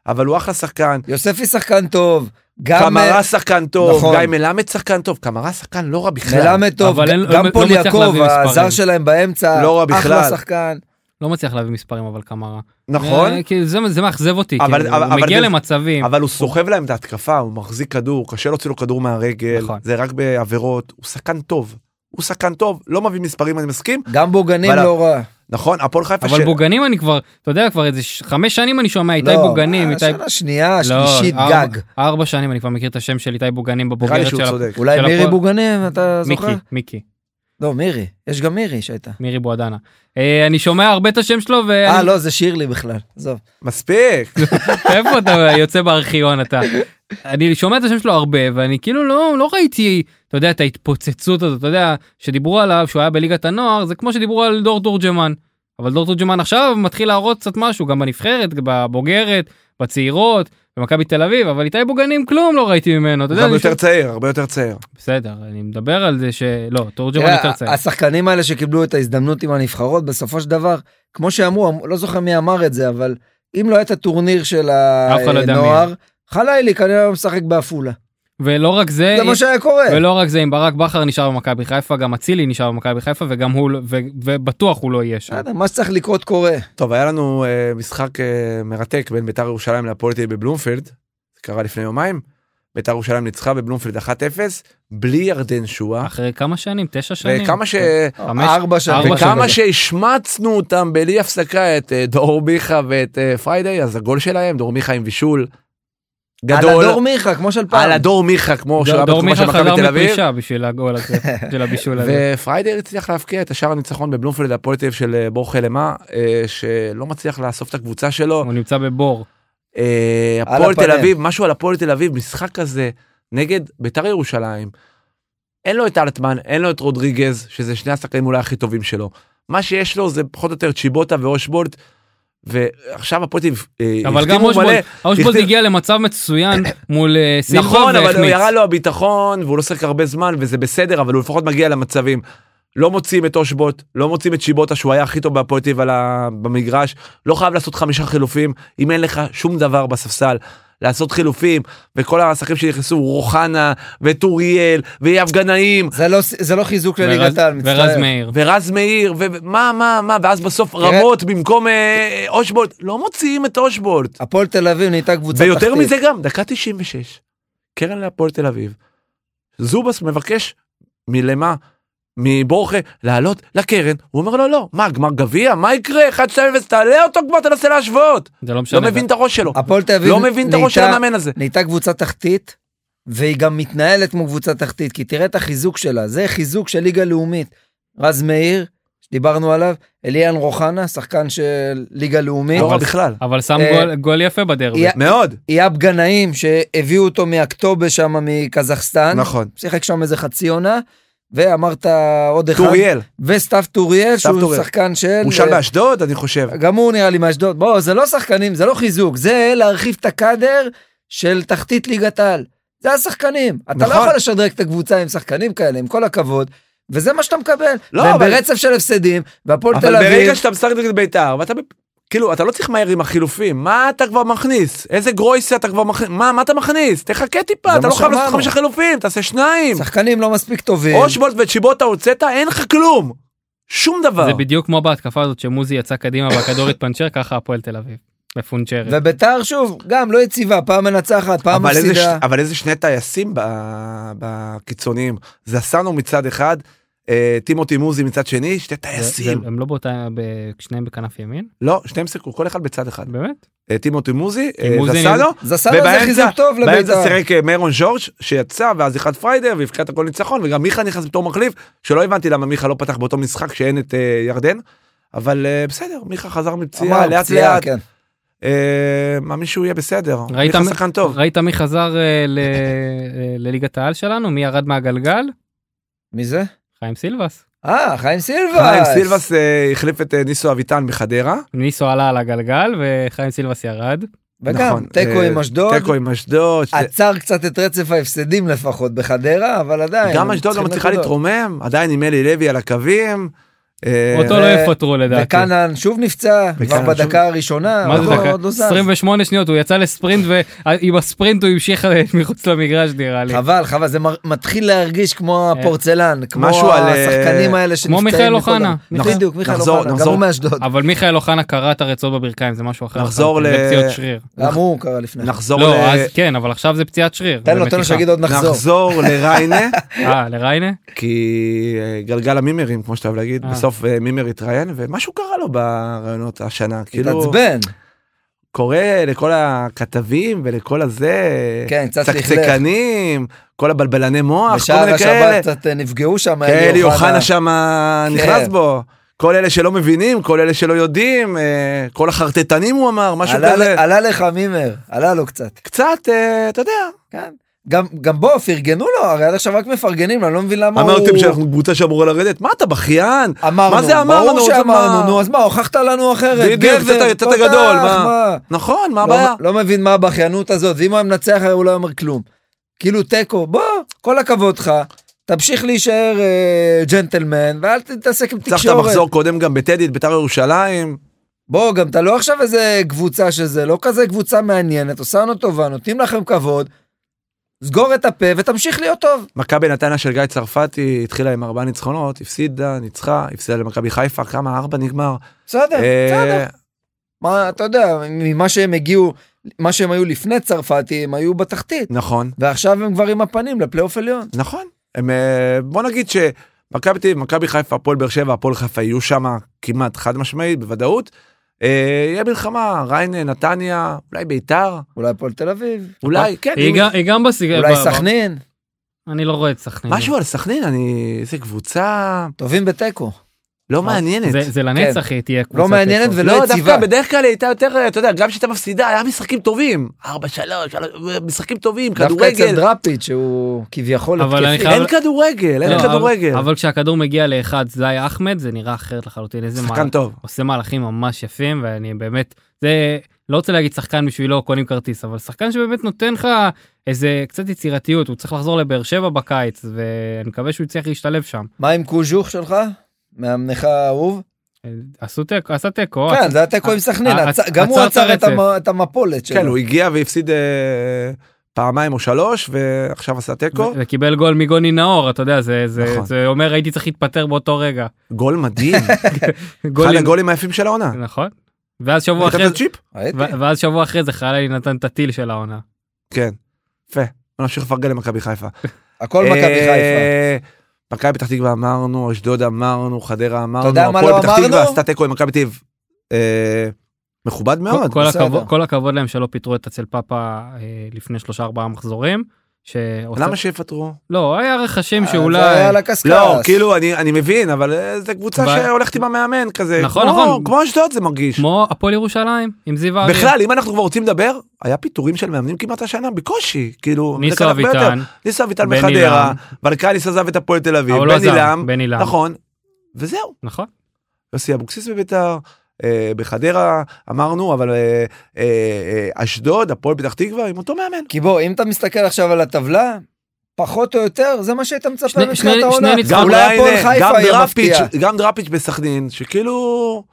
[SPEAKER 1] אבל הוא אחלה שחקן.
[SPEAKER 3] יוספי שחקן טוב, גם
[SPEAKER 2] אה,
[SPEAKER 1] קמרה שחקן טוב,
[SPEAKER 3] נכון.
[SPEAKER 1] גיא מלמד שחקן טוב, קמרה שחקן לא רע בכלל.
[SPEAKER 3] מלמד טוב,
[SPEAKER 2] אבל אין- לא-
[SPEAKER 3] גם
[SPEAKER 2] לא
[SPEAKER 3] פול
[SPEAKER 2] מצליח
[SPEAKER 3] יעקב,
[SPEAKER 2] להביא מספרים.
[SPEAKER 3] הזר שלהם באמצע,
[SPEAKER 1] לא רע בכלל.
[SPEAKER 3] אחלה שחקן.
[SPEAKER 2] לא מצליח להביא מספרים אבל קמרה.
[SPEAKER 1] נכון?
[SPEAKER 2] אה, כן. כאילו, זה זה מאכזב אותי,
[SPEAKER 1] אבל-
[SPEAKER 2] כאילו,
[SPEAKER 1] אבל-
[SPEAKER 2] הוא
[SPEAKER 1] אבל
[SPEAKER 2] מגיע
[SPEAKER 1] זה-
[SPEAKER 2] למצבים.
[SPEAKER 1] אבל הוא סוחב להם את ההתקפה, הוא מחזיק כדור, קשה להוציא לו כדור מהרגל,
[SPEAKER 2] נכון.
[SPEAKER 1] זה רק בעבירות, הוא שחקן טוב. הוא שחקן טוב, לא מביא מספרים, אני מסכים.
[SPEAKER 3] גם בוגנים
[SPEAKER 1] אבל-
[SPEAKER 3] לא רע.
[SPEAKER 1] נכון, הפועל חיפה
[SPEAKER 2] אבל בוגנים אני כבר, אתה יודע כבר איזה ש- חמש שנים אני שומע איתי
[SPEAKER 3] לא,
[SPEAKER 1] אה,
[SPEAKER 2] בוגנים, איתי...
[SPEAKER 3] השנה השנייה,
[SPEAKER 2] לא,
[SPEAKER 3] השלישית,
[SPEAKER 2] ארבע-
[SPEAKER 3] גג.
[SPEAKER 2] ארבע שנים אני כבר מכיר את השם של איתי
[SPEAKER 1] נראה
[SPEAKER 2] בוגנים
[SPEAKER 1] לי
[SPEAKER 2] בבוגרת
[SPEAKER 1] שהוא
[SPEAKER 2] של... ה-
[SPEAKER 1] צודק.
[SPEAKER 3] אולי
[SPEAKER 2] של
[SPEAKER 3] מירי
[SPEAKER 2] הפועל-
[SPEAKER 3] בוגנים, אתה זוכר?
[SPEAKER 2] מיקי, מיקי,
[SPEAKER 3] לא, מירי. יש גם מירי שהייתה.
[SPEAKER 2] מירי בועדנה. אה, אני שומע הרבה את השם שלו,
[SPEAKER 3] אה,
[SPEAKER 2] ואני-
[SPEAKER 3] לא, זה שירלי בכלל. עזוב.
[SPEAKER 1] מספיק.
[SPEAKER 2] איפה אתה יוצא בארכיון אתה. אני שומע את השם שלו הרבה ואני כאילו לא לא ראיתי אתה יודע את ההתפוצצות הזאת אתה יודע שדיברו עליו שהוא היה בליגת הנוער זה כמו שדיברו על דור תורג'מן. אבל דור תורג'מן עכשיו מתחיל להראות קצת משהו גם בנבחרת בבוגרת בצעירות במכבי תל אביב, אבל איתי בוגנים כלום לא ראיתי ממנו, אתה יודע,
[SPEAKER 1] הרבה
[SPEAKER 2] אני
[SPEAKER 1] יותר
[SPEAKER 2] שואל-
[SPEAKER 1] צעיר, הרבה יותר צעיר.
[SPEAKER 2] בסדר, אני מדבר על זה שלא, תורג'מן
[SPEAKER 3] תראה,
[SPEAKER 2] יותר צעיר.
[SPEAKER 3] השחקנים האלה שקיבלו את ההזדמנות עם הנבחרות, בסופו של דבר, כמו שאמרו, אמ- לא זוכר מי אמר את זה, אבל אם לא היה את הטורניר של
[SPEAKER 2] אף אחד לא יודע מי.
[SPEAKER 3] הנוער, חלילי כנראה היה משחק בעפולה.
[SPEAKER 2] ולא רק זה,
[SPEAKER 3] זה מה שהיה קורה.
[SPEAKER 2] אה, ולא רק זה, אם ברק בכר נשאר במכבי חיפה, גם אצילי נשאר במכבי חיפה, וגם הוא, לא- ו- ובטוח הוא לא יהיה שם.
[SPEAKER 3] בסדר, מה שצריך לקרות קורה.
[SPEAKER 1] טוב, היה לנו אה, משחק אה, מרתק בין ביתר ירושלים להפועל תל אביב בבלומפילד, זה קרה לפני יומיים. ביתר ירושלים ניצחה בבלומפילד 1-0, בלי ירדן שואה.
[SPEAKER 2] אחרי כמה שנים? תשע שנים?
[SPEAKER 1] וכמה ש... אה,
[SPEAKER 2] חמש-
[SPEAKER 3] ארבע שנים.
[SPEAKER 2] ארבע
[SPEAKER 1] וכמה
[SPEAKER 2] שנים.
[SPEAKER 1] שהשמצנו אותם בלי הפסקה את אה, דור מיכה ואת אה, פריידי, אז הגול שלהם, דור מיכה עם בישול
[SPEAKER 3] על
[SPEAKER 1] גדול.
[SPEAKER 3] הדור מיכה, כמו של פעם.
[SPEAKER 1] על הדור מיכה, כמו שהוא היה
[SPEAKER 2] דור
[SPEAKER 1] בתקופה של
[SPEAKER 2] מיכה חזר
[SPEAKER 1] מכבי תל אביב.
[SPEAKER 2] מפרישה בשביל הגול הזה, של הבישול הזה.
[SPEAKER 1] ופריידר הצליח להבקיע את השער הניצחון בבלומפילד הפועל תל אביב של אה, בורחה למה, אה, שלא מצליח לאסוף את הקבוצה שלו.
[SPEAKER 2] הוא נמצא בבור.
[SPEAKER 1] אה, הפועל
[SPEAKER 3] הפנים.
[SPEAKER 1] תל אביב, משהו על הפועל תל אביב, משחק כזה נגד ביתר ירושלים. אין לו את אלטמן, אין לו את רודריגז, שזה שני השחקנים אולי הכי טובים שלו. מה שיש לו זה פחות או יותר צ'יבוטה ואושבולט, ועכשיו הפועל תל אביב... אה,
[SPEAKER 2] אבל גם
[SPEAKER 1] החתימו מלא.
[SPEAKER 2] אושבולד, אושבולד
[SPEAKER 1] החתים-
[SPEAKER 2] הגיע למצב מצוין מול אה, סילבה
[SPEAKER 1] נכון, אבל הוא
[SPEAKER 2] והחמיץ.
[SPEAKER 1] ירד לו הביטחון, והוא לא שחק הרבה זמן, וזה בסדר, אבל הוא לפחות מגיע למצבים. לא מוצאים את אושבוט, לא מוצאים את שיבוטה, שהוא היה הכי טוב בהפועל תל אביב על ה- במגרש. לא חייב לעשות חמישה חילופים, אם אין לך שום דבר בספסל. לעשות חילופים, וכל השחקנים שנכנסו, רוחנה, וטוריאל, ויאב גנאים,
[SPEAKER 3] זה לא- זה לא חיזוק
[SPEAKER 2] ורז-
[SPEAKER 3] לליגת העל,
[SPEAKER 2] ורז
[SPEAKER 3] מצטער.
[SPEAKER 2] מאיר.
[SPEAKER 1] ורז מאיר, ומה, מה, מה, ואז בסוף
[SPEAKER 3] תראה-
[SPEAKER 1] רמות במקום אה, אה, אושבולט. לא מוציאים את אושבולט.
[SPEAKER 3] הפועל תל אביב נהייתה קבוצה תחתית.
[SPEAKER 1] ויותר מזה גם, דקה 96, קרן להפועל תל אביב. זובס מבקש מלמה, מבורחה, לעלות לקרן, הוא אומר לו לא, מה, גמר גביע? מה יקרה? 1, 2, 0, תעלה אותו כבר, תנסה להשוות.
[SPEAKER 2] זה לא משנה.
[SPEAKER 1] לא מבין את הראש שלו,
[SPEAKER 3] הפועל תל אביב
[SPEAKER 1] לא מבין את הראש של
[SPEAKER 3] נהייתה-
[SPEAKER 1] המאמן הזה.
[SPEAKER 3] נהייתה קבוצה תחתית, והיא גם מתנהלת כמו קבוצה תחתית, כי תראה את החיזוק שלה, זה חיזוק של ליגה לאומית. רז מאיר, שדיברנו עליו, אליאן רוחנה, שחקן של ליגה לאומית,
[SPEAKER 1] לא רע
[SPEAKER 2] אבל-
[SPEAKER 1] בכלל.
[SPEAKER 2] אבל שם
[SPEAKER 3] אה,
[SPEAKER 2] גול- גול יפה בדרבי.
[SPEAKER 3] יא-
[SPEAKER 1] מאוד.
[SPEAKER 3] אייב גנאים, שהביאו אותו מאקטובה שם מקזחסטן,
[SPEAKER 1] נכון.
[SPEAKER 3] שיחק שם איזה חצי עונה, ואמרת עוד אחד,
[SPEAKER 1] טוריאל,
[SPEAKER 3] וסתיו טוריאל,
[SPEAKER 1] סתיו
[SPEAKER 3] שהוא
[SPEAKER 1] טוריאל.
[SPEAKER 3] שחקן של...
[SPEAKER 1] הוא שאל
[SPEAKER 3] אה,
[SPEAKER 1] באשדוד, אני חושב.
[SPEAKER 3] גם הוא נראה לי מאשדוד. בוא, זה לא שחקנים, זה לא חיזוק, זה להרחיב את הקאדר של תחתית ליגת העל. זה השחקנים. אתה לא
[SPEAKER 1] נכון.
[SPEAKER 3] יכול לשדרג את הקבוצה עם שחקנים כאלה, עם כל הכבוד, וזה מה שאתה מקבל.
[SPEAKER 1] לא,
[SPEAKER 3] והם
[SPEAKER 1] אבל-
[SPEAKER 3] ברצף של הפסדים, והפועל תל
[SPEAKER 1] אבל ברגע
[SPEAKER 3] אביב...
[SPEAKER 1] שאתה משחק נגד בית"ר, ואתה... ב- כאילו, אתה לא צריך מהר עם החילופים, מה אתה כבר מכניס? איזה גרויסה אתה כבר מכניס? מה, מה אתה מכניס? תחכה טיפה,
[SPEAKER 3] זה
[SPEAKER 1] אתה
[SPEAKER 3] מה
[SPEAKER 1] לא חייב לעשות
[SPEAKER 3] שאמרנו.
[SPEAKER 1] חמישה חילופים, תעשה שניים.
[SPEAKER 3] שחקנים לא מספיק טובים.
[SPEAKER 1] אושבולט וצ'יבוטה הוצאת, אין לך כלום. שום דבר.
[SPEAKER 2] זה בדיוק כמו בהתקפה הזאת שמוזי יצא קדימה והכדור התפנצ'ר, ככה הפועל תל אביב. מפונצ'רת.
[SPEAKER 3] וביתר שוב, גם לא יציבה, פעם מנצחת, פעם
[SPEAKER 1] אבל איזה, ש...
[SPEAKER 3] מפסידה.
[SPEAKER 1] אבל איזה שני טייסים ב... בקיצוניים. זסנו מצד אחד, אה, טימותי מוזי מצד שני, שני טייסים.
[SPEAKER 2] זה- זה- הם לא באותה, ב- שניהם בכנף ימין?
[SPEAKER 1] לא, שניהם שיחקו, כל אחד בצד אחד.
[SPEAKER 2] באמת?
[SPEAKER 1] אה, טימותי מוזי, אה,
[SPEAKER 2] מוזי
[SPEAKER 1] זסנו,
[SPEAKER 2] נראה-
[SPEAKER 3] זסנו זה
[SPEAKER 1] ובאמצע-
[SPEAKER 3] חיזוק טוב
[SPEAKER 1] באמצע
[SPEAKER 3] לביתר.
[SPEAKER 1] סירק אה, מרון ז'ורג' שיצא, ואז אחד פריידר, והבקיע את הכל ניצחון, וגם מיכה נכנס בתור מחליף, שלא הבנתי למה מיכה לא פתח באותו משחק שאין את אה, ירדן. אבל אה, בסדר, מיכה חזר מפציעה
[SPEAKER 3] אמר,
[SPEAKER 1] לאט
[SPEAKER 3] פציעה,
[SPEAKER 1] לאט,
[SPEAKER 3] כן.
[SPEAKER 1] אה, מאמין שהוא יהיה בסדר.
[SPEAKER 2] ראית
[SPEAKER 1] מיכה
[SPEAKER 2] מ-
[SPEAKER 1] שחקן טוב.
[SPEAKER 2] ראית מי חזר אה, ל- אה, לליגת העל שלנו? מי ירד מהגלגל?
[SPEAKER 3] מי זה?
[SPEAKER 2] חיים סילבס.
[SPEAKER 3] אה, חיים סילבס.
[SPEAKER 1] חיים סילבס אה, החליף את אה, ניסו אביטן בחדרה.
[SPEAKER 2] ניסו עלה על הגלגל וחיים סילבס ירד.
[SPEAKER 3] וגם,
[SPEAKER 1] נכון,
[SPEAKER 3] תיקו
[SPEAKER 1] אה,
[SPEAKER 3] עם אשדוד.
[SPEAKER 1] תיקו עם אשדוד. ש-
[SPEAKER 3] עצר קצת את רצף ההפסדים לפחות בחדרה, אבל עדיין.
[SPEAKER 1] גם
[SPEAKER 3] הם
[SPEAKER 1] אשדוד לא
[SPEAKER 3] צריכים
[SPEAKER 1] מצליחה
[SPEAKER 3] נקודות.
[SPEAKER 1] להתרומם, עדיין עם אלי לוי על הקווים. אה,
[SPEAKER 2] אותו לא
[SPEAKER 3] ו-
[SPEAKER 2] יפטרו לדעתי.
[SPEAKER 3] וקאנן שוב נפצע, כבר
[SPEAKER 1] וקאנן שוב-
[SPEAKER 3] בדקה הראשונה,
[SPEAKER 2] מה זה
[SPEAKER 3] עוד לא-
[SPEAKER 2] דקה?
[SPEAKER 3] עוד לא זז.
[SPEAKER 2] 28 שניות הוא יצא לספרינט ועם הספרינט הוא המשיך מחוץ למגרש נראה לי.
[SPEAKER 3] חבל, חבל, זה מר- מתחיל להרגיש כמו הפורצלן, כמו
[SPEAKER 1] משהו על, אה,
[SPEAKER 3] השחקנים האלה שנפצעים.
[SPEAKER 2] אה, מיכאל
[SPEAKER 3] מכל
[SPEAKER 2] אוחנה.
[SPEAKER 3] ה-
[SPEAKER 1] נחזור-
[SPEAKER 3] בדיוק, מיכאל
[SPEAKER 1] נחזור-
[SPEAKER 3] אוחנה, גם
[SPEAKER 1] נחזור-
[SPEAKER 3] הוא מאשדוד.
[SPEAKER 2] אבל מיכאל אוחנה קרע את הרצועות בברכיים זה משהו אחר.
[SPEAKER 1] נחזור
[SPEAKER 2] לחלוטין, זה
[SPEAKER 1] ל-
[SPEAKER 2] פציעות שריר.
[SPEAKER 3] גם
[SPEAKER 1] נכון.
[SPEAKER 3] הוא קרא לפני.
[SPEAKER 1] נחזור
[SPEAKER 2] לא
[SPEAKER 1] ל-
[SPEAKER 2] אז כן אבל עכשיו זה פציעת שריר.
[SPEAKER 3] תן
[SPEAKER 2] זה
[SPEAKER 3] לו, תן לו
[SPEAKER 2] מתיחה.
[SPEAKER 3] שיגיד עוד נחזור.
[SPEAKER 1] נכון. נחזור לריינה,
[SPEAKER 2] אה לריינה?
[SPEAKER 1] כי אה, גלגל המימרים, כמו שאתה אוהב להגיד,
[SPEAKER 2] אה.
[SPEAKER 1] בסוף אה, מימר התראיין, ומשהו קרה לו בראיונות השנה. כאילו,
[SPEAKER 3] התעצבן,
[SPEAKER 1] קורא לכל הכתבים ולכל הזה,
[SPEAKER 3] כן, קצת לכלך.
[SPEAKER 1] צקצקנים, כל הבלבלני מוח, כל
[SPEAKER 3] בשער
[SPEAKER 1] מיני כאלה.
[SPEAKER 3] השבת קצת אה, נפגעו שם,
[SPEAKER 1] כן, אלי אוחנה שם נכנס
[SPEAKER 3] כן.
[SPEAKER 1] בו. כל אלה שלא מבינים, כל אלה שלא יודעים, אה, כל החרטטנים הוא אמר, משהו
[SPEAKER 3] עלה-
[SPEAKER 1] כזה.
[SPEAKER 3] עלה לך מימר, עלה לו קצת.
[SPEAKER 1] קצת, אה, אתה יודע,
[SPEAKER 3] כן. גם, גם בו פרגנו לו, הרי עד עכשיו רק מפרגנים לו, אני לא מבין למה הוא...
[SPEAKER 1] אמרתם שאנחנו קבוצה שאמורה לרדת, מה אתה בכיין?
[SPEAKER 3] אמרנו,
[SPEAKER 1] מה זה אמרנו?
[SPEAKER 3] ברור
[SPEAKER 1] זה
[SPEAKER 3] שאמרנו,
[SPEAKER 1] מה-
[SPEAKER 3] נו, אז מה, הוכחת לנו אחרת,
[SPEAKER 1] בדיוק,
[SPEAKER 3] גבר,
[SPEAKER 1] יצאת- יצאת
[SPEAKER 3] תותח,
[SPEAKER 1] גדול, מה? נכון, מה
[SPEAKER 3] לא,
[SPEAKER 1] הבעיה?
[SPEAKER 3] לא מבין מה הבכיינות הזאת, ואם הוא היה מנצח הרי הוא לא היה אומר כלום. כאילו תיקו, בוא, כל הכבוד לך, תמשיך להישאר אה, ג'נטלמן, ואל תתעסק עם
[SPEAKER 1] הצלחת
[SPEAKER 3] תקשורת.
[SPEAKER 1] מחזור קודם גם בטדי, את בית"ר ירושלים.
[SPEAKER 3] בוא, גם אתה לא עכשיו איזה קבוצה שזה, לא כזה קבוצה מעניינת, עושה לנו טובה, נותנים לכם כבוד, סגור את הפה ותמשיך להיות טוב.
[SPEAKER 1] מכבי נתניה של גיא צרפתי התחילה עם ארבעה ניצחונות, הפסידה, ניצחה, הפסידה למכבי חיפה, כמה? ארבע נגמר.
[SPEAKER 3] בסדר, כן, בסדר.
[SPEAKER 1] אה,
[SPEAKER 3] מה, אתה יודע, ממה שהם הגיעו, מה שהם היו לפני צרפתי, הם היו בתחתית.
[SPEAKER 1] נכון,
[SPEAKER 3] ועכשיו הם כבר עם הפנים לפלייאוף עליון.
[SPEAKER 1] נכון. הם, אה, בוא נגיד שמכבי תל אביב, מכבי חיפה, הפועל באר שבע, הפועל חיפה יהיו שם כמעט חד משמעית, בוודאות. אה, יהיה מלחמה, ריינה, נתניה, אולי ביתר,
[SPEAKER 3] אולי הפועל תל אביב,
[SPEAKER 1] אולי, כן,
[SPEAKER 2] היא
[SPEAKER 1] אם-
[SPEAKER 2] גם- היא גם בסיגר.
[SPEAKER 3] אולי סכנין,
[SPEAKER 2] אני לא רואה את סכנין.
[SPEAKER 1] משהו על סכנין, אני... איזה קבוצה
[SPEAKER 3] טובים בתיקו.
[SPEAKER 1] לא
[SPEAKER 2] מה?
[SPEAKER 1] מעניינת.
[SPEAKER 2] אה, זה- זה לנצח היא תהיה קבוצה.
[SPEAKER 3] לא מעניינת
[SPEAKER 2] תיקו.
[SPEAKER 3] ולא
[SPEAKER 1] לא,
[SPEAKER 3] יציבה.
[SPEAKER 1] דווקא בדרך כלל היא הייתה יותר, אתה יודע, גם כשהייתה מפסידה, היה משחקים טובים. 4-3, משחקים טובים,
[SPEAKER 3] דווקא אצל
[SPEAKER 1] כדורגל.
[SPEAKER 3] דראפיץ' שהוא כביכול
[SPEAKER 2] אבל אני
[SPEAKER 3] התקפי.
[SPEAKER 2] חייב-
[SPEAKER 1] אין כדורגל,
[SPEAKER 2] לא,
[SPEAKER 1] אין
[SPEAKER 2] אבל-
[SPEAKER 1] כדורגל.
[SPEAKER 2] אבל כשהכדור מגיע לאחד זי אחמד זה נראה אחרת לחלוטין. איזה
[SPEAKER 1] שחקן
[SPEAKER 2] מהלך-
[SPEAKER 1] טוב.
[SPEAKER 2] עושה מהלכים ממש יפים ואני באמת זה לא רוצה להגיד שחקן בשבילו קונים כרטיס אבל שחקן שבאמת נותן לך איזה קצת יצירתיות הוא צריך לחזור לבאר שבע בקיץ ואני מקווה שהוא יצליח להשתלב שם.
[SPEAKER 3] מה עם קוז'וך שלך? מאמנך האהוב?
[SPEAKER 2] עשו תיקו עשה תיקו.
[SPEAKER 3] כן, זה היה תיקו עם סכנין,
[SPEAKER 2] ע-
[SPEAKER 3] עצ-
[SPEAKER 2] עצ-
[SPEAKER 3] גם הוא
[SPEAKER 2] עצר את
[SPEAKER 3] עצר את
[SPEAKER 2] הרצף.
[SPEAKER 3] המ- את המפולת
[SPEAKER 1] כן,
[SPEAKER 3] שלו.
[SPEAKER 1] הוא הגיע והפסיד אה, פעמיים או שלוש, ועכשיו עשה תיקו.
[SPEAKER 2] ו- וקיבל גול מגוני נאור אתה יודע זה זה
[SPEAKER 1] נכון.
[SPEAKER 2] זה אומר הייתי צריך להתפטר באותו רגע.
[SPEAKER 1] גול מדהים. אחד
[SPEAKER 2] גולים-
[SPEAKER 1] הגולים היפים של העונה.
[SPEAKER 2] נכון. ואז שבוע
[SPEAKER 1] נתת
[SPEAKER 2] אחרי זה
[SPEAKER 1] צ'יפ?
[SPEAKER 3] ראיתי.
[SPEAKER 2] ו- ואז שבוע אחרי זה חללי נתן את הטיל של העונה.
[SPEAKER 1] כן. יפה. בוא נמשיך לפרגן למכבי חיפה.
[SPEAKER 3] הכל מכבי חיפה.
[SPEAKER 1] אה, מכבי פתח תקווה אמרנו, אשדוד אמרנו, חדרה אמרנו,
[SPEAKER 3] יודע מה
[SPEAKER 1] הפועל
[SPEAKER 3] לא
[SPEAKER 1] פתח תקווה
[SPEAKER 3] אמרנו?
[SPEAKER 1] עשתה תיקו עם מכבי תל אביב. אה, מכובד מאוד.
[SPEAKER 2] כל- כל
[SPEAKER 3] בסדר.
[SPEAKER 2] הכבוד- כל הכבוד להם שלא פיטרו את אצל פאפה אה, לפני שלושה ארבעה מחזורים. שעושה-
[SPEAKER 1] למה שיפטרו?
[SPEAKER 2] לא היה רכשים
[SPEAKER 3] אה, זה היה
[SPEAKER 2] שאולי
[SPEAKER 3] על הקשקש.
[SPEAKER 1] לא, כאילו, אני אני מבין, אבל אה, זה קבוצה
[SPEAKER 2] אבל-
[SPEAKER 1] שהולכת עם המאמן כזה.
[SPEAKER 2] נכון,
[SPEAKER 1] כמו-
[SPEAKER 2] נכון.
[SPEAKER 1] כמו אשדוד זה מרגיש.
[SPEAKER 2] כמו הפועל ירושלים עם זיו אריה.
[SPEAKER 1] בכלל, אם אנחנו כבר רוצים לדבר, היה פיטורים של מאמנים כמעט השנה, בקושי. כאילו, זה
[SPEAKER 2] ניסו
[SPEAKER 1] כאן הרבה יותר.
[SPEAKER 2] אביטן,
[SPEAKER 1] ניסו אביטל
[SPEAKER 2] בן
[SPEAKER 1] מחדרה,
[SPEAKER 2] עילם.
[SPEAKER 1] ברקליס עזב את הפועל תל אביב,
[SPEAKER 2] אבל לא
[SPEAKER 1] בן
[SPEAKER 2] עזב,
[SPEAKER 1] עילם,
[SPEAKER 2] בן עילם,
[SPEAKER 1] נכון, וזהו.
[SPEAKER 2] נכון.
[SPEAKER 1] יוסי אבוקסיס בביתר, אה, בחדרה אמרנו, אבל אה, אה, אה, אשדוד, הפועל פתח תקווה, עם אותו מאמן.
[SPEAKER 3] כי בוא, אם אתה מסתכל עכשיו על הטבלה, פחות או יותר, זה מה שהיית מצפה
[SPEAKER 2] שני- שני-
[SPEAKER 3] מתחילת העונה.
[SPEAKER 2] שני ניצחונות.
[SPEAKER 1] גם
[SPEAKER 3] אולי
[SPEAKER 1] ריינה,
[SPEAKER 3] הפועל
[SPEAKER 1] גם
[SPEAKER 3] חיפה היא
[SPEAKER 1] דראפיץ',
[SPEAKER 3] המפתיעה.
[SPEAKER 1] גם דראפיץ' בסכנין, שכאילו...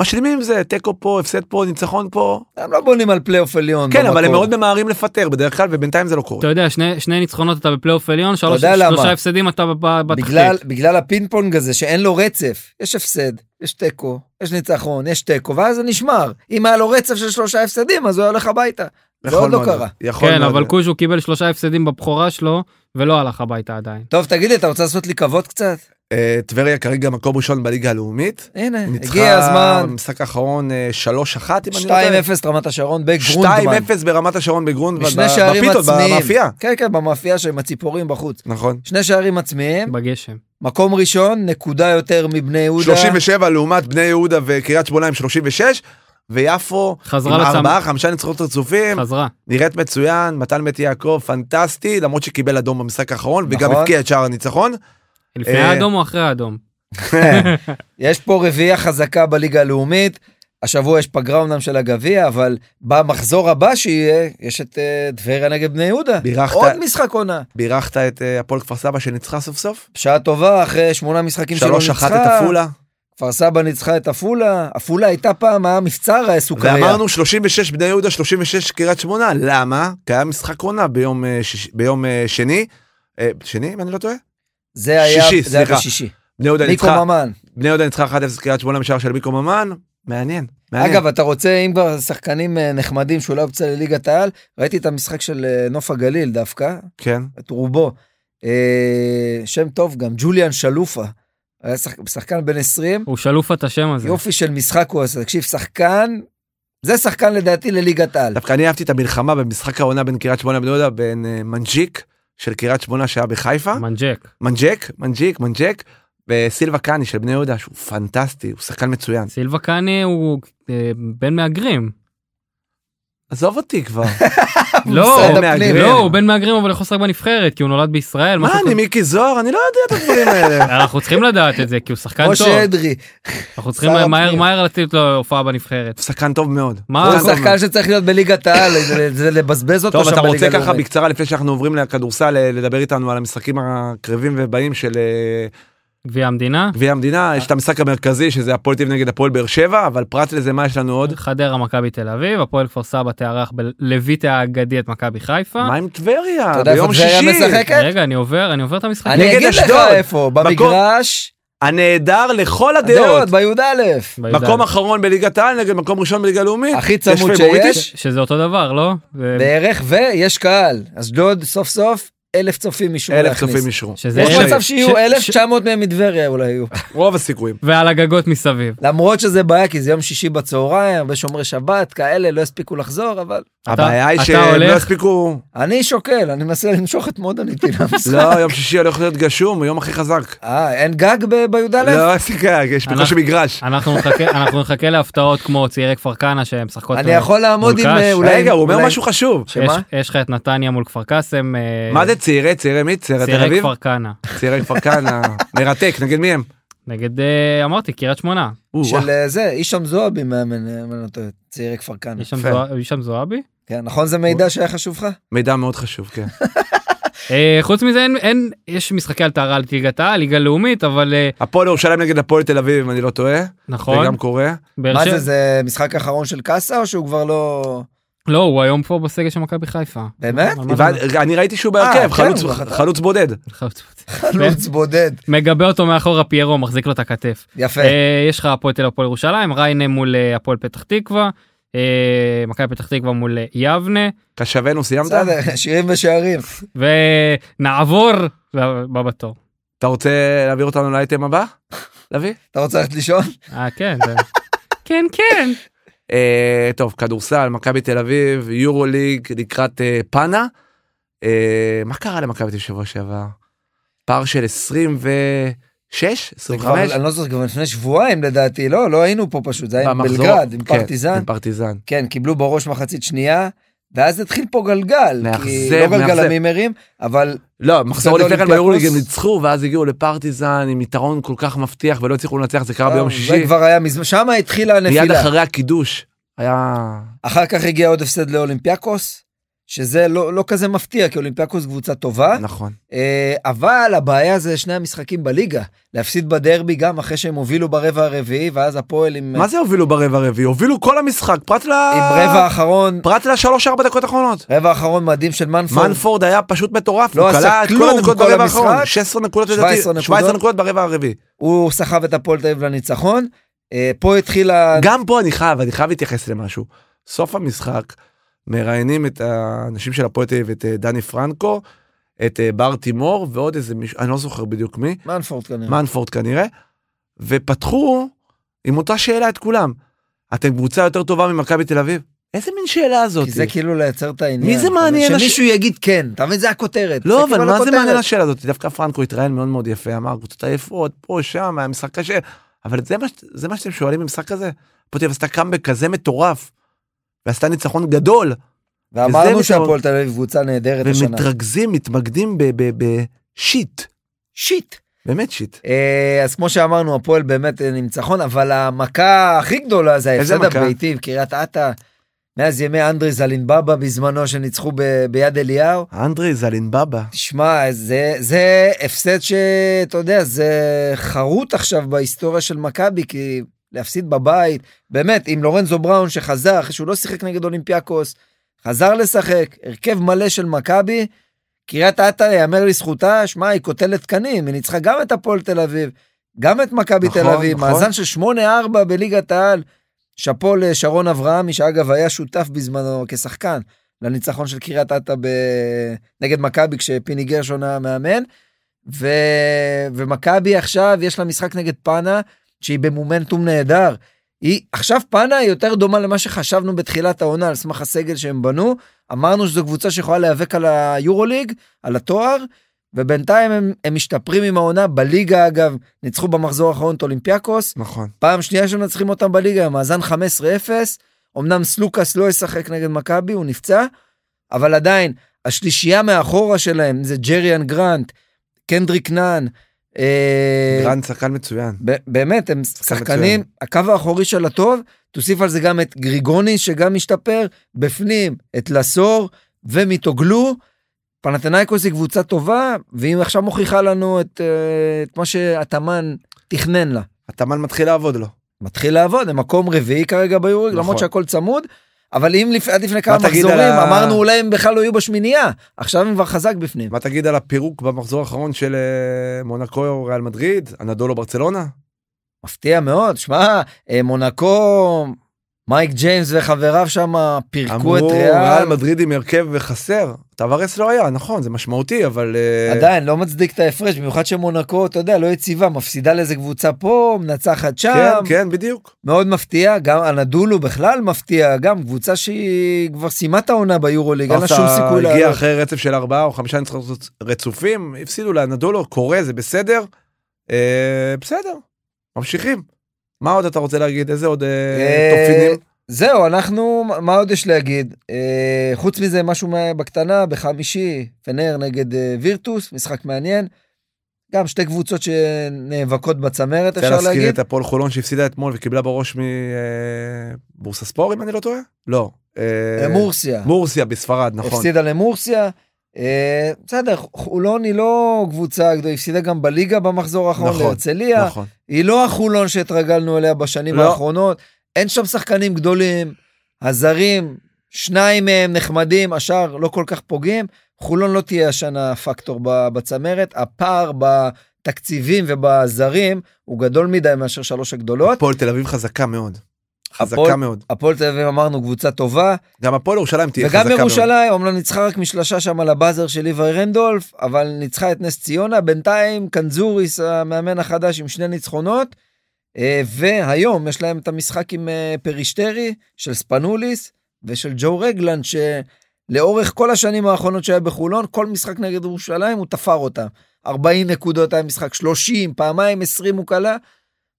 [SPEAKER 1] משלימים עם זה, תיקו פה, הפסד פה, ניצחון פה.
[SPEAKER 3] הם לא בונים על פלייאוף עליון.
[SPEAKER 1] כן, אבל
[SPEAKER 3] במקור.
[SPEAKER 1] הם מאוד ממהרים לפטר בדרך כלל, ובינתיים זה לא קורה.
[SPEAKER 2] אתה יודע שני שני ניצחונות אתה בפלייאוף עליון, שלוש-
[SPEAKER 3] יודע למה?
[SPEAKER 2] שלושה הפסדים אתה ב- ב- בתחתית.
[SPEAKER 3] בגלל, בגלל הפינג פונג הזה שאין לו רצף, יש הפסד, יש תיקו, יש ניצחון, יש תיקו, ואז זה נשמר. אם היה לו רצף של שלושה הפסדים, אז הוא היה הולך הביתה. זה
[SPEAKER 1] יכול
[SPEAKER 3] עוד לא
[SPEAKER 1] מאוד
[SPEAKER 3] קרה.
[SPEAKER 1] להיות, יכול
[SPEAKER 2] כן
[SPEAKER 1] מאוד
[SPEAKER 2] אבל
[SPEAKER 1] להיות.
[SPEAKER 2] קוז'ו קיבל שלושה הפסדים בבכורה שלו ולא הלך הביתה עדיין.
[SPEAKER 3] טוב, תגיד לי, אתה רוצה לעשות לי כבוד קצת?
[SPEAKER 1] אה, טבריה כרגע מקום ראשון בליגה הלאומית.
[SPEAKER 3] הנה, הגיע
[SPEAKER 1] ניצחה
[SPEAKER 3] הזמן.
[SPEAKER 1] במשחק האחרון אה, 3-1 אם אני
[SPEAKER 3] 2-0
[SPEAKER 1] לא טועה.
[SPEAKER 3] רמת השרון בגרונדמן.
[SPEAKER 1] 2-0 ברמת השרון בגרונדמן,
[SPEAKER 3] משני
[SPEAKER 1] ב-
[SPEAKER 3] שערים
[SPEAKER 1] בפיתות,
[SPEAKER 3] עצמיים.
[SPEAKER 1] במאפייה.
[SPEAKER 3] כן, כן, במאפייה שם, עם הציפורים בחוץ.
[SPEAKER 1] נכון.
[SPEAKER 3] שני שערים עצמיים,
[SPEAKER 2] בגשם.
[SPEAKER 3] מקום ראשון, נקודה יותר מבני יהודה.
[SPEAKER 1] 37 לעומת בני יהודה וקריית שמונה עם 36, ויפו עם
[SPEAKER 2] חזרה לצמ...
[SPEAKER 1] ארבעה, חמישה ניצחונות רצופים,
[SPEAKER 2] חזרה.
[SPEAKER 1] נראית מצוין, מתן בית יעקב, פנטסטי, למרות שקיבל אדום במשחק האחרון, וגם
[SPEAKER 3] נכון.
[SPEAKER 1] הבקיע את שער הניצחון.
[SPEAKER 2] לפני
[SPEAKER 1] אה,
[SPEAKER 2] האדום או אחרי האדום?
[SPEAKER 3] יש פה רביעייה חזקה בליגה הלאומית. השבוע יש פגרה אומנם של הגביע, אבל במחזור הבא שיהיה, יש את אה, טבריה נגד בני יהודה.
[SPEAKER 1] בירכת-
[SPEAKER 3] עוד משחק עונה.
[SPEAKER 1] בירכת את אה, הפועל כפר סבא שניצחה סוף סוף,
[SPEAKER 3] שעה טובה אחרי שמונה משחקים
[SPEAKER 1] 3-1
[SPEAKER 3] שלא
[SPEAKER 1] את
[SPEAKER 3] ניצחה.
[SPEAKER 1] עפולה,
[SPEAKER 3] כפר סבא ניצחה את עפולה. עפולה הייתה פעם, היה מבצר הסוכריה.
[SPEAKER 1] ואמרנו 36 בני יהודה, 36 קריית שמונה, למה? כי היה משחק עונה ביום, אה, שיש- ביום אה, שני, אה, שני אם אני לא טועה?
[SPEAKER 3] זה היה,
[SPEAKER 1] שישי,
[SPEAKER 3] זה היה
[SPEAKER 1] סליחה.
[SPEAKER 3] בשישי.
[SPEAKER 1] בני יהודה
[SPEAKER 3] ניקו
[SPEAKER 1] ניצחה,
[SPEAKER 3] ממן.
[SPEAKER 1] בני יהודה ניצחה 1-0 קריית שמונה משער של מיקו ממן, מעניין, מעניין.
[SPEAKER 3] אגב, אתה רוצה, אם כבר שחקנים אה, נחמדים שאולי הופצה לליגת העל, ראיתי את המשחק של אה, נוף הגליל דווקא,
[SPEAKER 1] כן.
[SPEAKER 3] את רובו. אה, שם טוב גם, ג'וליאן שלופה. היה שחק- שחקן בן 20,
[SPEAKER 2] הוא שלוף את השם הזה.
[SPEAKER 3] יופי של משחק הוא עשה. תקשיב, שחקן, זה שחקן לדעתי לליגת העל.
[SPEAKER 1] דווקא אני אהבתי את המלחמה במשחק העונה בין קריית שמונה לבני יהודה בין אה, מנג'יק של קריית שמונה שהיה בחיפה
[SPEAKER 2] מנג'ק.
[SPEAKER 1] מנג'ק מנג'יק מנג'ק וסילבה קאני של בני יהודה שהוא פנטסטי הוא שחקן מצוין
[SPEAKER 2] סילבה קאני הוא אה, בן מהגרים.
[SPEAKER 1] עזוב אותי כבר
[SPEAKER 2] לא,
[SPEAKER 3] משרד
[SPEAKER 1] הוא
[SPEAKER 3] הפנים.
[SPEAKER 1] מהגרים.
[SPEAKER 2] לא, הוא בן מהגרים אבל יכול לשחק בנבחרת, כי הוא נולד בישראל,
[SPEAKER 1] מה
[SPEAKER 2] משהו
[SPEAKER 1] אני
[SPEAKER 2] כזה.
[SPEAKER 1] מיקי זוהר? אני לא יודע את הדברים האלה.
[SPEAKER 2] אנחנו צריכים לדעת את זה, כי הוא שחקן טוב.
[SPEAKER 3] משה אדרי,
[SPEAKER 1] אה,
[SPEAKER 2] אנחנו צריכים
[SPEAKER 3] שר
[SPEAKER 2] מהר
[SPEAKER 3] הפנים.
[SPEAKER 2] מהר לתת לו הופעה בנבחרת.
[SPEAKER 1] שחקן טוב מאוד.
[SPEAKER 2] מה?
[SPEAKER 3] הוא
[SPEAKER 2] טוב
[SPEAKER 3] שחקן שצריך להיות בליגת העל, זה- זה לבזבז אותו
[SPEAKER 1] טוב,
[SPEAKER 3] שם
[SPEAKER 1] אתה
[SPEAKER 3] בליגה
[SPEAKER 1] רוצה ככה
[SPEAKER 3] הלאומית.
[SPEAKER 1] בקצרה, לפני שאנחנו עוברים לכדורסל, אה, לדבר איתנו על המשחקים הקרבים ובאים של אה,
[SPEAKER 2] גביע המדינה,
[SPEAKER 1] גביע המדינה, יש את המשחק המרכזי, שזה הפועל תל אביב נגד הפועל באר שבע, אבל פרט לזה, מה יש לנו עוד?
[SPEAKER 2] חדרה מכבי תל אביב, הפועל כפר סבא תארח בלויטה האגדי את מכבי חיפה.
[SPEAKER 1] מה עם טבריה?
[SPEAKER 3] אתה יודע
[SPEAKER 1] ביום
[SPEAKER 3] איפה טבריה
[SPEAKER 1] שישי.
[SPEAKER 3] משחקת?
[SPEAKER 2] רגע, אני עובר, אני עובר את המשחק.
[SPEAKER 3] אני
[SPEAKER 1] נגד
[SPEAKER 3] אגיד לך
[SPEAKER 1] אשדוד.
[SPEAKER 3] איפה, במגרש,
[SPEAKER 1] הנהדר לכל הדעות.
[SPEAKER 3] הדעות, בי"א,
[SPEAKER 1] מקום אחרון בליגת העל נגד מקום ראשון בליגה הלאומית.
[SPEAKER 3] הכי
[SPEAKER 1] יש
[SPEAKER 3] צמוד
[SPEAKER 1] פייבוריטית?
[SPEAKER 3] שיש.
[SPEAKER 2] שזה אותו דבר, לא? ו-
[SPEAKER 3] בערך, ויש קהל. אשדוד סוף סוף, אלף צופים אישור
[SPEAKER 1] אלף
[SPEAKER 3] להכניס.
[SPEAKER 1] צופים אישרו.
[SPEAKER 2] שזה
[SPEAKER 3] יש
[SPEAKER 1] רוב
[SPEAKER 2] אלף-
[SPEAKER 3] מצב
[SPEAKER 1] ה-
[SPEAKER 3] שיהיו
[SPEAKER 2] ש- ש-
[SPEAKER 3] 1,900 מהם מטבריה אולי יהיו.
[SPEAKER 1] רוב הסיכויים.
[SPEAKER 2] ועל הגגות מסביב.
[SPEAKER 3] למרות שזה בעיה, כי זה יום שישי בצהריים, הרבה שומרי שבת, כאלה, לא יספיקו לחזור, אבל
[SPEAKER 1] הבעיה היא
[SPEAKER 2] אתה
[SPEAKER 1] שהם לא
[SPEAKER 2] הולך?
[SPEAKER 1] יספיקו.
[SPEAKER 3] אני שוקל, אני מנסה למשוך את מודן איתי למשחק.
[SPEAKER 1] לא, יום שישי הולך להיות גשום, היום הכי חזק.
[SPEAKER 3] אה, אין גג ב- בי"א?
[SPEAKER 1] לא, איזה גג, יש בקושי
[SPEAKER 2] אנחנו-
[SPEAKER 1] מגרש.
[SPEAKER 2] אנחנו נחכה- אנחנו נחכה להפתעות כמו צעירי כפר כנא שהם משחקות.
[SPEAKER 3] אני יכול לעמוד עם
[SPEAKER 2] מול
[SPEAKER 3] אה,
[SPEAKER 2] קש.
[SPEAKER 3] אולי...
[SPEAKER 1] רגע, הוא אומר
[SPEAKER 3] אולי-
[SPEAKER 1] משהו חשוב.
[SPEAKER 2] יש-
[SPEAKER 3] שמה?
[SPEAKER 2] יש לך את נתניה מול כפר קאסם. אה,
[SPEAKER 1] מה זה צעירי, צעירי מי? צעירי תל
[SPEAKER 2] צעירי
[SPEAKER 1] אביב?
[SPEAKER 2] כפר כנא.
[SPEAKER 1] צעירי כפר כנא. מרתק, נגד מי הם?
[SPEAKER 2] נגד, אה, אמרתי, קריית שמונה.
[SPEAKER 1] או, וואו.
[SPEAKER 3] של אה, זה, הישאם זועבי מאמן, אה, אם אני לא טועה, צעירי כפר כנא.
[SPEAKER 2] יש שם
[SPEAKER 1] יפה.
[SPEAKER 2] זוה- יש שם זועבי?
[SPEAKER 3] כן, נכון זה מידע שהיה חשוב לך?
[SPEAKER 1] מידע מאוד חשוב, כן.
[SPEAKER 2] אה, חוץ מזה אין, אין, יש משחקי על טהרה על ליגת העל, ליגה לאומית, אבל אה,
[SPEAKER 1] הפועל ירושלים נגד הפועל תל אביב, אם אני לא טועה. זה
[SPEAKER 2] נכון.
[SPEAKER 1] גם קורה.
[SPEAKER 2] באר
[SPEAKER 3] מה
[SPEAKER 2] שבע-
[SPEAKER 3] זה, זה משחק האחרון של קאסה, או שהוא כבר לא...
[SPEAKER 2] לא, הוא היום פה בסגל של מכבי חיפה.
[SPEAKER 3] באמת?
[SPEAKER 2] על מה
[SPEAKER 1] הבנ-
[SPEAKER 2] זה?
[SPEAKER 1] אני ראיתי שהוא
[SPEAKER 3] אה,
[SPEAKER 1] בהרכב,
[SPEAKER 3] כן,
[SPEAKER 1] חלוץ-
[SPEAKER 3] הוא חתם.
[SPEAKER 1] חלוץ בודד.
[SPEAKER 3] נכון. חלוץ בודד.
[SPEAKER 2] כן. מגבה אותו מאחורה פיירו, מחזיק לו את הכתף.
[SPEAKER 3] יפה.
[SPEAKER 2] אה, יש לך הפועל תל אביב, הפועל ירושלים, ריינה מול אה, הפועל פתח תקווה, אה, מכבי פתח תקווה מול אה, יבנה,
[SPEAKER 1] קשבנו, סיימת?
[SPEAKER 3] בסדר, שירים ושערים.
[SPEAKER 2] ונעבור לבא בתור.
[SPEAKER 1] אתה רוצה להעביר אותנו לאייטם הבא? לביא?
[SPEAKER 3] אתה רוצה ללכת לישון?
[SPEAKER 2] אה, כן, זה... כן, כן.
[SPEAKER 1] אה, טוב, כדורסל, מכבי תל אביב, יורו ליג לקראת אה, פאנה. אה, מה קרה למכבי תל אביב שבוע שעבר? פער של 26?
[SPEAKER 3] זה כבר-
[SPEAKER 1] 25?
[SPEAKER 3] אני לא זוכר, כבר לפני שבועיים לדעתי, לא, לא היינו פה פשוט, זה היה עם
[SPEAKER 1] במחזור-
[SPEAKER 3] בלגרד, עם
[SPEAKER 1] כן,
[SPEAKER 3] פרטיזן.
[SPEAKER 1] עם פרטיזן.
[SPEAKER 3] כן, קיבלו בראש מחצית שנייה, ואז התחיל פה גלגל. כי
[SPEAKER 1] מאכזב,
[SPEAKER 3] לא גלגל
[SPEAKER 1] מאכזב.
[SPEAKER 3] המימרים, אבל
[SPEAKER 1] לא, מחזור לפני כן
[SPEAKER 3] לאולימפיאקוס.
[SPEAKER 1] ביורו ליג הם ניצחו, ואז הגיעו לפרטיזן עם יתרון כל כך מבטיח ולא הצליחו לנצח, זה קרה ביום
[SPEAKER 3] אה, זה
[SPEAKER 1] שישי.
[SPEAKER 3] כבר היה מזמן, שם התחילה
[SPEAKER 1] מיד
[SPEAKER 3] הנפילה.
[SPEAKER 1] אחרי הקידוש. היה...
[SPEAKER 3] אחר כך הגיע עוד הפסד לאולימפיאקוס, שזה לא לא כזה מפתיע, כי אולימפיאקוס קבוצה טובה,
[SPEAKER 1] נכון.
[SPEAKER 3] אה, אבל הבעיה זה שני המשחקים בליגה. להפסיד בדרבי גם אחרי שהם הובילו ברבע הרביעי, ואז הפועל עם
[SPEAKER 1] מה זה הובילו ברבע הרביעי? הובילו כל המשחק, פרט ל...
[SPEAKER 3] עם רבע האחרון,
[SPEAKER 1] פרט לשלוש-ארבע דקות האחרונות.
[SPEAKER 3] רבע האחרון מדהים של מנפורד.
[SPEAKER 1] מנפורד היה פשוט מטורף,
[SPEAKER 3] לא
[SPEAKER 1] הוא
[SPEAKER 3] עשה
[SPEAKER 1] קלע את כל
[SPEAKER 3] כלום
[SPEAKER 1] הנקודות
[SPEAKER 3] כל
[SPEAKER 1] ברבע
[SPEAKER 3] המשחק.
[SPEAKER 1] האחרון, 16 נקודות לדעתי,
[SPEAKER 3] 17
[SPEAKER 1] 17
[SPEAKER 3] נקודות.
[SPEAKER 1] נקודות ברבע הרביעי.
[SPEAKER 3] הוא סחב את הפועל תל אביב לניצחון. אה, פה התחילה...
[SPEAKER 1] גם פה אני חייב, אני חייב להתייחס למשהו. סוף המשחק, מראיינים את האנשים של הפועל תל אביב, את אה, דני פרנקו, את אה, בר תימור ועוד איזה מישהו, אני לא זוכר בדיוק מי,
[SPEAKER 3] מנפורד כנראה.
[SPEAKER 1] מנפורד כנראה, ופתחו עם אותה שאלה את כולם. אתם קבוצה יותר טובה ממכבי תל אביב? איזה מין שאלה זאת?
[SPEAKER 3] כי זה כאילו לייצר את העניין.
[SPEAKER 1] מי זה מעניין?
[SPEAKER 3] שמישהו יגיד כן, אתה מבין? זה הכותרת.
[SPEAKER 1] לא,
[SPEAKER 3] כאילו
[SPEAKER 1] אבל מה זה
[SPEAKER 3] הכותרת.
[SPEAKER 1] מעניין השאלה הזאת? דווקא פרנקו התראיין מאוד מאוד יפה, אמר קבוצות עייפות, פה, שם, היה משחק קשה. אבל זה מה, ש- זה מה שאתם שואלים במשחק הזה? הפועל תל אביב עשתה קאמבק כזה מטורף, ועשתה ניצחון גדול, וזה
[SPEAKER 3] ואמרנו שהפועל
[SPEAKER 1] מסתובב.
[SPEAKER 3] תל אביב קבוצה נהדרת השנה.
[SPEAKER 1] ומתרכזים, מתמקדים ב- ב- בשיט,
[SPEAKER 3] שיט.
[SPEAKER 1] באמת שיט.
[SPEAKER 3] אה, אז כמו שאמרנו, הפועל באמת אה, ניצחון, אבל המכה הכי גדולה זה
[SPEAKER 1] איזה
[SPEAKER 3] ההפסד
[SPEAKER 1] מכה?
[SPEAKER 3] הביתי בקריית אתא. מאז ימי אנדרי זלינבאבא בזמנו שניצחו ב- ביד אליהו.
[SPEAKER 1] אנדרי זלינבאבא,
[SPEAKER 3] תשמע, זה, זה הפסד שאתה יודע, זה חרוט עכשיו בהיסטוריה של מכבי, כי להפסיד בבית, באמת, עם לורנזו בראון שחזר, אחרי שהוא לא שיחק נגד אולימפיאקוס, חזר לשחק, הרכב מלא של מכבי, קריית אתא, יאמר לזכותה, שמע, היא קוטלת קנים, היא ניצחה גם את הפועל תל אביב, גם את מכבי
[SPEAKER 1] נכון,
[SPEAKER 3] תל אביב,
[SPEAKER 1] נכון.
[SPEAKER 3] מאזן של 8-4 בליגת העל. שאפו לשרון אברהמי, שאגב היה שותף בזמנו כשחקן לניצחון של קריית אתא ב... נגד מכבי כשפיני גרשון היה מאמן. ו... ומכבי עכשיו יש לה משחק נגד פאנה שהיא במומנטום נהדר. היא עכשיו פאנה היא יותר דומה למה שחשבנו בתחילת העונה על סמך הסגל שהם בנו. אמרנו שזו קבוצה שיכולה להיאבק על היורוליג, על התואר, ובינתיים הם, הם משתפרים עם העונה בליגה אגב, ניצחו במחזור האחרון את אולימפיאקוס,
[SPEAKER 1] נכון.
[SPEAKER 3] פעם שנייה שמנצחים אותם בליגה, מאזן 15-0. אמנם סלוקאס לא ישחק נגד מכבי, הוא נפצע, אבל עדיין, השלישייה מאחורה שלהם זה ג'ריאן גרנט, קנדריק נאן. אה,
[SPEAKER 1] גרנד שחקן מצוין.
[SPEAKER 3] ב- באמת, הם
[SPEAKER 1] שחקן
[SPEAKER 3] שחקנים, הקו האחורי של הטוב, תוסיף על זה גם את גריגוני שגם השתפר, בפנים את לסור ומיתוגלו. פנתנייקוס היא קבוצה טובה, והיא עכשיו מוכיחה לנו את, אה, את מה שהתאמן תכנן לה.
[SPEAKER 1] התאמן מתחיל לעבוד לו.
[SPEAKER 3] מתחיל לעבוד, הם מקום רביעי כרגע ביוריג, נכון. למרות
[SPEAKER 1] נכון.
[SPEAKER 3] שהכל צמוד, אבל אם לפ... עד לפני כמה
[SPEAKER 1] תגיד על
[SPEAKER 3] מחזורים
[SPEAKER 1] ה-
[SPEAKER 3] אמרנו אולי הם בכלל לא יהיו בשמינייה, עכשיו הם כבר חזק בפנים.
[SPEAKER 1] מה תגיד על הפירוק במחזור האחרון של אה, מונקו או ריאל מדריד, אנדולו ברצלונה?
[SPEAKER 3] מפתיע מאוד, שמע, אה, מונקו, מייק ג'יימס וחבריו שם פירקו את
[SPEAKER 1] אמרו ריאל
[SPEAKER 3] ריאל,
[SPEAKER 1] מדריד עם הרכב וחסר. טווארס לא היה, נכון, זה משמעותי, אבל... אה,
[SPEAKER 3] עדיין לא מצדיק את ההפרש, במיוחד שמונקו, אתה יודע, לא יציבה, מפסידה לאיזה קבוצה פה, מנצחת שם,
[SPEAKER 1] כן, כן, בדיוק.
[SPEAKER 3] מאוד מפתיע, גם אנדולו בכלל מפתיע, גם קבוצה שהיא כבר סיימה את העונה ביורוליג, אין לה שום
[SPEAKER 1] ברסה
[SPEAKER 3] סיכוי
[SPEAKER 1] לא הגיע
[SPEAKER 3] לעלות.
[SPEAKER 1] אחרי רצף של ארבעה או חמישה ניצחונות רצופים, הפסידו לאנדולו, קורה, זה בסדר. אה, בסדר, ממשיכים. מה עוד אתה רוצה להגיד? איזה עוד אה,
[SPEAKER 3] אה,
[SPEAKER 1] תופינים?
[SPEAKER 3] זהו, אנחנו, מה עוד יש להגיד? אה, חוץ מזה, משהו מה- בקטנה, בחמישי, פנר נגד אה, וירטוס, משחק מעניין. גם שתי קבוצות שנאבקות בצמרת,
[SPEAKER 1] רוצה
[SPEAKER 3] אפשר
[SPEAKER 1] להזכיר
[SPEAKER 3] להגיד.
[SPEAKER 1] את הפועל חולון שהפסידה אתמול וקיבלה בראש מבורסה ספור, אם אני לא טועה? לא. אה,
[SPEAKER 3] אה, מורסיה.
[SPEAKER 1] מורסיה בספרד, נכון.
[SPEAKER 3] הפסידה למורסיה. אה, בסדר, חולון היא לא קבוצה גדולה, היא הפסידה גם בליגה במחזור האחרון
[SPEAKER 1] נכון,
[SPEAKER 3] להרצליה.
[SPEAKER 1] נכון.
[SPEAKER 3] היא לא החולון שהתרגלנו אליה בשנים
[SPEAKER 1] לא.
[SPEAKER 3] האחרונות. אין שם שחקנים גדולים, הזרים, שניים מהם נחמדים, השאר לא כל כך פוגעים. חולון לא תהיה השנה פקטור ב- בצמרת. הפער בתקציבים ובזרים הוא גדול מדי מאשר שלוש הגדולות.
[SPEAKER 1] הפועל תל אביב חזקה מאוד.
[SPEAKER 3] לא- הפועל-
[SPEAKER 1] חזקה מאוד.
[SPEAKER 3] הפועל תל אביב אמרנו קבוצה טובה,
[SPEAKER 1] גם הפועל ירושלים תהיה חזקה
[SPEAKER 3] וגם
[SPEAKER 1] מאוד.
[SPEAKER 3] ירושלים, אומנם ניצחה רק משלשה שם על הבאזר של ליוואי רנדולף, אבל ניצחה את נס ציונה, בינתיים קנזוריס המאמן החדש עם שני ניצחונות, אה, והיום יש להם את המשחק עם אה, פרישטרי של ספנוליס ושל ג'ו רגלנד, שלאורך כל השנים האחרונות שהיה בחולון, כל משחק נגד ירושלים הוא תפר אותם. 40 נקודות היה משחק, 30, פעמיים 20 הוא כלה.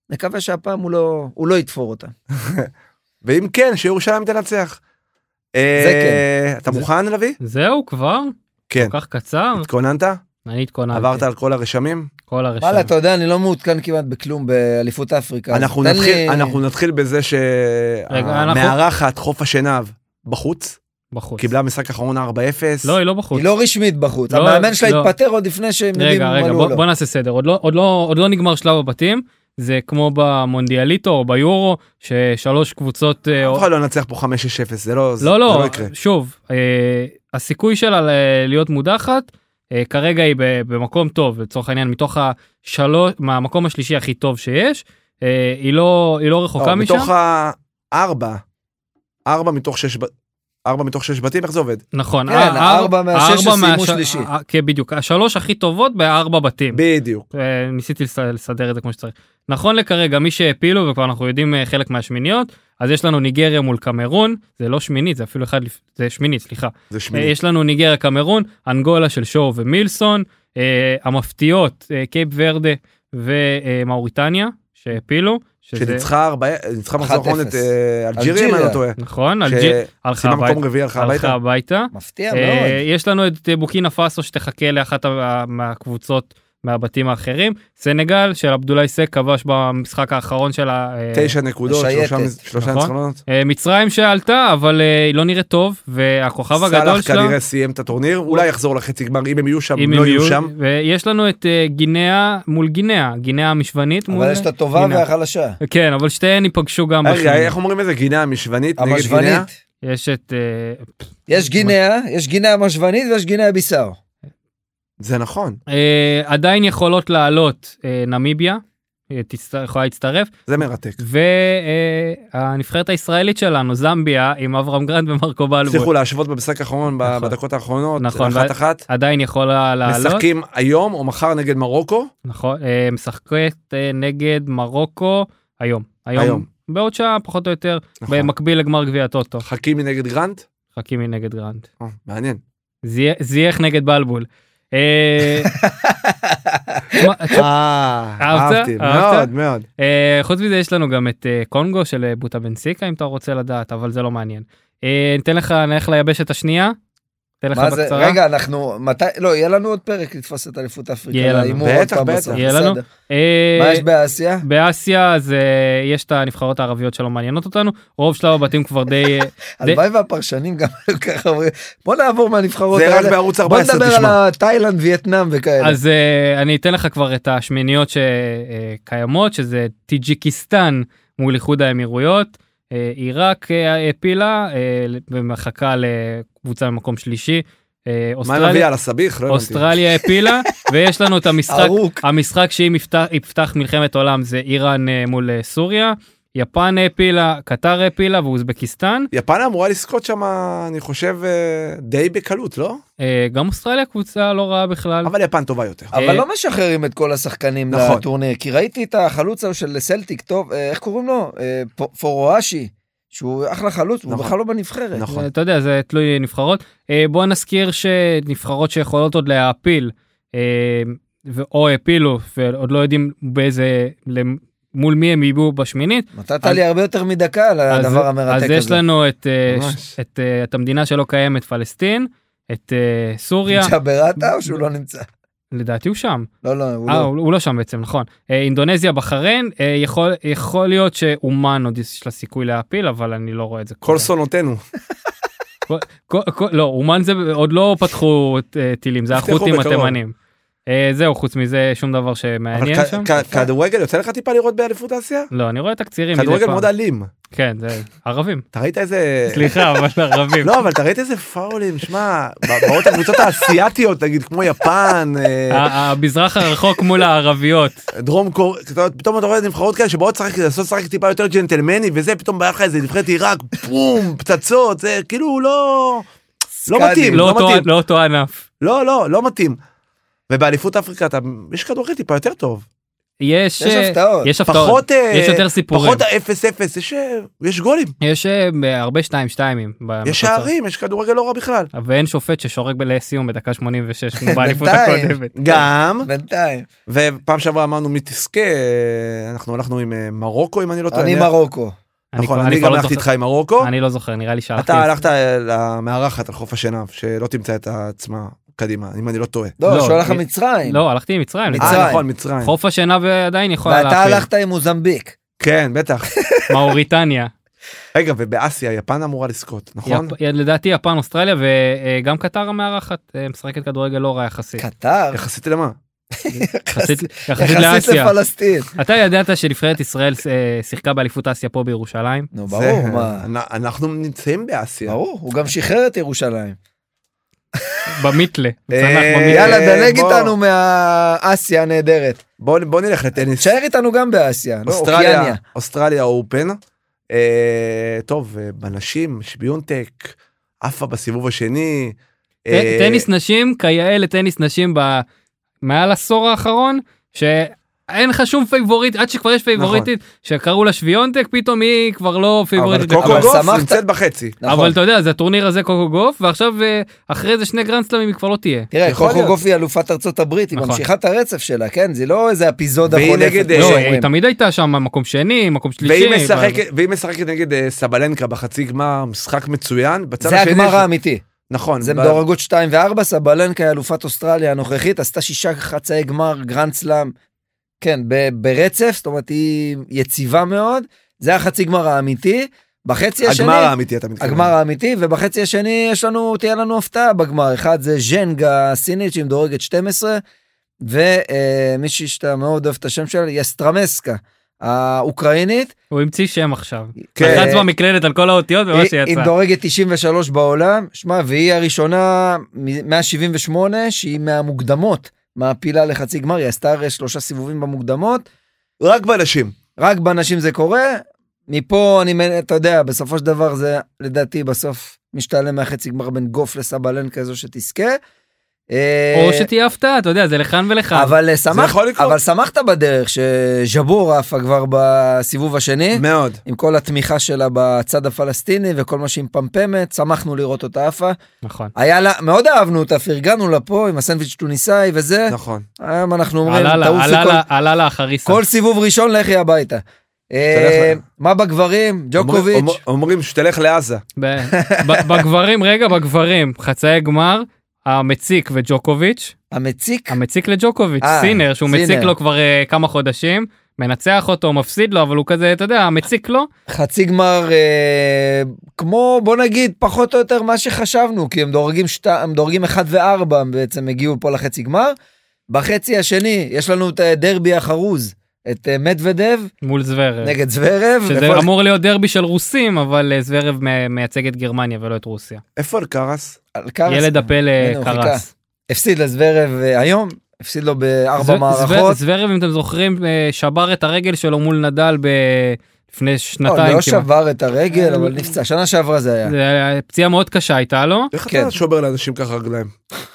[SPEAKER 3] נקווה שהפעם הוא לא, הוא לא יתפור אותה.
[SPEAKER 1] ואם כן, שירושלים תנצח. זה
[SPEAKER 3] כן.
[SPEAKER 1] אתה
[SPEAKER 3] זה-
[SPEAKER 1] מוכן, לביא?
[SPEAKER 2] זהו כבר?
[SPEAKER 1] כן.
[SPEAKER 2] כל כך קצר?
[SPEAKER 1] התכוננת?
[SPEAKER 2] אני התכוננתי.
[SPEAKER 1] עברת על כל הרשמים?
[SPEAKER 2] כל הרשם.
[SPEAKER 3] וואלה, אתה יודע, אני לא מעודכן כמעט בכלום באליפות אפריקה. אז
[SPEAKER 1] אנחנו
[SPEAKER 3] תן
[SPEAKER 1] נתחיל,
[SPEAKER 3] לי-
[SPEAKER 1] אנחנו נתחיל בזה
[SPEAKER 2] רגע, אנחנו-
[SPEAKER 1] שהמארחת חוף השנהב בחוץ,
[SPEAKER 2] בחוץ.
[SPEAKER 1] קיבלה משחק אחרון 4-0.
[SPEAKER 2] לא, היא לא בחוץ.
[SPEAKER 3] היא לא רשמית בחוץ.
[SPEAKER 2] לא,
[SPEAKER 3] המאמן שלה
[SPEAKER 2] לא.
[SPEAKER 3] התפטר עוד לפני שהם יודעים
[SPEAKER 2] רגע,
[SPEAKER 3] מה
[SPEAKER 2] רגע,
[SPEAKER 3] עלו
[SPEAKER 2] בוא,
[SPEAKER 3] לו.
[SPEAKER 2] בוא נעשה סדר. עוד לא, עוד, לא, עוד לא נגמר שלב הבתים. זה כמו במונדיאליטו או ביורו, ששלוש קבוצות... אה,
[SPEAKER 1] אף אחד לא ינצח פה 5-6-0, זה לא זה-
[SPEAKER 2] לא,
[SPEAKER 1] זה
[SPEAKER 2] לא,
[SPEAKER 1] לא יקרה.
[SPEAKER 2] שוב, אה, הסיכוי שלה ל- להיות מודחת, אה, כרגע היא ב- במקום טוב, לצורך העניין, מתוך השלוש, מהמקום השלישי הכי טוב שיש, אה, היא לא היא לא רחוקה
[SPEAKER 1] לא,
[SPEAKER 2] משם.
[SPEAKER 1] מתוך הארבע, ארבע מתוך שש ב- ארבע מתוך שש בתים, איך זה עובד?
[SPEAKER 2] נכון,
[SPEAKER 3] כן,
[SPEAKER 2] אה,
[SPEAKER 3] הארבע מהשש
[SPEAKER 2] הארבע
[SPEAKER 3] שסיימו
[SPEAKER 2] מהש-
[SPEAKER 3] שלישי.
[SPEAKER 2] אה, כן, בדיוק, השלוש הכי טובות בארבע בתים.
[SPEAKER 1] בדיוק.
[SPEAKER 2] אה, ניסיתי לס- לסדר את זה כמו שצריך. נכון לכרגע מי שהעפילו וכבר אנחנו יודעים אה, חלק מהשמיניות אז יש לנו ניגריה מול קמרון זה לא שמינית זה אפילו אחד לפ- זה שמינית סליחה
[SPEAKER 1] זה
[SPEAKER 2] אה,
[SPEAKER 1] שמיני.
[SPEAKER 2] יש לנו ניגריה קמרון אנגולה של שור ומילסון אה, המפתיעות אה, קייפ ורדה ומאוריטניה שהעפילו שזה
[SPEAKER 1] שניצחה ארבע- ניצחה מחזור האחרון את
[SPEAKER 3] 1-0.
[SPEAKER 1] אה, אלג'יריה, אם אני
[SPEAKER 3] אלג'יריה.
[SPEAKER 1] לא טועה.
[SPEAKER 2] נכון אלג'יר הלכה
[SPEAKER 1] שסיימה מקום
[SPEAKER 2] הביתה.
[SPEAKER 1] רביעי, הלכה
[SPEAKER 2] הלכה
[SPEAKER 1] הביתה.
[SPEAKER 2] הביתה.
[SPEAKER 3] מפתיע מאוד.
[SPEAKER 2] אה, יש לנו את אה, בוקינה פאסו שתחכה לאחת ה- מהקבוצות מהבתים האחרים. סנגל של עבדולאי סק כבש במשחק האחרון שלה. אה,
[SPEAKER 1] תשע נקודות,
[SPEAKER 3] משייטת.
[SPEAKER 1] שלושה מז- שלושה
[SPEAKER 2] נכון.
[SPEAKER 1] ניצחונות.
[SPEAKER 2] אה, מצרים שעלתה אבל אה, היא לא נראית טוב והכוכב הגדול
[SPEAKER 1] סאלח
[SPEAKER 2] שלה.
[SPEAKER 1] כנראה סיים את הטורניר, אולי יחזור לחצי גמר, אם הם יהיו שם,
[SPEAKER 2] אם
[SPEAKER 1] לא
[SPEAKER 2] הם
[SPEAKER 1] יהיו
[SPEAKER 2] יהיו-
[SPEAKER 1] שם.
[SPEAKER 2] ויש לנו את אה, גינאה מול גינאה, גינאה המשוונית מול...
[SPEAKER 3] אבל יש את הטובה
[SPEAKER 2] הנה.
[SPEAKER 3] והחלשה.
[SPEAKER 2] כן, אבל שתיהן ייפגשו גם
[SPEAKER 1] רגע,
[SPEAKER 2] בשני.
[SPEAKER 1] אה, איך אומרים איזה גינה משוונית נגד גינה?
[SPEAKER 3] המשוונית.
[SPEAKER 2] יש את... אה,
[SPEAKER 3] יש גינאה, יש גינאה המשוונית ויש גינאה ביסאו.
[SPEAKER 1] זה נכון,
[SPEAKER 2] אה, עדיין יכולות לעלות אה, נמיביה, אה, תצט- יכולה להצטרף,
[SPEAKER 1] זה מרתק.
[SPEAKER 2] והנבחרת הישראלית שלנו, זמביה, עם אברהם גרנד ומרקו
[SPEAKER 1] הצליחו
[SPEAKER 2] בלבול,
[SPEAKER 1] להשוות במשחק האחרון ב-
[SPEAKER 2] נכון.
[SPEAKER 1] בדקות האחרונות,
[SPEAKER 2] נכון,
[SPEAKER 1] אחת אחת.
[SPEAKER 2] עדיין יכולה לעלות.
[SPEAKER 1] משחקים היום או מחר נגד מרוקו,
[SPEAKER 2] נכון, אה, משחקת אה, נגד מרוקו היום.
[SPEAKER 1] היום.
[SPEAKER 2] היום. בעוד שעה, פחות או יותר,
[SPEAKER 1] נכון.
[SPEAKER 2] במקביל לגמר גביע הטוטו.
[SPEAKER 1] חכימי נגד גרנט,
[SPEAKER 2] חכים מנגד גרנד.
[SPEAKER 1] אה, מעניין.
[SPEAKER 2] זיה- זייח נגד בלבול. אה, מה, תשמע,
[SPEAKER 1] אה,
[SPEAKER 2] אהבת?
[SPEAKER 1] אהבתי, מאוד
[SPEAKER 2] אהבת?
[SPEAKER 1] מאוד.
[SPEAKER 2] אה, חוץ מזה יש לנו גם את אה, קונגו של אה, בוטה בן סיקה אם אתה רוצה לדעת אבל זה לא מעניין. אה, ניתן לך נלך ליבשת השנייה תן לך
[SPEAKER 3] מה זה,
[SPEAKER 2] בקצרה.
[SPEAKER 3] רגע, אנחנו, מתי, לא, יהיה לנו עוד פרק לתפוס את אליפות אפריקה,
[SPEAKER 2] יהיה לנו.
[SPEAKER 3] להימור עוד
[SPEAKER 1] בטח,
[SPEAKER 3] פעם
[SPEAKER 1] בטח.
[SPEAKER 3] בסוף,
[SPEAKER 2] יהיה לנו.
[SPEAKER 3] בסדר.
[SPEAKER 2] אה,
[SPEAKER 3] מה יש באסיה?
[SPEAKER 2] באסיה אז אה, יש את הנבחרות הערביות שלא מעניינות אותנו, רוב שלב הבתים כבר די... אה, די-
[SPEAKER 3] הלוואי והפרשנים גם היו ככה אומרים, בוא נעבור מהנבחרות
[SPEAKER 1] זה רק
[SPEAKER 3] האלה,
[SPEAKER 1] בערוץ
[SPEAKER 3] בוא
[SPEAKER 1] 14,
[SPEAKER 3] נדבר על
[SPEAKER 1] תשמע.
[SPEAKER 3] התאילנד, וייטנאם וכאלה.
[SPEAKER 2] אז אה, אני אתן לך כבר את השמיניות שקיימות, שזה טיג'יקיסטן מול איחוד האמירויות, אה, עיראק אה, הפילה אה, ומחכה לקבוצה במקום שלישי, אה,
[SPEAKER 1] מה נביא
[SPEAKER 2] אוסטרליה-
[SPEAKER 1] על הסביך? לא הבנתי.
[SPEAKER 2] אוסטרליה הפילה, ויש לנו את המשחק
[SPEAKER 3] ארוק.
[SPEAKER 2] המשחק שאם יפתח, יפתח מלחמת עולם זה איראן אה, מול אה, סוריה, יפן העפילה, קטר העפילה ואוזבקיסטן,
[SPEAKER 1] יפן אמורה לזכות שם, אני חושב, אה, די בקלות, לא?
[SPEAKER 2] אה, גם אוסטרליה קבוצה לא רעה בכלל.
[SPEAKER 1] אבל יפן טובה יותר.
[SPEAKER 3] אבל
[SPEAKER 2] אה,
[SPEAKER 3] לא משחררים את כל השחקנים
[SPEAKER 1] נכון.
[SPEAKER 3] לטורניר, כי ראיתי את החלוץ ההוא של סלטיק, טוב, אה, איך קוראים לו? אה, פו- פורואשי, שהוא אחלה חלוץ, הוא
[SPEAKER 1] נכון.
[SPEAKER 3] בכלל לא בנבחרת.
[SPEAKER 1] נכון.
[SPEAKER 2] אתה יודע, זה תלוי נבחרות. אה, בוא נזכיר שנבחרות שיכולות עוד להעפיל, אה, ו- או העפילו, ועוד לא יודעים באיזה, למ- מול מי הם יהיו בשמינית.
[SPEAKER 3] נתת
[SPEAKER 2] נכון. אז-
[SPEAKER 3] לי הרבה יותר מדקה על
[SPEAKER 2] אז-
[SPEAKER 3] הדבר המרתק הזה.
[SPEAKER 2] אז יש לנו את, אה,
[SPEAKER 1] ממש.
[SPEAKER 2] ש- את, אה, את המדינה שלא קיימת, פלסטין, את אה, סוריה,
[SPEAKER 3] ג'אבר עטה או שהוא לא נמצא?
[SPEAKER 2] לדעתי הוא שם.
[SPEAKER 3] לא, לא, הוא
[SPEAKER 2] אה,
[SPEAKER 3] לא.
[SPEAKER 2] הוא הוא לא שם בעצם, נכון. אה, אינדונזיה, בחריין, אה, יכול- יכול להיות שאומן עוד יש לה סיכוי להעפיל, אבל אני לא רואה את זה.
[SPEAKER 1] כל
[SPEAKER 2] קורה.
[SPEAKER 1] סונותינו.
[SPEAKER 2] כל- כל- לא, אומן זה עוד לא פתחו אה, טילים, זה
[SPEAKER 1] יפתחו
[SPEAKER 2] החות'ים
[SPEAKER 1] בקרוב.
[SPEAKER 2] התימנים. אה, זהו, חוץ מזה שום דבר
[SPEAKER 1] אבל
[SPEAKER 2] שמעניין
[SPEAKER 1] כ-
[SPEAKER 2] שם.
[SPEAKER 1] כ- כדורגל יוצא לך טיפה לראות באליפות אסיה?
[SPEAKER 2] לא, אני רואה תקצירים. מדי
[SPEAKER 1] כדורגל
[SPEAKER 2] פעם.
[SPEAKER 1] מאוד אלים.
[SPEAKER 2] כן, זה ערבים.
[SPEAKER 1] אתה ראית איזה...
[SPEAKER 2] סליחה, אבל ערבים.
[SPEAKER 1] לא, אבל אתה ראית איזה פאולים, שמע, ב- באות הקבוצות האסייתיות, נגיד, כמו יפן, אה,
[SPEAKER 2] ה- המזרח הרחוק מול הערביות.
[SPEAKER 1] דרום קור... אתה יודע, פתאום אתה רואה נבחרות כאלה שבאות לשחק- לעשות לשחק טיפה יותר ג'נטלמני, וזה, פתאום בא לך איזה נבחרת עיראק, בום, פצצות, זה כאילו לא... לא
[SPEAKER 3] סקאדי.
[SPEAKER 1] מתאים,
[SPEAKER 2] לא
[SPEAKER 1] לא
[SPEAKER 2] אותו-
[SPEAKER 1] מתאים.
[SPEAKER 2] לא אותו ענף.
[SPEAKER 1] לא, לא, לא מתאים. ובאליפות אפריקה אתה... יש כדורגל טיפה יותר טוב.
[SPEAKER 2] יש
[SPEAKER 3] יש
[SPEAKER 2] אה,
[SPEAKER 3] הפתעות.
[SPEAKER 2] יש הפתעות.
[SPEAKER 1] פחות... אה,
[SPEAKER 2] יש יותר סיפורים.
[SPEAKER 1] פחות ה-0-0, יש, אה, יש גולים,
[SPEAKER 2] יש אה, הרבה שתיים שתיים.
[SPEAKER 1] יש שערים, יש כדורגל לא רע בכלל.
[SPEAKER 2] ואין שופט ששורק לסיום בדקה 86 כמו באליפות
[SPEAKER 3] בינתיים.
[SPEAKER 2] הקודמת. לא?
[SPEAKER 1] גם,
[SPEAKER 3] בינתיים.
[SPEAKER 1] ופעם שעברה אמרנו מי תזכה, אה, אנחנו הלכנו עם אה, מרוקו, אם אני לא טועה.
[SPEAKER 3] אני מרוקו.
[SPEAKER 2] אני
[SPEAKER 1] נכון,
[SPEAKER 2] כבר-
[SPEAKER 1] אני
[SPEAKER 2] כבר
[SPEAKER 1] גם
[SPEAKER 2] לא
[SPEAKER 1] הלכתי
[SPEAKER 2] זוכר-
[SPEAKER 1] איתך עם מרוקו.
[SPEAKER 2] אני לא זוכר, נראה לי שהלכתי.
[SPEAKER 1] אתה הלכת אה, למארחת על חוף השנהב, שלא תמצא את עצמה קדימה, אם אני לא טועה.
[SPEAKER 2] לא,
[SPEAKER 3] לא, שהוא הלך
[SPEAKER 2] כי-
[SPEAKER 3] למצרים.
[SPEAKER 2] לא, הלכתי עם מצרים.
[SPEAKER 3] מצרים.
[SPEAKER 1] אה, נכון, מצרים.
[SPEAKER 2] חוף השינה ועדיין יכול היה
[SPEAKER 3] ואתה
[SPEAKER 2] להפיל.
[SPEAKER 3] הלכת עם מוזמביק.
[SPEAKER 1] כן, בטח.
[SPEAKER 2] מאוריטניה.
[SPEAKER 1] רגע, ובאסיה, יפן אמורה לזכות, נכון?
[SPEAKER 2] יפ- לדעתי יפן אוסטרליה וגם קטר המארחת אה, משחקת כדורגל לא רע יחסית.
[SPEAKER 3] קטר.
[SPEAKER 1] יחסית למה?
[SPEAKER 2] יחסית- יחסית
[SPEAKER 3] יחסית
[SPEAKER 2] לאסיה.
[SPEAKER 3] לפלסטין.
[SPEAKER 2] אתה ידעת שנבחרת ישראל אה, שיחקה באליפות אסיה פה בירושלים?
[SPEAKER 3] נו,
[SPEAKER 1] זה-
[SPEAKER 3] ברור, מה.
[SPEAKER 1] אנ- אנחנו נמצאים באסיה.
[SPEAKER 3] ברור, הוא גם שחרר את ירושלים.
[SPEAKER 2] במיתלה. הוא
[SPEAKER 1] אה,
[SPEAKER 2] צנח במיתלה.
[SPEAKER 3] יאללה, דלג
[SPEAKER 1] בוא.
[SPEAKER 3] איתנו מהאסיה הנהדרת.
[SPEAKER 1] בואו בוא נלך לטניס.
[SPEAKER 3] תשאר אה, איתנו גם באסיה, לא,
[SPEAKER 1] אוסטרליה,
[SPEAKER 3] אוקיאניה.
[SPEAKER 1] אוסטרליה אופן. אה, טוב, אה, בנשים, שביונטק, עפה בסיבוב השני.
[SPEAKER 2] ט-
[SPEAKER 1] אה,
[SPEAKER 2] טניס נשים כיאה לטניס נשים ב- מעל עשור האחרון שאין לך שום פייבוריט עד שכבר יש פייבוריטית שקראו לה שוויונטק פתאום היא כבר לא
[SPEAKER 1] אבל
[SPEAKER 2] פייבוריטית.
[SPEAKER 1] קוקו
[SPEAKER 3] אבל
[SPEAKER 1] גוף
[SPEAKER 3] שמחת-
[SPEAKER 1] נמצאת בחצי.
[SPEAKER 3] נכון.
[SPEAKER 2] אבל אתה יודע זה הטורניר הזה קוקו גוף ועכשיו אה, אחרי זה שני גרנדסלמים היא כבר לא תהיה.
[SPEAKER 3] תראה,
[SPEAKER 1] יכול
[SPEAKER 3] קוקו
[SPEAKER 1] להיות.
[SPEAKER 3] גופי אלופת ארצות הברית, היא
[SPEAKER 2] נכון.
[SPEAKER 3] ממשיכה את הרצף שלה, כן? זה לא איזה אפיזודה
[SPEAKER 1] והיא
[SPEAKER 3] חולפת.
[SPEAKER 1] נגד,
[SPEAKER 3] כמו
[SPEAKER 1] אה,
[SPEAKER 2] לא,
[SPEAKER 1] שומרים.
[SPEAKER 2] היא
[SPEAKER 3] שאומרים.
[SPEAKER 2] תמיד הייתה שם מקום שני מקום שלישי.
[SPEAKER 1] והיא משחקת,
[SPEAKER 2] ו-
[SPEAKER 1] והיא משחקת נגד אה, סבלנקה בחצי גמר, משחק מצוין. בצד
[SPEAKER 3] זה
[SPEAKER 1] השני
[SPEAKER 3] הגמר
[SPEAKER 1] יש-
[SPEAKER 3] האמיתי.
[SPEAKER 1] נכון.
[SPEAKER 3] זה
[SPEAKER 1] ב-
[SPEAKER 3] מדורגות 2 ו-4, סבלנקה היא אלופת אוסטרליה הנוכחית, עשתה שישה חצאי גמר, גרנד סלאם, כן, ב- ברצף, זאת אומרת, היא יציבה מאוד. זה החצי גמר האמיתי. בחצי השני...
[SPEAKER 1] הגמר האמיתי אתה מתכוון.
[SPEAKER 3] הגמר האמיתי, ובחצי השני יש לנו, תהיה לנו הפתעה בגמר. אחד זה ז'נג הסינית שהיא מדורגת 12, ומישהי אה, שאתה מאוד אוהב את השם שלה, יסטרמסקה האוקראינית. אה,
[SPEAKER 2] הוא המציא שם עכשיו.
[SPEAKER 1] כן.
[SPEAKER 2] לחץ במקלדת על כל האותיות ומה
[SPEAKER 3] היא היא
[SPEAKER 2] שיצא.
[SPEAKER 3] מדורגת 93 בעולם, שמע, והיא הראשונה מ-178 שהיא מהמוקדמות, מעפילה לחצי גמר, היא עשתה הרי שלושה סיבובים במוקדמות.
[SPEAKER 1] רק בנשים.
[SPEAKER 3] רק בנשים זה קורה. מפה אני, מנ- אתה יודע, בסופו של דבר זה לדעתי בסוף משתלם מהחצי גמר בין גוף לסבלן כזו שתזכה. אה,
[SPEAKER 2] או שתהיה הפתעה אתה יודע זה לכאן ולכאן.
[SPEAKER 3] אבל אה, שמח,
[SPEAKER 1] יכול לקרות.
[SPEAKER 3] אבל שמחת בדרך שז'בור עפה כבר בסיבוב השני,
[SPEAKER 1] מאוד.
[SPEAKER 3] עם כל התמיכה שלה בצד הפלסטיני וכל מה שהיא מפמפמת, שמחנו לראות אותה עפה.
[SPEAKER 2] נכון.
[SPEAKER 3] היה לה, מאוד אהבנו אותה, פרגנו לה פה עם הסנדוויץ' טוניסאי וזה.
[SPEAKER 1] נכון.
[SPEAKER 3] היום אנחנו אומרים,
[SPEAKER 2] עלה לא. לה,
[SPEAKER 3] תעופי
[SPEAKER 2] עלה
[SPEAKER 3] כל-
[SPEAKER 2] לה, עלה לה החריסה.
[SPEAKER 3] כל סיבוב ראשון לכי הביתה. אה, מה בגברים?
[SPEAKER 1] אומרים-
[SPEAKER 3] ג'וקוביץ'.
[SPEAKER 1] אומר- אומרים שתלך לעזה.
[SPEAKER 2] ב- ב- בגברים, רגע, בגברים, חצאי גמר, המציק וג'וקוביץ',
[SPEAKER 3] המציק?
[SPEAKER 2] המציק לג'וקוביץ',
[SPEAKER 3] אה,
[SPEAKER 2] סינר, שהוא מציק
[SPEAKER 3] סינר.
[SPEAKER 2] לו כבר אה, כמה חודשים, מנצח אותו, מפסיד לו, אבל הוא כזה, אתה יודע, המציק לו,
[SPEAKER 3] חצי גמר, אה, כמו בוא נגיד פחות או יותר מה שחשבנו, כי הם דורגים, שת, הם דורגים 1 ו-4 בעצם הגיעו פה לחצי גמר. בחצי השני יש לנו את הדרבי החרוז, את אה, מדוודב
[SPEAKER 2] מול זוורב.
[SPEAKER 3] נגד זוורב.
[SPEAKER 2] אה, שזה
[SPEAKER 3] לכל-
[SPEAKER 2] אמור להיות דרבי של רוסים, אבל אה, זוורב מ- מייצג את גרמניה ולא את רוסיה.
[SPEAKER 1] איפה אלקרס?
[SPEAKER 3] אלקרס
[SPEAKER 2] ילד
[SPEAKER 3] אה,
[SPEAKER 2] הפלא
[SPEAKER 3] הנה, הוא
[SPEAKER 2] קרס.
[SPEAKER 3] הפסיד לזוורב אה, היום, הפסיד לו בארבע
[SPEAKER 2] זו- זו-
[SPEAKER 3] מערכות.
[SPEAKER 2] זוורב, אם אתם זוכרים, אה, שבר את הרגל שלו מול נדל ב... לפני
[SPEAKER 3] לא,
[SPEAKER 2] שנתיים
[SPEAKER 3] לא
[SPEAKER 2] כמעט.
[SPEAKER 3] שבר את הרגל, אבל
[SPEAKER 2] אה,
[SPEAKER 3] נפצע. שנה שעברה זה היה.
[SPEAKER 2] זה היה- פציעה מאוד קשה הייתה לו.
[SPEAKER 1] איך
[SPEAKER 3] כן.
[SPEAKER 1] אתה שובר לאנשים ככה רגליים?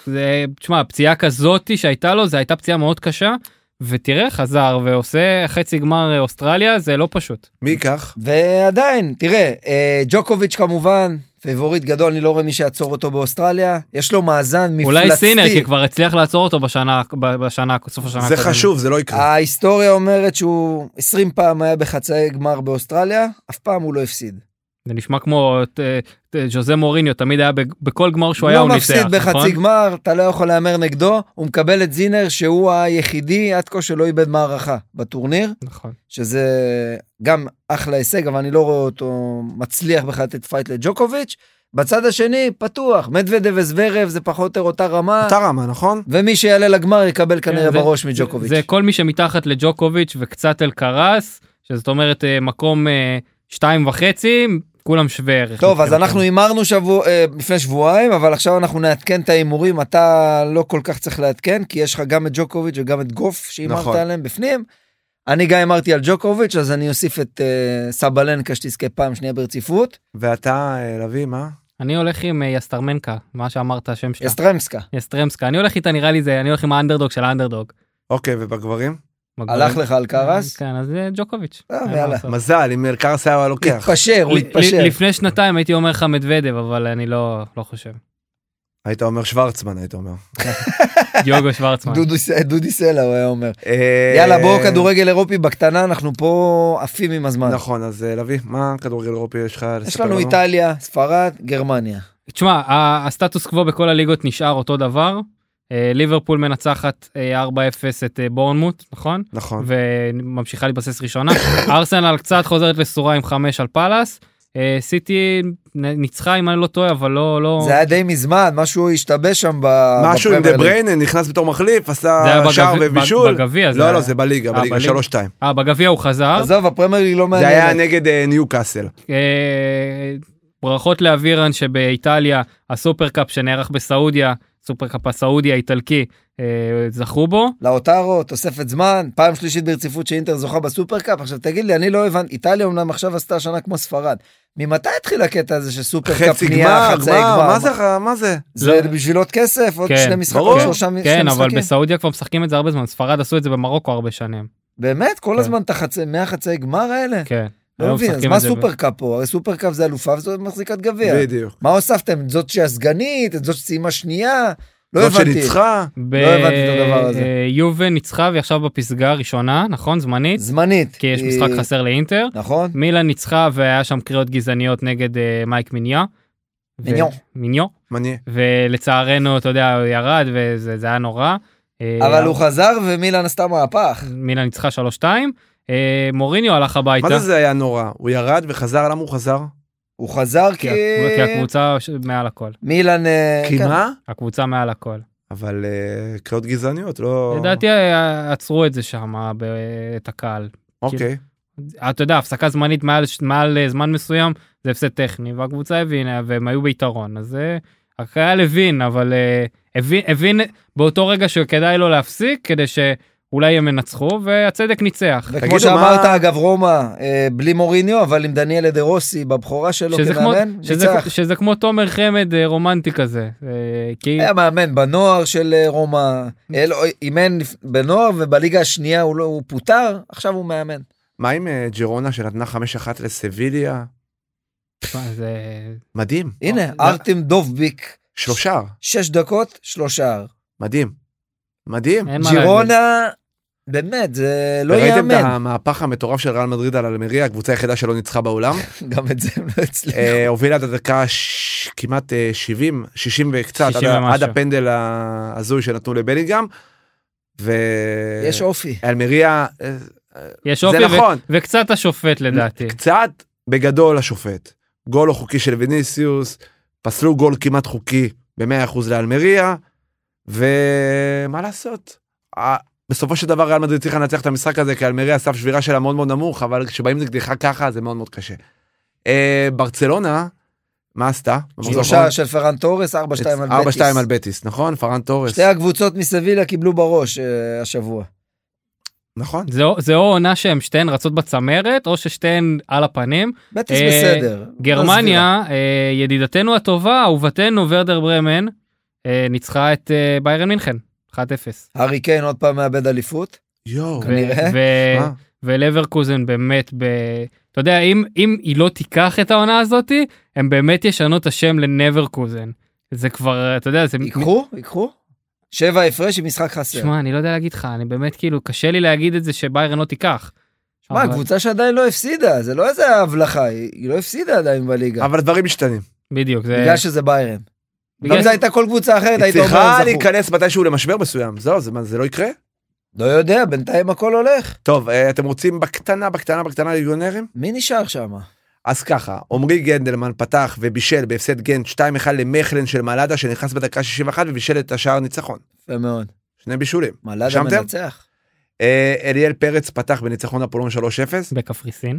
[SPEAKER 2] זה, תשמע, פציעה כזאתי שהייתה לו, זו הייתה פציעה מאוד קשה, ותראה, חזר ועושה חצי גמר אה, אוסטרליה, זה לא פשוט.
[SPEAKER 1] מי ייקח?
[SPEAKER 3] ועדיין, תראה, אה, ג'וקוביץ' כמובן, פיבוריט גדול, אני לא רואה מי שיעצור אותו באוסטרליה. יש לו מאזן מפלצתי.
[SPEAKER 2] אולי סינר, כי כבר הצליח לעצור אותו בשנה, ב- בשנה, סוף השנה.
[SPEAKER 1] זה
[SPEAKER 2] הקודמת.
[SPEAKER 1] חשוב, זה לא יקרה.
[SPEAKER 3] ההיסטוריה אומרת שהוא 20 פעם היה בחצאי גמר באוסטרליה, אף פעם הוא לא הפסיד.
[SPEAKER 2] זה נשמע כמו אה, אה, ז'וזה מוריניו, תמיד היה ב- בכל גמר שהוא היה,
[SPEAKER 3] לא
[SPEAKER 2] הוא ניצח,
[SPEAKER 3] מפסיד
[SPEAKER 2] נכון?
[SPEAKER 3] בחצי גמר, אתה לא יכול להמר נגדו, הוא מקבל את זינר שהוא היחידי עד כה שלא איבד מערכה בטורניר,
[SPEAKER 2] נכון.
[SPEAKER 3] שזה גם אחלה הישג, אבל אני לא רואה אותו מצליח בכלל לתת פייט לג'וקוביץ'. בצד השני, פתוח, מדוודב וזוורב זה פחות או יותר אותה רמה.
[SPEAKER 1] אתה רמה, נכון?
[SPEAKER 3] ומי שיעלה לגמר יקבל כנראה
[SPEAKER 2] זה-
[SPEAKER 3] בראש מג'וקוביץ'.
[SPEAKER 2] כן, זה כל מי שמתחת לג'וקוביץ' וקצת אלקרס, שזאת אומרת אה, מקום אה, שתיים וחצי, כולם שווה ערך.
[SPEAKER 3] טוב, אז
[SPEAKER 2] מבחינתם.
[SPEAKER 3] אנחנו הימרנו שבוע, אה, לפני שבועיים, אבל עכשיו אנחנו נעדכן את ההימורים. אתה לא כל כך צריך לעדכן, כי יש לך גם את ג'וקוביץ' וגם את גוף שהימרת
[SPEAKER 1] נכון.
[SPEAKER 3] עליהם בפנים. אני גם הימרתי על ג'וקוביץ', אז אני אוסיף את אה, סבלנקה שתזכה פעם שנייה ברציפות.
[SPEAKER 1] ואתה, אה, לביא, מה?
[SPEAKER 2] אני הולך עם אה, יסטרמנקה, מה שאמרת השם שלה.
[SPEAKER 3] יסטרמסקה,
[SPEAKER 2] יסטרמסקה, אני הולך איתה, נראה לי זה, אני הולך עם האנדרדוג של האנדרדוג.
[SPEAKER 1] אוקיי, ובגברים?
[SPEAKER 3] הלך לך על קרס?
[SPEAKER 2] כן, אז אה, ג'וקוביץ'.
[SPEAKER 3] טוב,
[SPEAKER 2] אין מה
[SPEAKER 3] יאללה.
[SPEAKER 2] לעשות.
[SPEAKER 1] מזל, אם אלקרס היה לוקח.
[SPEAKER 3] להתפשר, הוא
[SPEAKER 2] אוקיי. ל- ל-
[SPEAKER 3] התפשר.
[SPEAKER 2] לפני שנתיים הייתי אומר לך מדוודב, אבל אני לא לא חושב.
[SPEAKER 1] היית אומר שוורצמן, היית אומר.
[SPEAKER 2] דיוגו שוורצמן.
[SPEAKER 3] דודו ס- דודי סלע, הוא היה אומר.
[SPEAKER 1] אה,
[SPEAKER 3] יאללה, בואו כדורגל אירופי בקטנה, אנחנו פה עפים עם הזמן.
[SPEAKER 1] נכון, אז אה, לביא, מה כדורגל אירופי יש לך לספר
[SPEAKER 3] יש לנו איטליה, ספרד, גרמניה.
[SPEAKER 2] תשמע, ה- הסטטוס קוו בכל הליגות נשאר אותו דבר. אה, ליברפול מנצחת אה, 4-0 את אה, בורנמוט, נכון?
[SPEAKER 1] נכון.
[SPEAKER 2] וממשיכה להתבסס ראשונה. ארסנל קצת חוזרת לסורה עם 5 על פאלאס. אה, סיטי נ- ניצחה אם אני לא טועה, אבל לא... לא-
[SPEAKER 3] זה היה די מזמן, משהו השתבש שם ב...
[SPEAKER 1] משהו עם
[SPEAKER 3] בפרמייר
[SPEAKER 1] דה
[SPEAKER 3] ליג.
[SPEAKER 1] בריינה, נכנס בתור מחליף,
[SPEAKER 2] זה היה
[SPEAKER 1] עשה
[SPEAKER 2] בגביע-
[SPEAKER 1] שער
[SPEAKER 2] בג-
[SPEAKER 1] ובישול.
[SPEAKER 2] בגביע, זה
[SPEAKER 1] לא,
[SPEAKER 2] היה-
[SPEAKER 1] לא, זה בליגה,
[SPEAKER 2] אה,
[SPEAKER 1] בליגה,
[SPEAKER 2] בליגה.
[SPEAKER 1] 3-2.
[SPEAKER 2] אה, בגביע הוא חזר.
[SPEAKER 3] עזוב, הפרמייר ליג לא
[SPEAKER 1] זה
[SPEAKER 3] מעניינת.
[SPEAKER 1] היה נגד אה, ניו קאסל.
[SPEAKER 2] אה, ברכות לאבירן שבאיטליה הסופרקאפ שנערך בסעודיה, סופרקאפ הסעודי האיטלקי, אה, זכו בו.
[SPEAKER 3] לאוטרו, תוספת זמן, פעם שלישית ברציפות שאינטר זוכה בסופרקאפ. עכשיו תגיד לי, אני לא הבנתי, איטליה אמנם עכשיו עשתה שנה כמו ספרד. ממתי התחיל הקטע הזה שסופרקאפ
[SPEAKER 1] חצי
[SPEAKER 3] נהיה
[SPEAKER 1] גמר,
[SPEAKER 3] חצי
[SPEAKER 1] גמר,
[SPEAKER 3] גמר?
[SPEAKER 1] מה זה? מה זה?
[SPEAKER 3] זה
[SPEAKER 2] לא.
[SPEAKER 3] בשביל עוד כסף, עוד
[SPEAKER 2] כן,
[SPEAKER 3] שני משחקים,
[SPEAKER 1] ברור.
[SPEAKER 3] שלושה שני
[SPEAKER 2] כן, אבל
[SPEAKER 3] משחקים.
[SPEAKER 2] בסעודיה כבר משחקים את זה הרבה זמן, ספרד עשו את זה במרוקו הרבה שנים.
[SPEAKER 3] באמת? כל
[SPEAKER 2] כן.
[SPEAKER 3] הזמן את החצי, מהחצי גמר האלה?
[SPEAKER 2] כן.
[SPEAKER 3] לא
[SPEAKER 2] היום
[SPEAKER 3] מבין, אז
[SPEAKER 2] משחקים
[SPEAKER 3] מה
[SPEAKER 2] את זה ב-
[SPEAKER 3] סופרקאפ פה? הרי סופרקאפ זה אלופה וזאת מחזיקת גביע.
[SPEAKER 1] בדיוק.
[SPEAKER 3] מה הוספתם? את זאת שהיא הסגנית, את זאת שסיימה שנייה? לא
[SPEAKER 1] זאת
[SPEAKER 3] הבנתי.
[SPEAKER 1] שניצחה,
[SPEAKER 2] ב-
[SPEAKER 3] לא הבנתי את הדבר הזה.
[SPEAKER 2] אה, יובה ניצחה והיא עכשיו בפסגה הראשונה, נכון? זמנית?
[SPEAKER 3] זמנית.
[SPEAKER 2] כי יש
[SPEAKER 3] היא-
[SPEAKER 2] משחק חסר לאינטר.
[SPEAKER 3] נכון?
[SPEAKER 2] מילה ניצחה והיה שם קריאות גזעניות נגד אה, מייק מיניה. ו-
[SPEAKER 3] מיניו.
[SPEAKER 2] מיניו.
[SPEAKER 1] מעניין.
[SPEAKER 2] ולצערנו, אתה יודע, הוא ירד וזה זה היה נורא. אה,
[SPEAKER 3] אבל הוא חזר ומילן עשתה מהפך.
[SPEAKER 2] מילה ניצחה 3-2. אה, מוריניו הלך הביתה.
[SPEAKER 1] מה זה זה היה נורא? הוא ירד וחזר, למה הוא חזר?
[SPEAKER 3] הוא חזר כי...
[SPEAKER 2] כי ה- כי הקבוצה ש- מעל הכל.
[SPEAKER 3] מילן... אה,
[SPEAKER 1] כי
[SPEAKER 3] כן.
[SPEAKER 1] מה?
[SPEAKER 2] הקבוצה מעל הכל.
[SPEAKER 1] אבל אה, קריאות גזעניות, לא...
[SPEAKER 2] לדעתי אה, עצרו את זה שם, ב- את הקהל.
[SPEAKER 1] אוקיי.
[SPEAKER 2] אתה יודע, הפסקה זמנית מעל, מעל אה, זמן מסוים זה הפסד טכני, והקבוצה הבינה, והם היו ביתרון. אז אה, הקהל הבין, אבל אה, הבין, הבין באותו רגע שכדאי לו להפסיק, כדי שאולי הם ינצחו, והצדק ניצח.
[SPEAKER 3] וכמו
[SPEAKER 1] תגידו,
[SPEAKER 3] שאמרת,
[SPEAKER 1] מה-
[SPEAKER 3] אגב, רומא, אה, בלי מוריניו, אבל עם דניאל דה רוסי בבכורה שלו
[SPEAKER 2] שזה כמו,
[SPEAKER 3] כמאמן,
[SPEAKER 2] שזה,
[SPEAKER 3] ניצח.
[SPEAKER 2] שזה כמו תומר חמד אה, רומנטי כזה. אה, כי...
[SPEAKER 3] היה מאמן בנוער של אה, רומא, אה, לא, אימן לפ- בנוער ובליגה השנייה הוא לא- הוא פוטר, עכשיו הוא מאמן.
[SPEAKER 1] מה עם אה, ג'רונה שנתנה 5-1 לסביליה?
[SPEAKER 2] מה, זה-
[SPEAKER 1] מדהים.
[SPEAKER 3] הנה,
[SPEAKER 1] מה-
[SPEAKER 3] ארטם דובביק,
[SPEAKER 1] שלושה,
[SPEAKER 3] שש דקות, שלושה.
[SPEAKER 1] מדהים. מדהים.
[SPEAKER 2] אה, אין מה להגיד.
[SPEAKER 3] ג'ירונה, באמת, זה לא
[SPEAKER 1] וראיתם את
[SPEAKER 3] ייאמן.
[SPEAKER 1] המהפך המטורף של ריאל מדריד על אלמריה, הקבוצה היחידה שלא ניצחה בעולם.
[SPEAKER 3] גם את זה הם לא הצליחו.
[SPEAKER 1] אה, הובילה עד הדקה ש- כמעט אה, 70, 60 וקצת,
[SPEAKER 2] 60
[SPEAKER 1] עד ה-
[SPEAKER 2] ומשהו.
[SPEAKER 1] עד הפנדל ההזוי שנתנו לבלינגהם. ו...
[SPEAKER 2] אה,
[SPEAKER 3] יש אופי.
[SPEAKER 1] אלמריה, אה,
[SPEAKER 2] יש
[SPEAKER 1] זה
[SPEAKER 2] אופי ו-
[SPEAKER 1] נכון.
[SPEAKER 2] וקצת השופט לדעתי.
[SPEAKER 1] קצת בגדול השופט. גול לא חוקי של ויניסיוס, פסלו גול כמעט חוקי ב-100% לאלמריה, ומה לעשות? ה- בסופו של דבר ריאל מדריד צריכה לנצח את המשחק הזה, כי אלמריה סף שבירה שלה מאוד מאוד נמוך, אבל כשבאים נגדך ככה זה מאוד מאוד קשה. אה, ברצלונה, מה עשתה? במחזור האחרון?
[SPEAKER 3] שלושה של פרן תורס, 4-2 על בטיס.
[SPEAKER 1] 4-2 על בטיס, נכון? פרן תורס.
[SPEAKER 3] שתי הקבוצות מסבילה קיבלו בראש אה, השבוע.
[SPEAKER 1] נכון.
[SPEAKER 2] זה או- זה או עונה שהן שתיהן רצות בצמרת, או ששתיהן על הפנים.
[SPEAKER 3] בטיס
[SPEAKER 2] אה,
[SPEAKER 3] בסדר. לא סבילה.
[SPEAKER 2] גרמניה, אה, ידידתנו הטובה, אהובתנו ורדר ברמן, אה, ניצחה את אה, ביירן מינכן, 1-0.
[SPEAKER 3] הארי קיין עוד פעם מאבד אליפות.
[SPEAKER 1] יואו.
[SPEAKER 2] ו-
[SPEAKER 3] כנראה.
[SPEAKER 2] ו-
[SPEAKER 1] מה?
[SPEAKER 2] ולברקוזן באמת, ב... אתה יודע, אם, אם היא לא תיקח את העונה הזאתי, הם באמת ישנו את השם לנברקוזן. זה כבר, אתה יודע, זה...
[SPEAKER 3] ייקחו? ייקחו? שבע הפרש עם משחק חסר.
[SPEAKER 2] שמע, אני לא יודע להגיד לך, אני באמת כאילו, קשה לי להגיד את זה שביירן לא תיקח.
[SPEAKER 3] מה,
[SPEAKER 2] אבל-
[SPEAKER 3] קבוצה שעדיין לא הפסידה, זה לא איזה הבלחה, היא היא לא הפסידה עדיין בליגה.
[SPEAKER 1] אבל דברים משתנים.
[SPEAKER 2] בדיוק, זה...
[SPEAKER 3] בגלל שזה ביירן.
[SPEAKER 2] בגלל
[SPEAKER 3] אם
[SPEAKER 2] ש-
[SPEAKER 3] זו הייתה כל קבוצה אחרת,
[SPEAKER 1] היא
[SPEAKER 3] כן, היית אומר הם
[SPEAKER 1] צריכה
[SPEAKER 3] זכו.
[SPEAKER 1] להיכנס מתישהו למשבר מסוים. זהו, זה מה, זה לא יקרה?
[SPEAKER 3] לא יודע, בינתיים הכל הולך.
[SPEAKER 1] טוב, אה, אתם רוצים בקטנה, בקטנה, בקטנה ליגיונרים?
[SPEAKER 3] מי נשאר שם?
[SPEAKER 1] אז ככה, עמרי גנדלמן פתח ובישל בהפסד גנט 2-1 למכלן של מלאדה שנכנס בדקה 61 ובישל את השער ניצחון.
[SPEAKER 3] יפה מאוד.
[SPEAKER 1] שני בישולים.
[SPEAKER 3] מלאדה
[SPEAKER 1] שמתם?
[SPEAKER 3] מנצח.
[SPEAKER 1] אה, אליאל פרץ פתח בניצחון הפולון 3-0,
[SPEAKER 2] בקפריסין,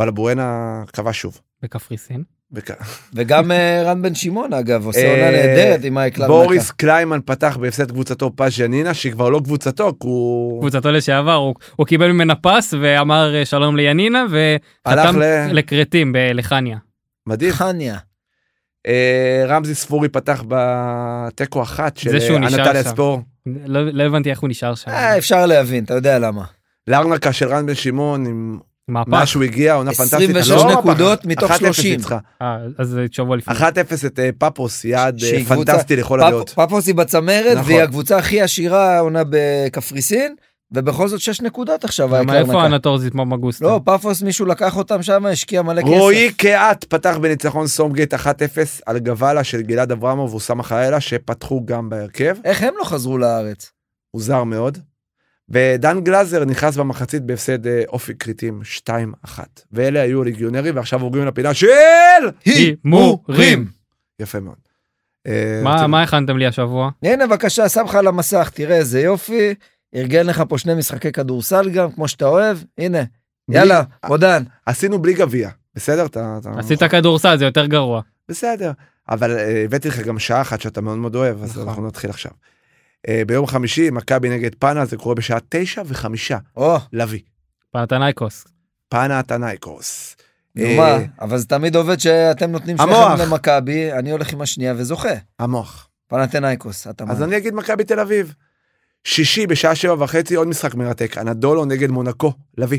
[SPEAKER 1] אבל בואנה כבש שוב.
[SPEAKER 2] בקפריסין.
[SPEAKER 1] בכ-
[SPEAKER 3] וגם אה, רן בן שמעון, אגב, עושה
[SPEAKER 1] אה,
[SPEAKER 3] עונה נהדרת עם מייקל ארנקה.
[SPEAKER 1] בוריס קליימן פתח בהפסד קבוצתו פז ינינה, שהיא כבר לא קבוצתו, כי הוא...
[SPEAKER 2] קבוצתו לשעבר, הוא, הוא קיבל ממנה פס ואמר אה, שלום לינינה,
[SPEAKER 1] הלך
[SPEAKER 2] וחתם
[SPEAKER 1] ל-
[SPEAKER 2] לכרתים בלחניה.
[SPEAKER 1] מדהים.
[SPEAKER 3] חניה.
[SPEAKER 1] אה, רמזי ספורי פתח בתיקו אחת של
[SPEAKER 2] זה שהוא
[SPEAKER 1] אה,
[SPEAKER 2] נשאר
[SPEAKER 1] אנטליה
[SPEAKER 2] שם.
[SPEAKER 1] ספור.
[SPEAKER 2] לא, לא הבנתי איך הוא נשאר שם.
[SPEAKER 3] אה, אפשר להבין, אתה יודע למה.
[SPEAKER 1] לארנקה של רן בן שמעון עם מה
[SPEAKER 2] מהפך.
[SPEAKER 1] שהוא הגיע, עונה פנטסטית.
[SPEAKER 3] 26
[SPEAKER 1] לא, אבל-
[SPEAKER 3] נקודות מתוך
[SPEAKER 1] 1-0
[SPEAKER 3] 30.
[SPEAKER 1] ניצחה.
[SPEAKER 2] אה, אז זה שבוע לפני.
[SPEAKER 1] 1-0 את אה, פאפוס, יעד אה,
[SPEAKER 3] שהיא קבוצה-
[SPEAKER 1] פנטסטי לכל הדעות.
[SPEAKER 3] פאפ- פאפוס היא בצמרת,
[SPEAKER 1] נכון.
[SPEAKER 3] והיא הקבוצה הכי עשירה העונה בקפריסין, ובכל זאת שש נקודות עכשיו,
[SPEAKER 2] גם
[SPEAKER 3] מייקל
[SPEAKER 2] איפה
[SPEAKER 3] ארנקה.
[SPEAKER 2] אנטורזית כמו מגוסטו?
[SPEAKER 3] לא, פאפוס מישהו לקח אותם שם, השקיע מלא כסף.
[SPEAKER 1] רועי קהת פתח בניצחון סומגייט 1-0 על גוואלה של גלעד אברמוב וסמא חאלה שפתחו גם בהרכב,
[SPEAKER 3] איך הם לא חזרו לארץ?
[SPEAKER 1] מוזר מאוד. ודן גלאזר נכנס במחצית בהפסד אה, אופי כריתים 2-1. ואלה היו הליגיונרים ועכשיו עוברים לפינה של...
[SPEAKER 2] הימורים.
[SPEAKER 1] יפה מאוד. אה,
[SPEAKER 2] מה-
[SPEAKER 1] רוצים-
[SPEAKER 2] מה הכנתם לי השבוע?
[SPEAKER 3] הנה בבקשה, שם לך על המסך, תראה איזה יופי. ארגן לך פה שני משחקי כדורסל גם, כמו שאתה אוהב, הנה.
[SPEAKER 1] בלי-
[SPEAKER 3] יאללה, מודן.
[SPEAKER 1] עשינו בלי גביע, בסדר? אתה- אתה-
[SPEAKER 2] עשית כדורסל, זה יותר גרוע.
[SPEAKER 1] בסדר, אבל אה, הבאתי לך גם שעה אחת שאתה מאוד מאוד אוהב, אז
[SPEAKER 2] נכון.
[SPEAKER 1] אנחנו נתחיל עכשיו. אה, ביום חמישי, מכבי נגד פאנה, זה קורה בשעה תשע וחמישה,
[SPEAKER 3] או,
[SPEAKER 1] לביא.
[SPEAKER 2] פנתנייקוס.
[SPEAKER 1] פאנה אתנייקוס.
[SPEAKER 3] נו
[SPEAKER 1] אה,
[SPEAKER 3] מה, אבל זה תמיד עובד שאתם נותנים
[SPEAKER 1] המוח.
[SPEAKER 3] שניכם למכבי, אני הולך עם השנייה וזוכה.
[SPEAKER 1] המוח.
[SPEAKER 3] פנתנאיקוס, אתה
[SPEAKER 1] אז
[SPEAKER 3] מאמין.
[SPEAKER 1] אני אגיד מכבי תל אביב. שישי בשעה שבע וחצי, עוד משחק מרתק, אנדולו נגד מונקו, לביא.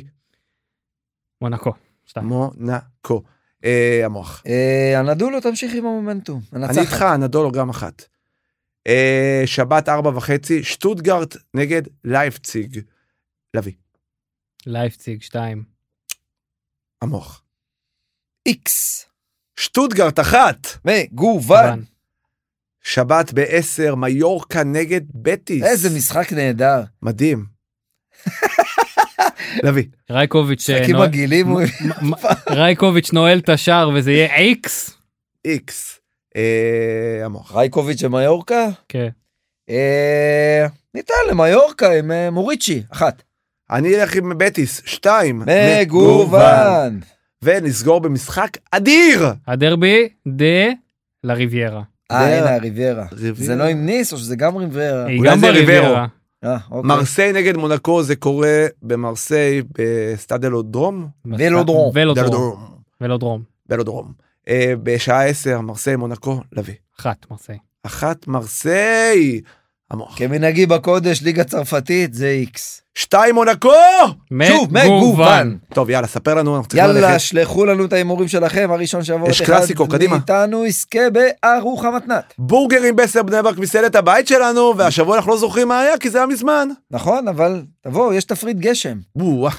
[SPEAKER 2] מונקו. שתיים.
[SPEAKER 1] מונקו. אה, המוח.
[SPEAKER 3] אה, הנדולו תמשיך עם המומנטום.
[SPEAKER 1] אני איתך, אנדולו גם אחת. אה, שבת ארבע וחצי, שטוטגרט נגד לייפציג, לביא.
[SPEAKER 2] לייפציג, שתיים.
[SPEAKER 1] המוח.
[SPEAKER 3] איקס.
[SPEAKER 1] שטוטגרט אחת.
[SPEAKER 3] מגוון.
[SPEAKER 2] אבל-
[SPEAKER 1] שבת ב-10, מיורקה נגד בטיס.
[SPEAKER 3] איזה משחק נהדר.
[SPEAKER 1] מדהים. לביא,
[SPEAKER 2] רייקוביץ' אה,
[SPEAKER 3] משחקים
[SPEAKER 2] נועל-
[SPEAKER 3] מגעילים. הוא-
[SPEAKER 2] מ- מ- רייקוביץ' נועל את השער וזה יהיה איקס.
[SPEAKER 1] איקס. אה, המוח.
[SPEAKER 3] רייקוביץ' ומיורקה?
[SPEAKER 2] כן.
[SPEAKER 3] אה, ניתן למיורקה עם אה, מוריצ'י, אחת.
[SPEAKER 1] אני אלך עם בטיס, שתיים.
[SPEAKER 3] מגוון.
[SPEAKER 1] ונסגור במשחק אדיר.
[SPEAKER 3] אוקיי.
[SPEAKER 2] הדרבי דה לריביירה.
[SPEAKER 3] אה,
[SPEAKER 1] זה-
[SPEAKER 3] הנה הריברה.
[SPEAKER 1] ריביירה.
[SPEAKER 3] זה לא עם ניס או שזה גם ריברה?
[SPEAKER 2] היא
[SPEAKER 1] אולי
[SPEAKER 2] גם
[SPEAKER 1] זה ריברו.
[SPEAKER 2] בריביירה.
[SPEAKER 3] אה, אוקיי.
[SPEAKER 1] מרסיי נגד מונקו, זה קורה במרסיי בסטאדלו דרום.
[SPEAKER 3] ולודרום.
[SPEAKER 2] ולודרום. ולודרום.
[SPEAKER 1] בלודרום. אה, בשעה 10, מרסיי מונקו, לביא.
[SPEAKER 2] אחת, מרסיי.
[SPEAKER 1] אחת מרסיי. המוח.
[SPEAKER 3] כן. כמנהגי בקודש, ליגה צרפתית, זה איקס.
[SPEAKER 1] שתיים מונקו!
[SPEAKER 3] שוב,
[SPEAKER 2] מגוון.
[SPEAKER 3] מגוון.
[SPEAKER 1] טוב, יאללה, ספר לנו, אנחנו צריכים ללכת.
[SPEAKER 3] יאללה, שלחו לנו את ההימורים שלכם, הראשון שיבוא
[SPEAKER 1] יש
[SPEAKER 3] עוד
[SPEAKER 1] קלאסיקו, קדימה.
[SPEAKER 3] מאיתנו יזכה בארוחה מתנת.
[SPEAKER 1] בורגרים בסר בני ברק מסעדת הבית שלנו, והשבוע אנחנו לא זוכרים מה היה, כי זה היה מזמן.
[SPEAKER 3] נכון, אבל תבואו, יש תפריט גשם.
[SPEAKER 1] בואה.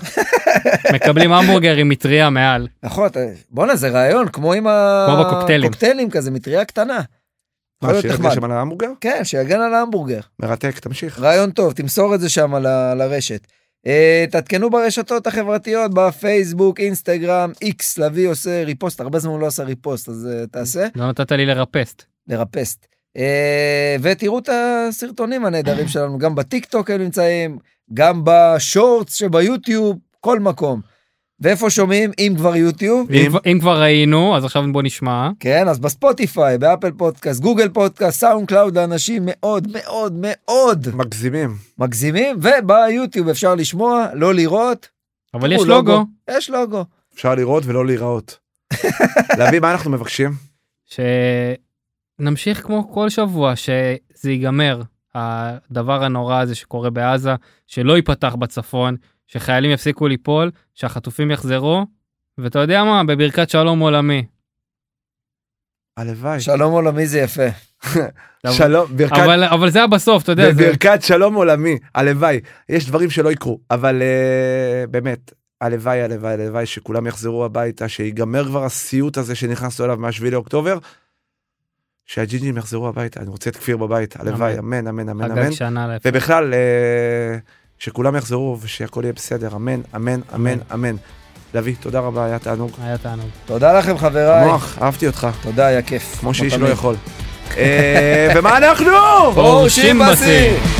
[SPEAKER 2] מקבלים המבורגר עם מטריה מעל.
[SPEAKER 3] נכון, אתה- בואנה, זה רעיון, כמו עם ה-
[SPEAKER 2] כמו בקוקטיילים.
[SPEAKER 3] קוקטיילים כזה, מטריה קטנה. יכול
[SPEAKER 1] מה, לא
[SPEAKER 3] להיות
[SPEAKER 1] שיר
[SPEAKER 3] נחמד.
[SPEAKER 1] גשם על ההמבורגר?
[SPEAKER 3] כן, שיגן על ההמבורגר.
[SPEAKER 1] מרתק, תמשיך.
[SPEAKER 3] רעיון טוב, תמסור את זה שם ל- לרשת. אה, תעדכנו ברשתות החברתיות, בפייסבוק, אינסטגרם, איקס, לביא עושה ריפוסט, הרבה זמן הוא לא עשה ריפוסט, אז אה, תעשה,
[SPEAKER 2] לא נתת לי לרפסט.
[SPEAKER 3] לרפסט. אה, ותראו את הסרטונים הנהדרים שלנו, גם בטיקטוק הם נמצאים, גם בשורטס שביוטיוב, כל מקום. ואיפה שומעים, אם כבר יוטיוב,
[SPEAKER 2] ואם כבר- אם כבר ראינו, אז עכשיו בוא נשמע.
[SPEAKER 3] כן, אז בספוטיפיי, באפל פודקאסט, גוגל פודקאסט, סאונד קלאוד, האנשים מאוד מאוד מאוד
[SPEAKER 1] מגזימים.
[SPEAKER 3] מגזימים, וביוטיוב אפשר לשמוע, לא לראות.
[SPEAKER 2] אבל יש
[SPEAKER 3] תראו,
[SPEAKER 2] לוגו
[SPEAKER 3] יש לוגו.
[SPEAKER 1] אפשר לראות ולא להיראות. להביא, מה אנחנו מבקשים?
[SPEAKER 2] שנמשיך כמו כל שבוע שזה ייגמר הדבר הנורא הזה שקורה בעזה שלא ייפתח בצפון שחיילים יפסיקו ליפול שהחטופים יחזרו ואתה יודע מה בברכת שלום עולמי.
[SPEAKER 1] הלוואי.
[SPEAKER 3] שלום עולמי זה יפה.
[SPEAKER 1] שלום, ברכת
[SPEAKER 2] אבל אבל זה הבסוף אתה יודע זה
[SPEAKER 1] בברכת שלום עולמי, הלוואי. יש דברים שלא יקרו, אבל אה, באמת, הלוואי, הלוואי, הלוואי שכולם יחזרו הביתה, שיגמר כבר הסיוט הזה שנכנסנו אליו מהשביעי לאוקטובר, שהג'ינג'ים יחזרו הביתה, אני רוצה את כפיר בבית, הלוואי, אמן, אמן, אמן, אמן.
[SPEAKER 2] חגג שנה לאפס.
[SPEAKER 1] ובכלל, אה, שכולם יחזרו ושהכול יהיה בסדר, אמן, אמן, אמן, אמן. לביא, תודה רבה, היה תענוג.
[SPEAKER 2] היה תענוג.
[SPEAKER 3] תודה לכם חבריי.
[SPEAKER 1] המוח, אהבתי אותך,
[SPEAKER 3] תודה, היה כיף.
[SPEAKER 1] כמו שאיש לא
[SPEAKER 3] תמיד.
[SPEAKER 1] יכול. אה, ומה אנחנו?
[SPEAKER 2] פורשים בשיא.